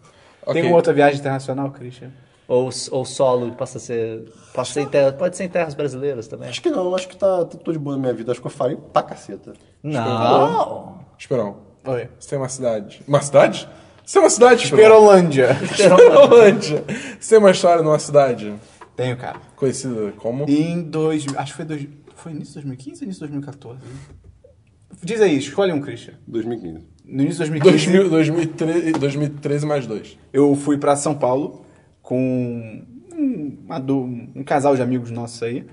S4: Ok.
S2: Tem uma outra viagem internacional, Christian?
S1: Ou, ou solo, que passa a ser. Passa a ser em terra, pode ser em terras brasileiras também.
S3: Acho que não, acho que tá, tá tudo de boa na minha vida. Acho que eu farei pra caceta.
S1: Não.
S4: Esperão,
S2: Oi.
S4: você tem uma cidade. Uma cidade? Você tem uma cidade, Esperão?
S2: Perolândia.
S4: Esperolândia. Você tem uma história numa cidade
S2: Tenho, cara.
S4: conhecida como...
S2: Em dois... Acho que foi dois... Foi início de 2015 ou início de 2014? Diz aí, escolhe um, Christian.
S3: 2015.
S2: No início de 2015...
S4: 2000, 2013, 2013 mais dois.
S2: Eu fui pra São Paulo com um, uma du- um casal de amigos nossos aí.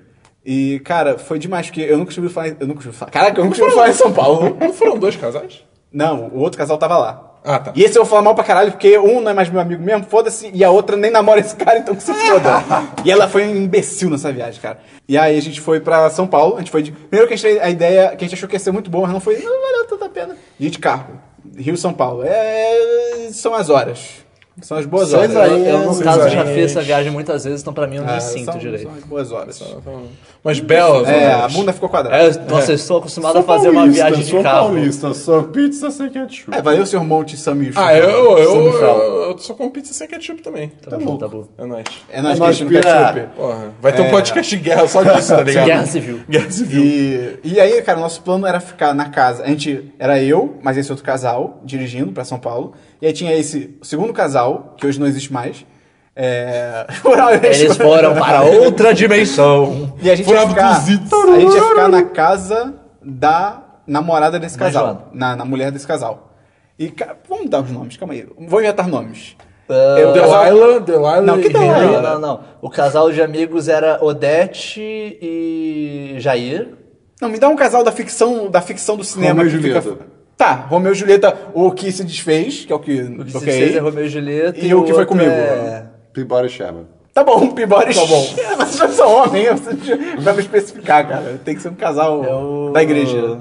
S2: E, cara, foi demais, porque eu nunca estive falar. em- Eu nunca estive falar. Caraca, eu nunca estive
S4: <laughs>
S2: falar em São Paulo.
S4: Não foram dois casais?
S2: Não, o outro casal tava lá.
S4: Ah, tá.
S2: E esse eu vou falar mal pra caralho, porque um não é mais meu amigo mesmo, foda-se, e a outra nem namora esse cara, então que se
S4: <laughs>
S2: foda. e ela foi um imbecil nessa viagem, cara. E aí a gente foi pra São Paulo, a gente foi de. Primeiro que a, gente, a ideia, que a gente achou que ia ser muito bom, mas não foi. Não valeu tanta pena. E de carro. Rio São Paulo. É. São as horas. São as boas
S3: Seis
S2: horas.
S3: aí,
S1: Eu, no
S3: Sim,
S1: caso,
S3: sim.
S1: já fiz essa viagem muitas vezes, então pra mim eu não
S2: Ah,
S1: me sinto
S2: são,
S1: direito.
S2: São as boas horas.
S4: Então, Mas belas.
S2: É,
S4: né?
S2: a bunda ficou quadrada.
S1: É, eu- nossa, eu estou acostumado a fazer uma
S3: paulista,
S1: viagem de
S3: sou
S1: carro.
S3: paulista, sou pizza sem ketchup.
S2: É, valeu, senhor Monte Samir.
S4: Ah, eu, eu,
S1: São
S4: eu,
S1: Miguel.
S4: eu, sou com pizza sem ketchup também.
S1: Tá bom, tá bom.
S4: É nóis.
S2: É nós,
S3: É nóis,
S2: Cristiano
S3: pira.
S2: Ketchup.
S4: Porra, vai ter um
S2: É.
S4: podcast de guerra só disso, tá ligado?
S1: Guerra Civil.
S4: Guerra Civil.
S2: E, e aí, cara, o nosso plano era ficar na casa. A gente era eu, mas esse outro casal, dirigindo pra São Paulo. E aí tinha esse segundo casal, que hoje não existe mais. É... <laughs>
S1: Eles foram para outra dimensão.
S2: E a gente, ia
S4: foram
S2: ficar, a
S4: abduzidos.
S2: gente ia ficar na casa da namorada desse
S1: Da
S2: casal.
S1: Joana.
S2: Na, na mulher desse casal. E, cara, vamos dar os nomes, calma aí. Vou inventar nomes.
S1: Ah,
S2: Eu-
S4: Delilah, Delilah
S2: Não, que
S4: e
S2: Delilah?
S4: Henry.
S1: Não, não, não. O casal de amigos era Odete e Jair.
S2: Não, me dá um casal da ficção, da ficção do cinema.
S3: Romeu e
S2: que fica-
S3: Julieta.
S2: Tá, Romeu e Julieta, o que se desfez, que é o que.
S1: O que se
S2: ok.
S1: fez é Romeu e Julieta.
S2: E o que foi
S1: outro
S2: comigo?
S1: é-
S3: Peabody Sherman.
S2: Tá bom, Pibores. <laughs>
S4: Tá bom.
S2: Vocês não são homem, vocês pra me especificar, cara. Tem que ser um casal
S1: Eu-
S2: da igreja.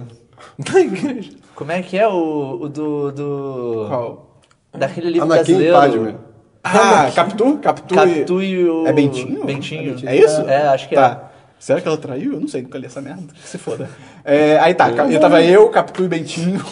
S4: Da igreja.
S1: Como é que é o, o do. do-
S2: Qual?
S1: Daquele livro
S3: Anakin e Padme.
S1: brasileiro.
S2: Ah, Capitu? Capitu,
S1: Catu e o.
S2: É Bentinho?
S1: Bentinho.
S2: É isso?
S1: É, acho que é.
S2: tá. Será que ela traiu? Eu não sei, nunca li essa merda. Se foda. É, aí tá, eu tava eu, Capitu e Bentinho. <laughs>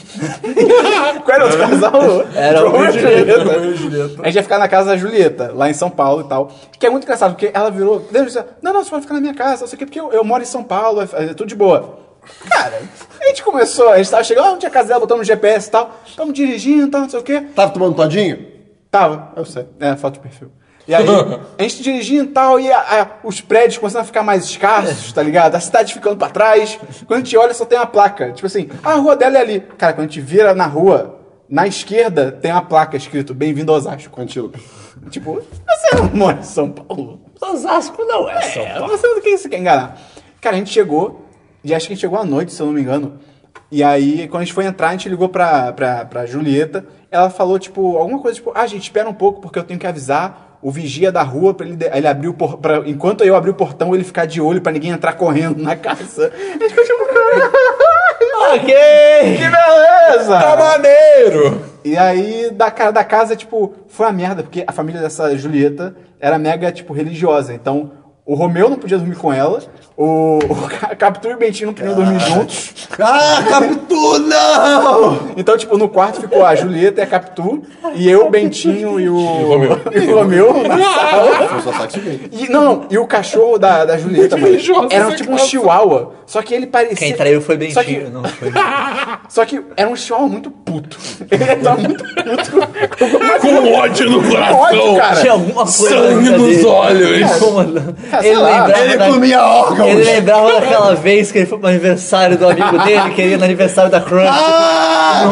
S2: Qual era o outro casal?
S1: Era o
S2: Romeu e
S1: Julieta.
S4: Romeu e Julieta.
S2: A gente ia ficar na casa da Julieta, lá em São Paulo e tal. Que é muito engraçado, porque ela virou. Lembra disso? Não, não, você pode ficar na minha casa, não sei o quê, porque eu, eu moro em São Paulo, é, é tudo de boa. Cara, a gente começou, a gente tava chegando, ah, onde é a casa dela, botamos no GPS e tal. Tamo dirigindo e tal, não sei o quê.
S3: Tava Tá tomando todinho?
S2: Tava. Eu sei. É, foto de perfil. E aí, a gente dirigindo e tal, e a- a- os prédios começando a ficar mais escassos, tá ligado? A cidade ficando pra trás. Quando a gente olha, só tem uma placa. Tipo assim, a rua dela é ali. Cara, quando a gente vira na rua, na esquerda tem uma placa escrito Bem-vindo a Osasco.
S3: Antílope.
S2: Tipo, você não mora em São Paulo.
S1: Osasco não é, São
S2: É,
S1: Paulo.
S2: você não quem se quer enganar. Cara, a gente chegou, e acho que a gente chegou à noite, se eu não me engano. E aí, quando a gente foi entrar, a gente ligou pra, pra, pra Julieta. Ela falou, tipo, alguma coisa, tipo, ah, gente, espera um pouco, porque eu tenho que avisar o vigia da rua pra ele, de- ele abrir o por, pra, Enquanto eu abrir o portão, ele ficar de olho pra ninguém entrar correndo na casa. A gente ficou tipo, <laughs> "Caralho, <laughs>
S1: Ok!
S2: que beleza!
S4: <laughs> Tá maneiro!
S2: E aí, da cara da casa, tipo, foi uma merda, porque a família dessa Julieta era mega, tipo, religiosa. Então, o Romeu não podia dormir com ela, o O, <laughs> o Ca- Capitu e o Bentinho não podiam dormir juntos.
S3: Ah, Capitu, não!
S2: Então, tipo, no quarto ficou a Julieta e a Capitu, e eu, o Bentinho e o,
S4: Romeu.
S2: e o Romeu na sala.
S3: Foi só sexo gay.
S2: E, não, não, e o cachorro da, da Julieta, mano,
S4: Invejosa
S2: era
S4: essa
S2: tipo um
S4: classe.
S2: chihuahua, só que ele parecia...
S1: Quem traiu foi
S2: Só que,
S1: Bentinho, né? não
S2: <laughs>
S1: foi.
S2: só que era um chihuahua muito puto. <laughs> Ele tava muito puto.
S4: Com ódio no coração.
S2: ódio, cara.
S1: Tinha alguma coisa.
S4: Sangue
S1: na vida
S4: nos
S1: dele.
S4: olhos.
S1: Como-
S2: sei
S1: Ele
S2: lá, é
S1: lembrava.
S3: Ele
S1: da-
S3: comia órgãos!
S1: Ele lembrava daquela vez que ele foi pro aniversário do amigo dele, que ele ia no aniversário da Crunch.
S3: Ah!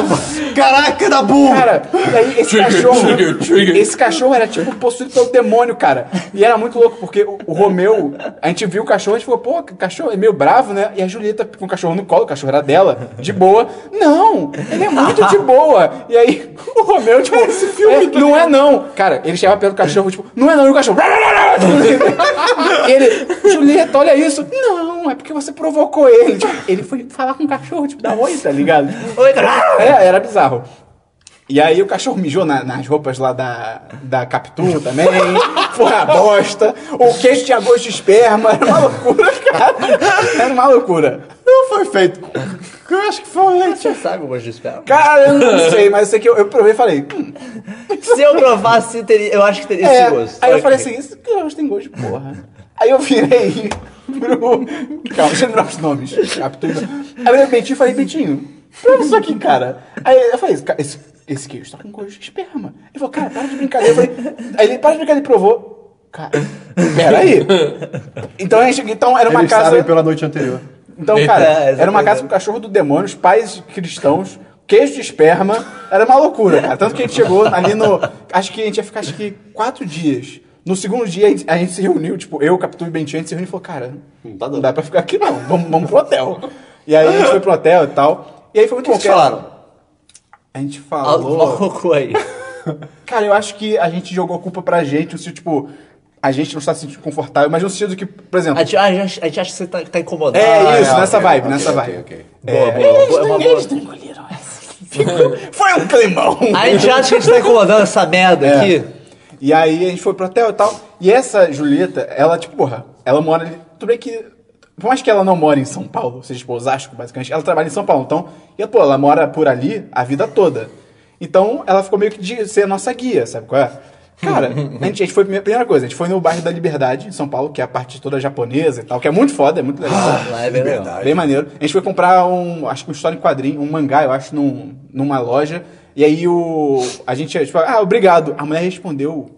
S3: Caraca, da burra!
S2: Cara, e aí esse
S4: Trigger,
S2: cachorro.
S4: trigger, trigger.
S2: Esse cachorro era tipo possuído pelo demônio, cara. E era muito louco, porque o, o Romeu, a gente viu o cachorro, a gente falou, pô, o cachorro é meio bravo, né? E a Julieta com o cachorro no colo, o cachorro era dela, de boa. Não, ele é muito de boa. E aí o Romeu, tipo, é, não é não. Cara, ele chegava pelo cachorro, tipo, não é não, e o cachorro. <laughs> ele, Julieta, olha isso. Não, é porque você provocou ele. Tipo, ele foi falar com o cachorro, tipo, da oi, tá ligado?
S1: Oi, cara.
S2: É, era bizarro. E aí o cachorro mijou na- nas roupas lá da, da Capitu também, foi a bosta, o queijo tinha gosto de esperma, era uma loucura, cara. Era uma loucura.
S3: Não foi feito. Eu acho que foi leite.
S1: Você sabe é o gosto de esperma?
S2: Cara, eu não sei, mas eu sei que eu, eu provei e falei. hum,
S1: Se eu provasse, teria, eu acho que teria
S2: é.
S1: esse gosto.
S2: Aí eu
S1: Olha
S2: falei
S1: que-
S2: assim, isso que gosto tem gosto de porra. Aí eu virei pro. Calma, deixa eu lembrar os nomes. Capitu. Aí eu virei pro Bentinho e falei, Bentinho, prova isso aqui, cara. Aí eu falei, "Esse ca- esse, esse queijo tá com gosto de esperma. Ele falou, cara, para de brincadeira. Eu falei, aí ele, para de brincadeira, ele provou. Cara, peraí. Então, a gente, então era uma
S3: Eles
S2: casa.
S3: sabem pela noite anterior.
S2: Então,
S4: Eita,
S2: cara,
S1: é,
S2: era uma
S1: exatamente.
S2: casa com cachorro do demônio, os pais cristãos, queijo de esperma, era uma loucura, cara. Tanto que a gente chegou ali no. Acho que a gente ia ficar acho que quatro dias. No segundo dia a gente, a gente se reuniu, tipo, eu, Capitu e Bentinho, a gente se reuniu e falou, cara,
S3: Não tá dando.
S2: não dá pra ficar aqui não, vamos, vamos pro hotel. E aí a gente foi pro hotel e tal. E aí foi muito
S3: O que
S2: bom.
S3: eles
S2: que era-
S3: falaram? Ah,
S2: A gente
S1: Alô,
S2: falou.
S1: Goku aí.
S2: Cara, eu acho que a gente jogou a culpa pra gente, no sentido, tipo, a gente não está se sentindo confortável, mas no sentido que, por exemplo.
S1: A gente, a gente- a gente acha que você tá, tá incomodado.
S2: É isso,
S3: Ah,
S2: nessa
S3: ok,
S2: vibe,
S3: ok,
S2: nessa
S3: ok,
S2: vibe.
S3: ok.
S1: Boa, boa, boa, é uma boa.
S2: engoliram essa. <laughs> Foi um climão.
S1: A gente acha que a gente
S2: <laughs>
S1: tá incomodando essa merda
S2: É.
S1: aqui.
S2: E aí a gente foi pro hotel e tal. E essa Julieta, ela, tipo, porra, ela mora ali. Tudo bem que. Por mais que ela não mora em São Paulo, ou seja, tipo, Osasco, basicamente, ela trabalha em São Paulo. Então, e, pô, ela mora por ali a vida toda. Então, ela ficou meio que de ser a nossa guia, sabe qual é? Cara, a gente, a gente foi, primeira coisa, a gente foi no bairro da Liberdade, em São Paulo, que é a parte toda japonesa e tal, que é muito foda, é muito legal.
S1: Lá é bem legal.
S2: Bem maneiro. A gente foi comprar um, acho que um história em quadrinho, um mangá, eu acho, num- numa loja. E aí o. A gente, tipo, ah, obrigado. A mulher respondeu.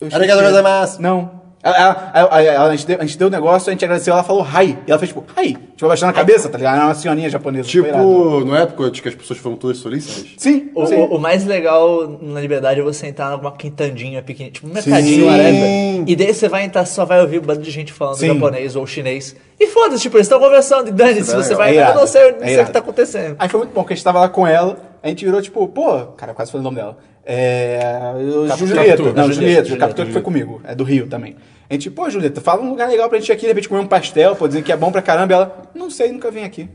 S2: eu esqueci.
S3: Obrigado, gozaimasu.
S2: Não. Ela, ela- ela- ela- a, gente deu, a gente deu o negócio, a gente agradeceu, ela falou hi. E ela fez tipo, hi. Tipo, abaixando a cabeça, tá ligado? Era uma senhorinha japonesa. foi irado.
S3: Tipo, não é porque que as pessoas foram todas solícitas?
S2: Sim,
S1: O,
S2: sim.
S1: o- o mais legal na liberdade é você entrar numa quintandinha pequenininha, tipo um
S2: Sim.
S1: mercadinho, whatever. E daí você vai entrar, você só vai ouvir um bando de gente falando
S2: Sim.
S1: japonês ou chinês. E foda-se, tipo, eles estão conversando. E dane-se,
S3: Isso é
S1: você
S3: legal.
S1: vai
S2: É
S1: entrar, eu não
S2: irado.
S1: sei, eu não
S2: É
S1: sei o
S2: irado.
S1: que tá acontecendo.
S2: Aí foi muito bom que a gente tava lá com ela, a gente virou tipo, pô, cara, eu quase falei o nome dela. É. eu- Julieta. Não,
S4: Capitu. Capitu.
S1: Julieta,
S2: Julieta, o
S1: Julieta.
S2: Capitu que foi comigo, é do Rio também. A gente, pô, Julieta, fala um lugar legal pra gente ir aqui, de repente comer um pastel, pô, dizer que é bom pra caramba. E ela, não sei, nunca vim aqui.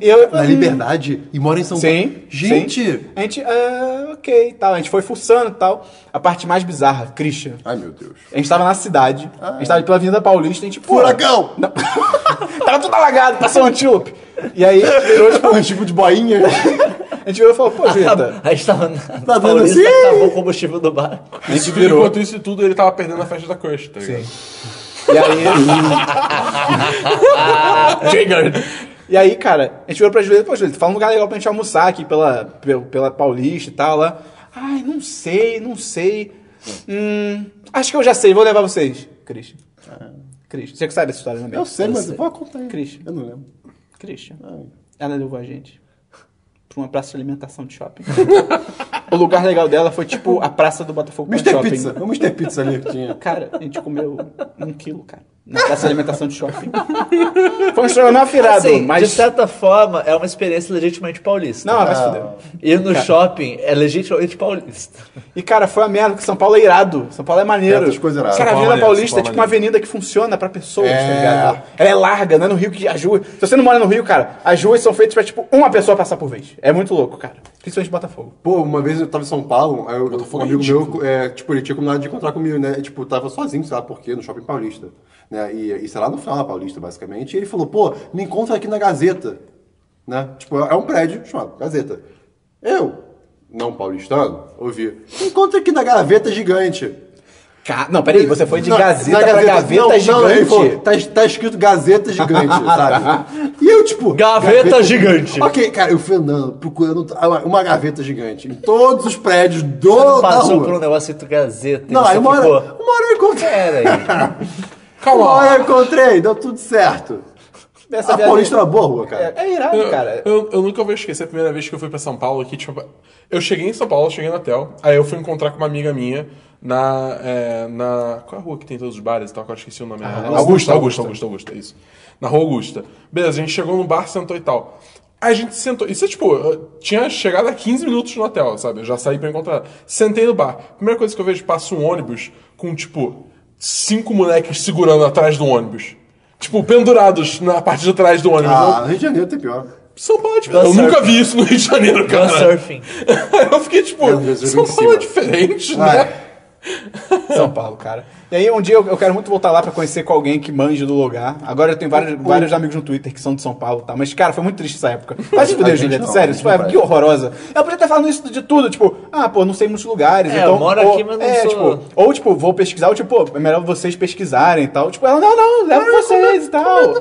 S2: E eu,
S3: Na liberdade e mora em São Paulo.
S2: Sim.
S3: Gente!
S2: sim. A gente, ah, ok, tal. A gente foi fuçando e tal. A parte mais bizarra, Christian.
S3: Ai, meu Deus.
S2: A gente tava na cidade, a gente tava pela Avenida Paulista, a gente, pô.
S3: Furacão!
S2: Não. tava tudo alagado, passou um antílope. E aí, a gente virou, tipo,
S3: Um tipo de boinha.
S2: <laughs> a gente virou e
S3: <laughs>
S2: falou, pô,
S3: Ah,
S2: Julieta.
S1: A gente tava na
S3: Tá vendo
S1: Paulista,
S3: assim?
S1: acabou o combustível do barco.
S2: A gente
S4: Isso tudo,
S2: virou.
S4: enquanto isso tudo, ele tava perdendo a festa da Crush, tá ligado?
S2: E aí, e aí, cara, a gente virou pra Julieta, pô, Julieta, fala um lugar legal pra gente almoçar aqui pela, pela, pela Paulista e tal. Lá. Ai, não sei, não sei. Hum, acho que eu já sei, vou levar vocês. Christian. Christian. Você que sabe dessa história também.
S3: Ah. Eu sei, Ah. mas
S1: sei.
S3: vou contar aí.
S2: Christian.
S3: Eu não lembro.
S2: Christian.
S3: Ai.
S2: Ela levou a gente pra uma praça de alimentação de shopping. <laughs> o lugar legal dela foi tipo a praça do Botafogo Pan
S3: Mr.
S2: Tá Shopping.
S3: Pizza. O Mr. Pizza ali que tinha.
S2: Cara, a gente comeu um quilo, cara. Na praça de alimentação de shopping. Foi um estrogonofe irado,
S1: Assim,
S2: mas...
S1: De certa forma, é uma experiência legitimamente paulista.
S2: Não, mas vai
S3: Ah.
S2: se fuder.
S1: Ir no shopping é legitimamente paulista.
S2: E, cara, foi a merda que São Paulo é irado. São Paulo é maneiro.
S3: Tem outras coisas iradas.
S2: Cara, a
S4: São Paulo
S2: Avenida
S4: é maneiro,
S2: Paulista
S4: São
S2: é
S4: Paulo
S2: tipo
S4: é
S2: uma
S4: maneiro.
S2: avenida que funciona pra pessoas, tá
S3: É.
S2: ligado? Ela é larga, não é no Rio que as ruas... Se você não mora no Rio, cara, as ruas são feitas pra, tipo, uma pessoa passar por vez. É muito louco, cara. Principalmente Botafogo.
S3: Pô, uma vez eu tava em São Paulo, aí eu, um
S4: Botafogo é
S3: amigo
S4: ridículo.
S3: meu, é, tipo, ele tinha combinado de encontrar comigo, né? E, tipo, tava sozinho, sei lá por quê, no Shopping Paulista. Né? E isso é lá no final da Paulista, basicamente. E ele falou, pô, me encontra aqui na Gazeta. Né? Tipo, é um prédio chamado Gazeta. Eu, não paulistano, ouvi, me encontra aqui na Gaveta Gigante.
S2: Ca- Não, peraí, você foi de
S3: Na-
S2: Gazeta
S3: na
S2: pra
S3: Não,
S2: Gaveta
S3: não, ele
S2: Gigante.
S3: falou, tá, tá escrito
S2: <laughs>
S3: Gazeta Gigante, sabe? E eu, tipo...
S1: Gaveta Gigante.
S3: Ok, cara, eu fui andando, procurando uma, uma gaveta gigante em todos os prédios do,
S1: Não
S3: da
S1: passou
S3: rua.
S1: por um negócio de gazeta. e
S3: Não,
S1: você
S3: aí uma hora,
S1: ficou,
S3: uma hora eu encontrei.
S1: É, Peraí.
S4: Calma.
S3: Uma hora eu encontrei, deu tudo certo.
S2: Essa
S3: a
S2: viagem-
S3: Paulista é uma boa rua, cara.
S2: É, é irado,
S4: Eu,
S2: cara.
S4: eu- eu nunca vou esquecer a primeira vez que eu fui pra São Paulo aqui, tipo, eu cheguei em São Paulo, cheguei no hotel, aí eu fui encontrar com uma amiga minha na. é, na qual é a rua que tem todos os bares e tal, que eu esqueci o nome. né? Augusta, Augusta, Augusta, Augusta, isso. Na rua Augusta. Beleza, a gente chegou no bar, sentou e tal. Aí a gente sentou. Isso é tipo, eu tinha chegado a 15 minutos no hotel, sabe? Eu já saí pra encontrar. ela. Sentei no bar. Primeira coisa que eu vejo, passa um ônibus com, tipo, cinco moleques segurando atrás do ônibus. Tipo, pendurados na parte de trás do ônibus. Eu-
S3: Ah, no Rio de Janeiro tem pior.
S4: são Paulo é diferente.
S1: Gun
S4: Eu nunca
S1: surfing.
S4: vi isso no Rio de Janeiro, cara.
S1: surfing.
S4: <laughs> eu fiquei tipo,
S3: É, mas eu
S4: São
S3: vi em
S4: Paulo
S3: cima.
S4: é diferente, né?
S3: Vai.
S2: São Paulo, cara. E aí um dia eu, eu quero muito voltar lá pra conhecer com alguém que manje do lugar. Agora eu tenho vários, vários amigos no Twitter que são de São Paulo, e tal. Mas, cara, foi muito triste essa
S3: <laughs>
S2: época. Vai se
S3: A
S2: fuder,
S3: gente
S2: Julieta.
S3: não, a
S2: sério,
S3: gente
S2: isso
S3: não
S2: é
S3: vai.
S2: que horrorosa. Eu poderia estar falando isso de tudo, tipo, ah, pô, não sei muitos lugares.
S1: É,
S2: então,
S1: eu moro
S2: ou-
S1: aqui, mas não
S2: é,
S1: sou-
S2: tipo, ou, tipo, vou pesquisar, ou tipo, pô, é melhor vocês pesquisarem e tal. Tipo, ela, não, não, leva vocês e tal. É.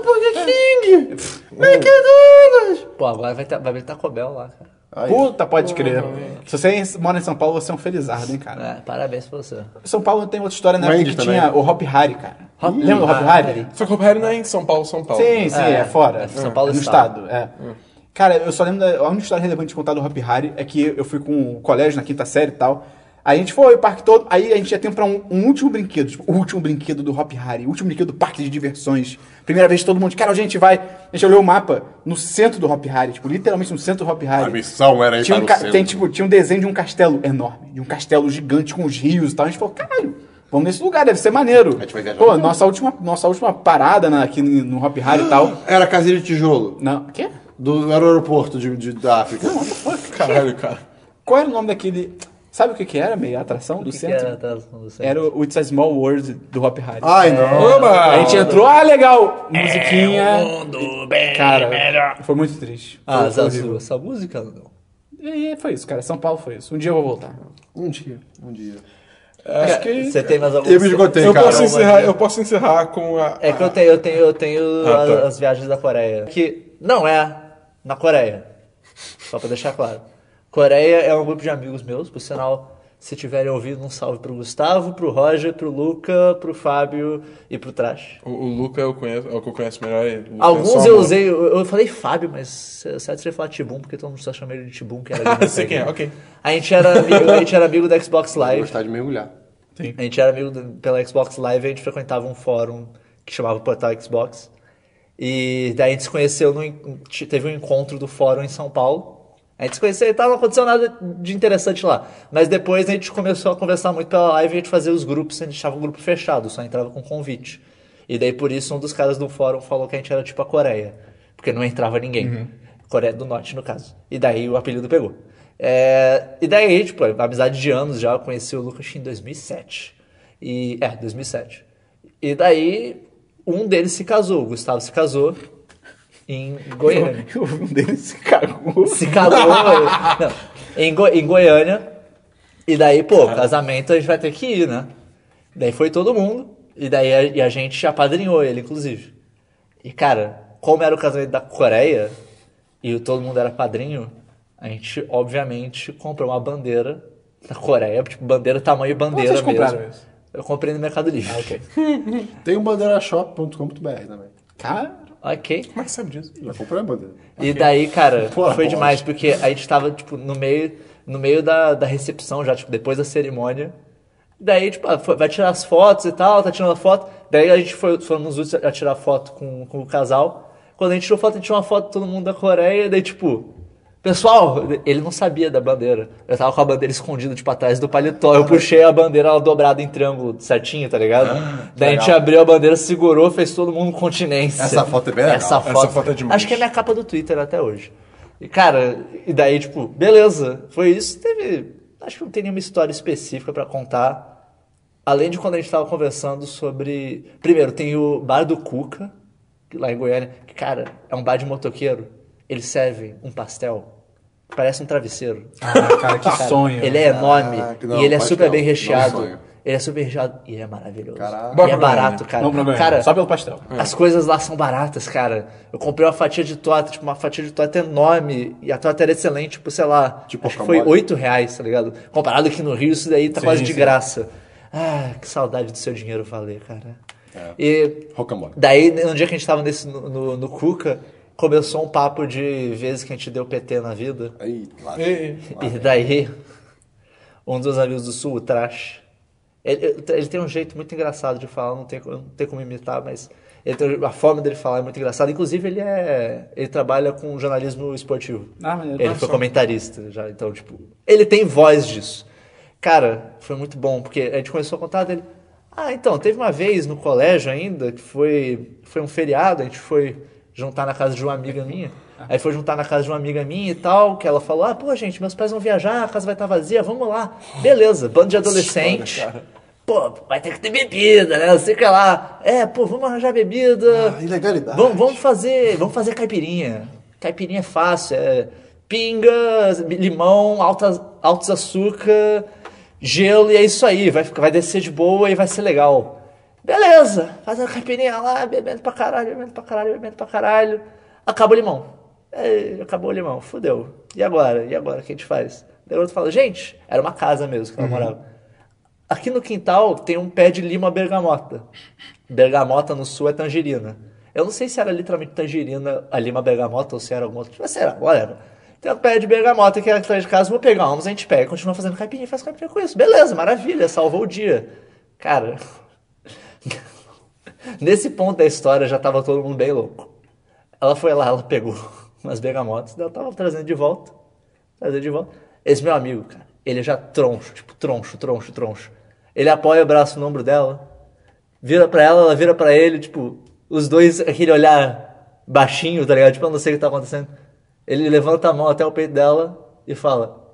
S3: é
S1: Pô, agora vai, ter, vai abrir Taco Bell lá, cara.
S3: Aí.
S2: Puta, pode crer. Se você é- mora em São Paulo, você é um felizardo, hein, cara.
S1: É, parabéns pra você.
S2: São Paulo tem outra história, né?
S3: Wendy's
S2: Que
S3: também.
S2: tinha o Hop Hari, cara.
S1: Hop
S2: Lembra do Hop Hari?
S4: Só que o Harry não é em São Paulo, São Paulo.
S2: Sim, sim, é,
S1: É,
S2: fora.
S1: é São Paulo
S2: é no estado.
S1: estado. Hum.
S2: é. Cara, eu só lembro da a única história relevante de contar do Hop Hari é que eu fui com o colégio na quinta série e tal. Aí a gente foi, o parque todo, aí a gente ia tempo pra um, um último brinquedo, tipo, o último brinquedo do Hop Hari, o último brinquedo do parque de diversões. Primeira vez que todo mundo, cara, onde a gente vai? A gente olhou o mapa no centro do Hop Hari, tipo, literalmente no centro do Hop Hari.
S3: missão era
S2: Tinha um, ca- tem,
S4: né?
S2: tipo, tinha um desenho de um castelo enorme, de um castelo gigante com os rios e tal. A gente falou, caralho, vamos nesse lugar, deve ser maneiro.
S3: gente vai viajar
S2: Pô,
S3: no
S2: nossa última, nossa última parada na- aqui no no Hop Hard e
S3: <gasps>
S2: tal.
S3: Era a casinha de tijolo.
S2: Não, o quê?
S3: Do, era o aeroporto de, de- da África.
S4: Caralho, cara.
S2: Qual era o nome daquele... Sabe o que que era, meio a atração do
S1: O que que
S2: centro?
S1: era a atração do centro?
S2: Era o It's a Small World do Hop Hard.
S3: Ai, Ah, não.
S4: Oba!
S2: a gente entrou, ah, legal!
S1: É,
S2: Musiquinha.
S1: Mundo bem
S2: Cara,
S1: é,
S2: foi muito triste.
S1: Ah,
S2: foi, foi
S1: Zazu,
S2: horrível.
S1: essa música não.
S2: E foi isso, cara. São Paulo foi isso. Um dia eu vou voltar.
S3: Um dia, um dia.
S2: É,
S1: É,
S4: Acho que.
S1: Você tem mais alguma
S3: Eu me esgotei,
S4: Eu
S3: cara.
S4: posso, encerrar, eu posso encerrar com a.
S1: É que eu tenho, eu tenho, eu tenho
S4: Ah, tá.
S1: a- as viagens da Coreia. Que não é na Coreia. Só pra deixar claro. Coreia é um grupo de amigos meus, por sinal, se tiverem ouvido, um salve pro Gustavo, pro Roger, pro Luca, pro Fábio e pro Trash.
S4: O, o Luca eu conheço, é o que eu conheço melhor. é ele. O Luca é
S1: Alguns
S4: só
S1: eu
S4: amor.
S1: usei, <laughs> eu eu falei Fábio, mas é certo seria falar Tibum, porque todo mundo só chama ele de Tibum, que era
S4: <laughs> Ah,
S1: gringo,
S4: sei quem é,
S1: gringo.
S4: ok.
S1: A gente era amigo, a gente era amigo da Xbox
S3: Eu
S1: Live.
S3: gostar de mergulhar.
S1: A gente era amigo do- pela Xbox Live, a gente frequentava um fórum que chamava Portal Xbox. E daí a gente se conheceu, no, en- te- teve um encontro do fórum em São Paulo. A gente se conheceu e tal, não aconteceu nada de interessante lá. Mas depois a gente começou a conversar muito pela live, a gente fazia os grupos, a gente deixava o grupo fechado, só entrava com convite. E daí por isso um dos caras do fórum falou que a gente era tipo a Coreia, porque não entrava ninguém. Coreia do Norte, no caso. E daí o apelido pegou. É, e daí, tipo, amizade de anos já, eu conheci o Lucas em 2007. E, é, 2007. E daí, um deles se casou, o Gustavo se casou em Goiânia.
S2: Um deles se cagou.
S1: Se cagou tá
S2: <laughs>
S1: não, em, Go- em Goiânia. E daí, pô, casamento a gente vai ter que ir, né? Daí foi todo mundo. E daí a, e a gente apadrinhou ele, inclusive. E, cara, como era o casamento da Coreia e o- todo mundo era padrinho, a gente, obviamente, comprou uma bandeira da Coreia, tipo, bandeira tamanho bandeira
S2: vocês compraram
S1: mesmo.
S2: isso? Ah,
S1: Eu comprei no Mercado Livre.
S2: ok.
S3: Tem um o bandeirashop.com.br também.
S2: Cara...
S1: Ok.
S4: Como é que sabe disso?
S3: Já comprei a bandeira.
S1: E daí, cara,
S3: <laughs> Pô,
S1: foi
S3: pode.
S1: demais, porque a gente tava, tipo, no meio, no meio da, da recepção já, tipo, depois da cerimônia. Daí, tipo, ah, foi- vai tirar as fotos e tal, tá tirando a foto. Daí a gente foi, foi nos últimos a tirar foto com, com o casal. Quando a gente tirou foto, a gente tirou uma foto de todo mundo da Coreia, daí, tipo... Pessoal, ele não sabia da bandeira. Eu tava com a bandeira escondida, tipo, atrás do paletó. Eu puxei a bandeira, ela dobrada em triângulo certinho, tá ligado? Daí a gente
S3: Ah, legal.
S1: abriu a bandeira, segurou, fez todo mundo continência.
S3: Essa foto é bem legal.
S1: Essa
S4: Essa
S1: foto,
S4: foto é demais.
S1: Acho que é minha capa do Twitter até hoje. E, cara, e daí, tipo, beleza, foi isso. Teve. Acho que não tem nenhuma história específica pra contar. Além de quando a gente tava conversando sobre. Primeiro, tem o bar do Cuca, que lá em Goiânia, que, cara, é um bar de motoqueiro. Eles servem um pastel que parece um travesseiro.
S2: Ah,
S1: <laughs>
S2: cara, que sonho.
S1: Ele é enorme
S3: Caraca, Ah, não,
S1: e ele é
S3: pode
S1: super
S3: não,
S1: bem
S3: não
S1: recheado.
S3: sonho.
S1: ele é super recheado e ele é maravilhoso.
S3: Caraca.
S1: E é
S4: Vamos pra Goiânia.
S1: barato, cara.
S2: Não, problema.
S1: Cara,
S2: Só pelo pastel.
S1: as coisas lá são baratas, cara. Eu comprei uma fatia de torta, tipo, uma fatia de torta enorme. E a torta era excelente, tipo, sei lá.
S3: Tipo,
S1: acho que foi
S3: guacamole.
S1: 8 reais, tá ligado? Comparado aqui no Rio, isso daí tá
S2: Sim,
S1: quase de
S2: sim.
S1: graça. Ah, que saudade do seu dinheiro valer, cara.
S2: É.
S1: E
S3: Rocambole.
S1: daí, no dia que a gente tava nesse, no, no, no Cuca, começou um papo de vezes que a gente deu PT na vida.
S3: Aí, lá.
S4: Ei,
S1: E daí, um dos amigos do Sul, o Trash, ele, ele tem um jeito muito engraçado de falar, não tem, co- não tem como imitar, mas ele tem- a forma dele falar é muito engraçada. Inclusive, ele é ele trabalha com jornalismo esportivo.
S2: Ah, maneiro.
S1: ele
S2: Ah,
S1: foi
S2: só.
S1: comentarista já, então, tipo, ele tem voz disso. Cara, foi muito bom, porque a gente começou a contar dele. Ah, então, teve uma vez no colégio ainda, que foi, foi um feriado, a gente foi juntar na casa de uma amiga minha. Aí foi juntar na casa de uma amiga minha e tal, que ela falou: Ah, pô, gente, meus pais vão viajar, a casa vai estar vazia, vamos lá. Beleza, bando de adolescente. Pô, vai ter que ter bebida, né? Não sei o que lá. É, pô, vamos arranjar bebida.
S3: Ah, ilegalidade.
S1: Vamos, vamos fazer, vamos fazer caipirinha. Caipirinha é fácil, é pinga, limão, altas, altos açúcar, gelo e é isso aí. Vai, ficar- vai descer de boa e vai ser legal. Beleza, fazendo caipirinha lá, bebendo pra caralho, bebendo pra caralho, bebendo pra caralho. Acaba o limão. É, acabou o limão, fudeu. E agora? E agora? O que a gente faz? Daí o outro fala, gente, era uma casa mesmo que ela morava. Aqui no quintal tem um pé de lima bergamota. Bergamota no sul é tangerina. Eu não sei se era literalmente tangerina a lima bergamota ou se era algum outro. Mas será, galera. Tem um pé de bergamota que é atrás de casa, vou pegar vamos, a gente pega e continua fazendo caipirinha, faz caipirinha com isso. Beleza, maravilha, salvou o dia. Cara, nesse ponto da história já tava todo mundo bem louco. Ela foi lá, ela pegou <laughs> umas bergamotas, ela tava trazendo de volta. Trazendo de volta. Esse meu amigo, cara, ele já troncho, tipo, troncho, troncho, troncho. Ele apoia o braço no ombro dela, vira pra ela, ela vira pra ele, tipo, os dois, aquele olhar baixinho, tá ligado? Tipo, eu não sei o que tá acontecendo. Ele levanta a mão até o peito dela e fala: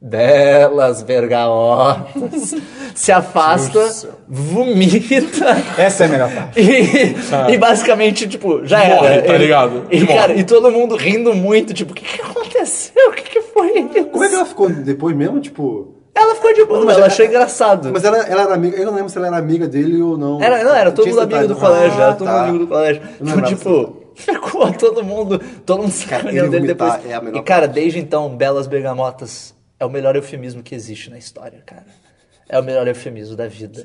S1: Belas bergamotas. Se afasta, vomita. <laughs>
S2: Essa é a melhor parte.
S1: E, e basicamente, tipo, já era.
S4: Ah. Morre, tá
S1: Ele-
S4: ligado?
S1: E,
S4: Morre.
S1: cara, e todo mundo rindo muito, tipo, o que, que aconteceu? O que, que foi isso?
S3: Como é que ela ficou depois mesmo? Tipo.
S1: Ela ficou de boa, ela achou engraçado.
S3: Mas ela, ela era amiga. Eu não lembro se ela era amiga dele ou não.
S1: Era, não, era todo
S3: Tinha
S1: mundo
S3: esse
S1: amigo do
S3: detalhe.
S1: colégio, era
S3: Ah,
S1: todo
S3: tá.
S1: mundo amigo do colégio. Então,
S3: lembrava
S1: tipo, ficou <laughs> todo mundo, todo mundo sacaneando
S3: ele
S1: dele depois.
S3: vomitar é a melhor
S1: e, cara, desde então, belas bergamotas é o melhor eufemismo que existe na história, cara. É o melhor eufemismo da vida.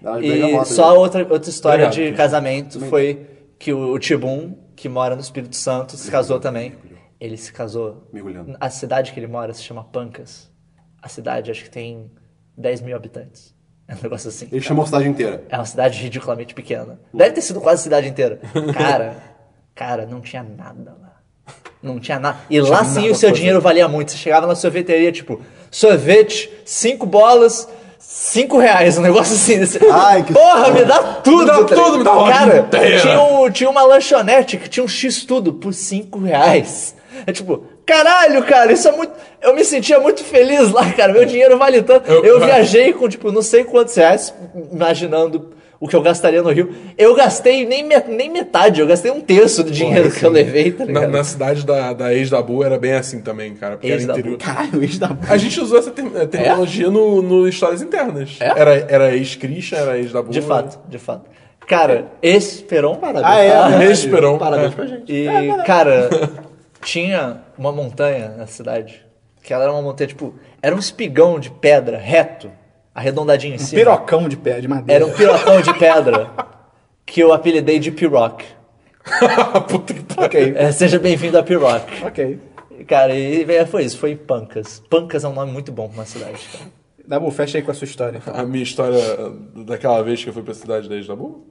S3: Belas
S1: E
S3: bergamotas,
S1: só
S3: né?
S1: outra, outra história
S4: Obrigado,
S1: de
S4: Cristo.
S1: casamento foi que o, o Tibum, que mora no Espírito Santo, se casou também. Ele se casou.
S3: Mergulhando.
S1: A cidade que ele mora se chama Pancas. A cidade acho que tem 10 mil habitantes. É um negócio assim.
S3: Ele chamou a cidade inteira.
S1: É uma cidade ridiculamente pequena. Deve ter sido quase a cidade inteira. Cara, cara, não tinha nada lá. Não tinha nada. E lá sim o seu dinheiro valia muito. Você chegava na sorveteria, tipo, sorvete, cinco bolas, cinco reais. Um negócio assim. Desse...
S3: Ai, que
S1: Porra, me dá tudo.
S4: dá
S1: tá ligado?
S4: tudo, me dá uma
S1: Cara,
S4: inteira.
S1: tinha, um- tinha uma lanchonete que tinha um X tudo por cinco reais. É tipo... Caralho, cara, isso é muito. Eu me sentia muito feliz lá, cara. Meu dinheiro vale tanto.
S4: Eu-
S1: eu viajei viajei com, tipo, não sei quantos reais, imaginando o que eu gastaria no Rio. Eu gastei nem, me- nem metade, eu gastei um terço do dinheiro que eu levei, tá
S4: na,
S1: ligado?
S4: na cidade da, da ex da Bu era bem assim também, cara. Porque
S1: Ex da
S4: era
S1: Bu.
S4: interior.
S2: Caralho, isso dá.
S4: A gente usou essa ter- eh, terminologia no, no Histórias Internas. Era, era ex-Christian, era ex da Bu.
S1: De fato, de fato. Cara, esse Peron, parabéns.
S2: Ah, é?
S1: tá?
S2: verdade.
S4: Esperon.
S2: Parabéns
S4: <laughs> É.
S2: pra gente.
S1: E, cara, tinha uma montanha na cidade, que ela era uma montanha, tipo, era um espigão de pedra reto, arredondadinho em cima.
S2: Um Pirocão de pé, de madeira.
S1: Era um pirocão de pedra, que eu apelidei de Piroc.
S4: Ah, Puta que pariu.
S2: Ok,
S1: É, seja bem-vindo a Piroc.
S2: ok.
S1: Cara, e é, foi isso, foi em Pancas. Pancas é um nome muito bom pra uma cidade, cara.
S2: Dá bom, fecha aí com a sua história.
S4: A minha história eh, daquela vez que eu fui pra cidade da ex da Bu?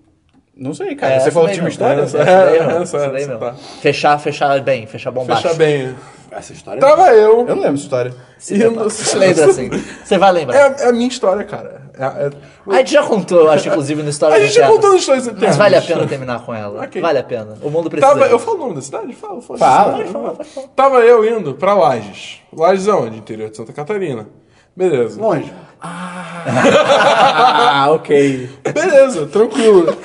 S2: Não sei, cara.
S1: É,
S2: Você
S1: essa
S2: falou
S1: daí
S2: de uma
S1: não,
S2: história?
S1: essa daí não,
S4: É,
S1: essa
S4: essa-
S1: daí
S4: essa
S1: não.
S4: tá.
S1: Fechar, fechar bem, fechar bombástico.
S4: Fechar bem.
S3: Essa história.
S1: Tá.
S3: é
S4: Tava eu.
S2: Eu não lembro de história.
S1: Se lembra, se lembra assim. Você vai lembrar.
S4: É, é a minha história, cara. É- é-
S1: A gente já contou, eu acho, inclusive, no História
S4: A gente já contou no Histórias Internas.
S1: Mas vale a pena terminar com ela.
S4: Ok.
S1: Vale a pena. O mundo precisa.
S4: <laughs> Tava, eu falo o nome da cidade? Falo, falo.
S2: Fala.
S4: Cidade, fala. Tava eu indo pra Lages. Lages é onde? Interior de Santa Catarina. Beleza.
S3: Longe.
S2: Ah, <laughs> ok.
S4: Beleza, tranquilo.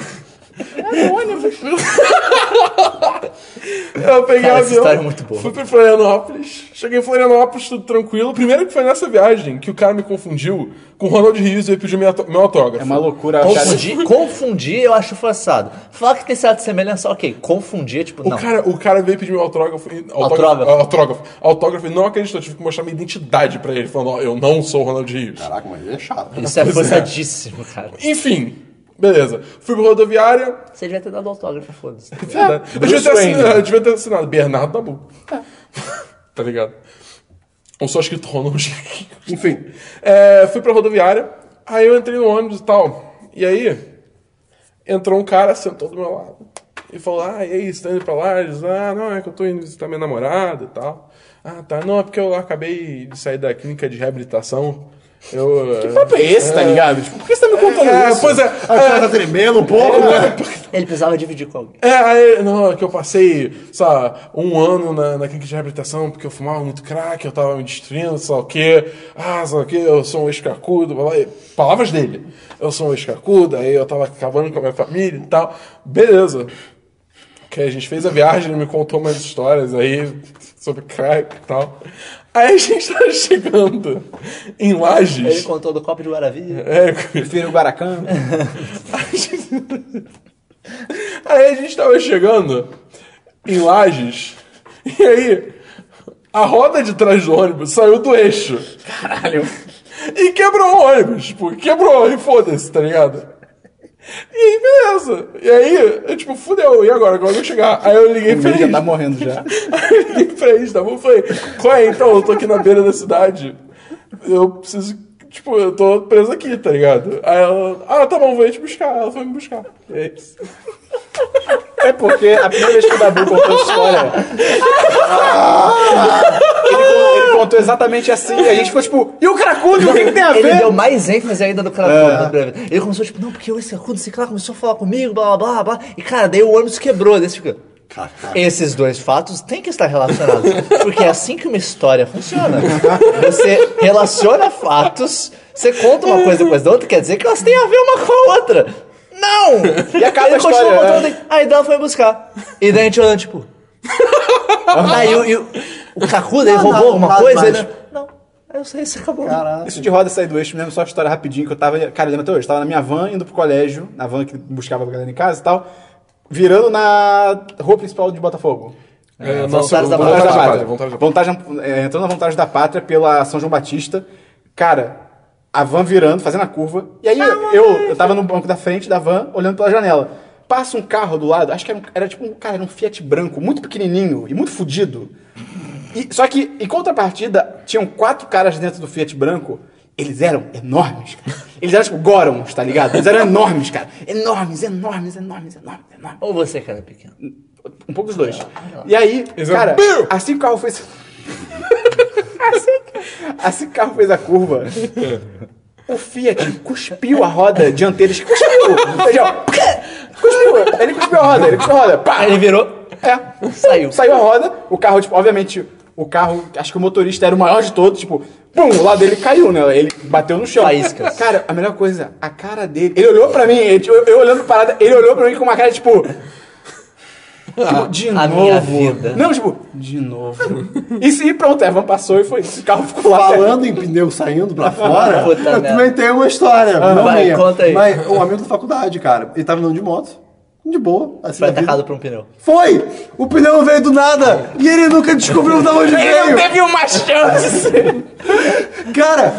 S4: Eu peguei
S1: Cara,
S4: o
S1: essa
S4: avião,
S1: história é muito boa.
S4: fui pra Florianópolis, cheguei em Florianópolis, tudo tranquilo. Primeiro que foi nessa viagem que o cara me confundiu com o Ronald Rios e ele pediu minha auto- meu autógrafo.
S2: É uma loucura achar
S1: Confundir, confundir eu acho forçado. Falar que tem certa semelhança, ok. Confundir, tipo,
S4: O
S1: não.
S4: cara, o cara veio pedir meu autógrafo. e-
S1: Autógrafo.
S4: Autógrafo. Autógrafo. E não acreditou. Tive que mostrar minha identidade pra ele, falando: Ó, eu não sou o Ronald Rios.
S3: Caraca, mas ele é chato. <laughs>
S1: Isso é forçadíssimo, cara.
S4: Enfim, beleza. Fui pra rodoviária.
S1: Você devia ter dado autógrafo,
S4: <laughs>
S1: foda-se.
S4: Tá, né? eu, É. devia ter assinado, eu devia ter assinado Bernardo Dabu. <laughs> tá ligado? Ou só escrito Ronald <laughs> Rios.
S3: Enfim.
S4: É, fui pra rodoviária, aí eu entrei no ônibus e tal. E aí, entrou um cara, sentou do meu lado. E falou, ah, e aí, você tá indo pra lá? Eu disse, ah, não, é que eu tô indo visitar minha namorada e tal. Ah, tá, não, é porque eu acabei de sair da clínica de reabilitação. Eu... Que
S2: papo é esse, tá ligado? Tipo, por que você tá me contando
S4: é,
S2: isso?
S4: pois é,
S3: A cara tá tremendo um pouco, né?
S1: Ele precisava dividir com alguém.
S4: É, aí, não, é que eu passei, sabe, um ano na, na clínica de reabilitação porque eu fumava muito crack, eu tava me destruindo, sei lá o quê. Ah, sei lá o quê, eu sou um ex-carcudo. blá, blá. E Palavras dele. Eu sou um ex-carcudo, aí eu tava acabando com a minha família e tal. Beleza. Que a gente fez a viagem, ele me contou umas histórias aí sobre crack e tal. Aí a gente tá <laughs> chegando em
S1: Ele
S4: Lages.
S1: contou do copo de Guaravia.
S4: É,
S2: Prefiro o Guaracan.
S4: Aí a gente tava chegando em Lages, e aí a roda de trás do ônibus saiu do eixo.
S2: Caralho.
S4: E quebrou o ônibus, tipo, quebrou e foda-se, tá ligado? E aí, beleza. E aí, eu tipo, fudeu, e agora? Como é que eu vou chegar? Aí eu liguei pra
S2: Ele já
S4: eles.
S2: tá morrendo já.
S4: <laughs> Aí eu liguei pra eles, tá bom? Eu Falei, qual é então? Eu tô aqui na beira da cidade. Eu preciso, tipo, eu tô preso aqui, tá ligado? Aí ela, ah, tá bom, vou ir te buscar. Ela foi me buscar. E é isso.
S2: É porque a primeira vez que o Dabu contou a história. ele, con- ele contou exatamente assim. E a gente ficou tipo, e o cracudo? O que, que tem a
S3: Tá
S1: Ele
S2: ver?
S1: deu mais ênfase ainda do
S3: É.
S1: cara. Ele começou, tipo, não, porque eu esse acudo, esse cara começou a falar comigo, blá blá blá. blá. E cara, daí o ônibus quebrou, daí você fica.
S3: Caraca.
S1: Esses dois fatos têm que estar relacionados. Porque é assim que uma história funciona. Você relaciona fatos, você conta uma coisa depois da outra, quer dizer que elas têm a ver uma com a outra. Não! E
S2: acaba
S1: Ele
S2: a
S1: continua
S2: história,
S1: contando,
S3: é.
S1: aí- aí Dan foi buscar. E daí a gente olhando,
S3: <laughs>
S1: tipo. aí o, e o, o Kakuda ele
S3: Não,
S1: roubou
S3: não,
S1: alguma
S3: nada
S1: coisa?
S3: mais.
S1: Ele, não, eu sei, isso acabou.
S3: Caraca.
S2: Isso de roda sair do eixo, me lembro só uma história rapidinho que eu tava, cara, eu lembro até hoje, eu tava na minha van indo pro colégio, na van que buscava a galera em casa e tal, virando na rua principal de Botafogo.
S4: É,
S1: Voluntários da Pátria.
S4: voluntários voluntários da Pátria.
S2: Vontagem, é, entrando na Vontade da Pátria pela São João Batista. Cara, a van virando, fazendo a curva. E aí eu, eu tava no banco da frente da van, olhando pela janela. Passa um carro do lado, acho que era, um- era tipo um cara, era um Fiat branco, muito pequenininho e muito fudido. E- só que, em contrapartida, tinham quatro caras dentro do Fiat branco. Eles eram enormes, cara. Eles eram tipo Gorons, tá ligado? Eles eram enormes, cara. Enormes, enormes, enormes, enormes, enormes.
S1: Ou você, cara pequeno.
S2: Um pouco dos dois. E aí,
S4: Eles
S2: cara,
S4: eram- Biu!
S2: assim que o carro fez. <laughs> assim, que- assim que o carro fez a curva,
S4: É.
S2: o Fiat cuspiu a roda dianteira. Ele Cuspiu! Ele já- cuspiu! Ele cuspiu a roda, ele cuspiu a roda. Pá!
S1: Aí ele virou,
S2: É.
S1: saiu.
S2: Saiu a roda, o carro, tipo, obviamente, o carro, acho que o motorista era o maior de todos, tipo, pum, o lado dele caiu, né? Ele bateu no chão.
S1: Faíscas.
S2: Cara, a melhor coisa, a cara dele. Ele olhou pra mim, ele- tipo, eu, eu olhando pra parada, ele olhou pra mim com uma cara,
S1: <laughs>
S2: tipo. tipo, de
S1: a
S2: novo.
S1: minha vida.
S2: Não, tipo, de novo. <laughs> E, se- e pronto, a van passou e foi. isso, O carro ficou lá.
S3: Falando em pneu saindo pra
S1: <laughs>
S3: fora,
S1: Puta
S3: eu
S1: merda. Ah,
S3: também tenho uma história. não
S1: vai,
S3: minha.
S1: conta aí.
S3: Mas um amigo da faculdade, cara, ele tava andando de moto, de boa, assim,
S1: Foi
S3: na vida.
S1: atacado por um pneu.
S3: Foi! O pneu veio do nada! E ele nunca descobriu de onde
S2: Ele não
S3: veio!
S2: teve uma chance.
S3: Cara,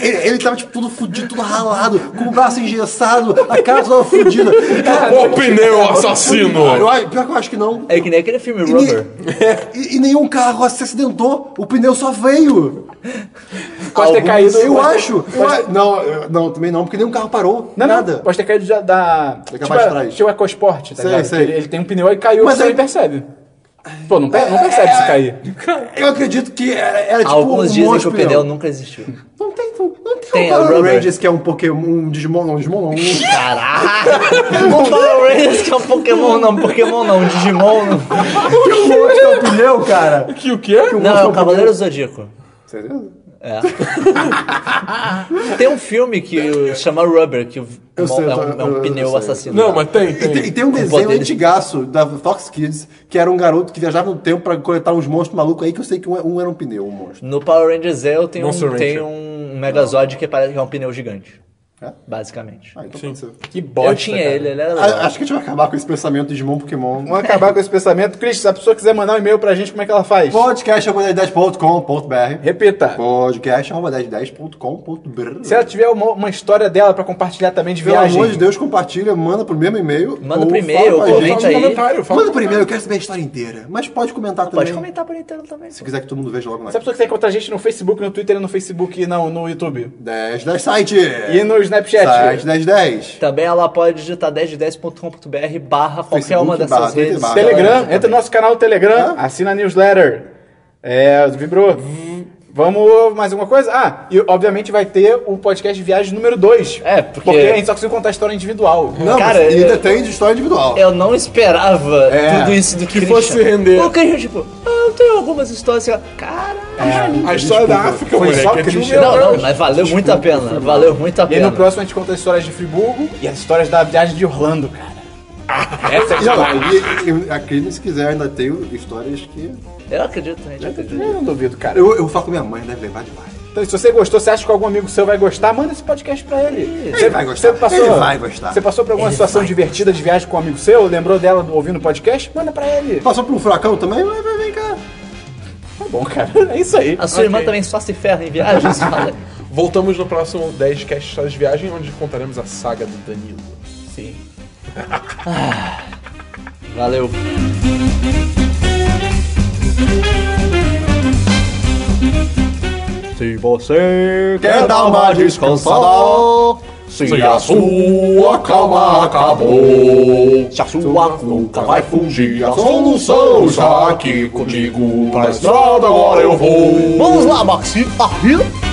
S3: ele, ele tava tipo tudo fudido, tudo ralado, com o braço engessado, a cara toda fudida. Cara,
S4: O pneu <laughs> assassino!
S3: eu, acho- pior que eu acho que não.
S1: É que nem aquele filme
S3: E,
S1: Rubber.
S3: nem- e- e nenhum carro se acidentou, o pneu só veio.
S2: Pode ter
S1: Alguns-
S2: caído.
S3: Eu
S2: pode ter-
S3: acho. eu
S2: pode-
S3: a- Não, eu- não, também não, porque nenhum carro parou.
S2: Não,
S3: nada.
S2: não, pode ter caído já da. Tipo,
S3: parte de
S2: a-
S3: trás.
S2: tipo a EcoSport, tá
S3: Sei,
S2: ligado?
S3: sei.
S2: Ele, ele tem um pneu e caiu,
S3: Mas
S2: mas você
S3: aí-
S2: nem percebe. Pô, não, per- não percebe se cair.
S3: Eu acredito que era, era tipo
S1: Alguns
S3: um
S1: dizem
S3: monte
S1: que o
S3: de
S1: pneu nunca existiu.
S3: Não tem, não, não tem,
S1: Tem,
S3: um
S1: é o
S3: Power
S1: Rubber.
S3: Rangers que é um Pokémon, um Digimon, não, um Digimon não. um-
S1: Caraca!
S3: <laughs>
S1: O Power Rangers que é um Pokémon não, Pokémon não, Digimon não.
S3: Que monstro é o pneu, cara?
S4: Que o quê?
S1: Não, é o Cavaleiro Zodíaco.
S3: Sério?
S1: Tem um filme que chama Rubber, que o-
S3: Eu sei,
S1: é
S3: eu
S1: um, é
S3: tô-
S1: um
S3: eu- eu
S1: pneu
S3: sei.
S1: assassino.
S4: Não, mas tem,
S3: E tem, e
S4: tem.
S3: tem um
S1: Com
S3: desenho
S1: poderes.
S3: antigaço da Fox Kids, que era um garoto que viajava no tempo pra coletar uns monstros malucos aí, que eu sei que um, é- um era um pneu, um monstro.
S1: No Power Rangers Zeo tem
S4: Monster
S1: um, tem
S4: Ranger.
S1: um Megazord que parece que é um pneu gigante.
S3: É?
S1: Basicamente.
S3: Ah, é, então
S4: Sim.
S3: pode ser.
S4: Que
S1: Eu
S4: bosta,
S1: tinha
S4: cara.
S1: ele, ele era legal.
S3: A- acho que a gente vai acabar com esse pensamento de Digimon Pokémon.
S2: Vamos acabar com esse pensamento. Cris, se a pessoa quiser mandar um e-mail pra gente, como é que ela faz?
S3: podcast.com.br
S2: Repita.
S3: é podcast.com.br
S2: Se ela tiver uma, uma história dela pra compartilhar também de
S3: Pelo
S2: viagem.
S3: amor de Deus, compartilha, manda pro mesmo e-mail.
S1: Manda
S3: ou
S1: pro e-mail,
S3: fala com a
S4: Pô,
S1: comenta
S4: fala
S1: aí.
S4: um comentário, fala um
S3: Manda pro e-mail, eu quero saber a história inteira. Mas pode comentar também.
S1: Pode comentar por inteiro também.
S3: Se
S1: pô.
S3: quiser que todo mundo veja logo lá.
S2: Se a pessoa quiser encontrar a gente no Facebook, no Twitter, no Facebook e no, no YouTube.
S3: 10 10 site.
S2: E no Snapchat.
S3: Site 10 10.
S1: Também ela pode digitar 1010.com.br barra qualquer
S3: Facebook
S1: uma
S3: barra
S1: dessas
S3: Twitter
S1: redes.
S3: barra.
S2: Telegram,
S1: Ela-
S2: entra no nosso canal do Telegram, assina a newsletter. É, vibrou. Vamos mais alguma coisa? Ah, e obviamente vai ter o podcast de viagem número 2.
S1: É, porque-
S2: a gente só conseguiu contar a história individual.
S3: Não,
S1: Cara,
S3: mas ainda
S1: eu-
S3: tem de história individual.
S1: Eu não esperava
S3: É,
S1: tudo isso do
S4: que
S1: Christian.
S4: fosse render.
S1: O Christian, tipo, ah, eu tenho algumas histórias. sei lá. Caralho.
S4: A história da
S3: Desculpa.
S4: África,
S2: Foi
S4: moleque.
S2: só
S4: é de um
S2: Christian.
S1: não, não,
S4: milhão.
S1: mas valeu muito a pena. Valeu muito a
S2: E aí
S1: pena.
S2: no próximo a gente conta as histórias de Friburgo e as histórias da viagem de Orlando, cara. Essa é a
S3: Não,
S2: história.
S3: e- e- a Cris, se quiser, ainda tem histórias que.
S1: Eu acredito, né? a gente acredita.
S2: Eu não duvido, cara.
S3: Eu, eu falo com minha mãe, deve levar demais.
S2: Então, se você gostou, se acha que algum amigo seu vai gostar, manda esse podcast pra ele.
S1: Ele
S2: Você-
S3: vai gostar.
S2: Você passou,
S3: Ele vai gostar.
S2: Você passou por alguma situação divertida de viagem com um amigo seu? Lembrou dela do- ouvindo o podcast? Manda pra ele.
S3: Passou por um furacão também? Vai, vai, vem cá.
S2: Tá bom, cara. <laughs> É isso aí.
S1: A sua irmã também só se ferra em viagens. <laughs> fala.
S4: Voltamos no próximo 10 Cast Histórias de Viagem, onde contaremos a saga do Danilo.
S1: Sim. Ah, valeu. Se você
S3: Quer dar uma descansada?
S1: se
S3: a sua calma acabou.
S1: se a sua nunca vai fugir, a
S3: solução está aqui contigo. Pra estrada agora eu vou.
S1: Vamos lá, Maxi, arriba!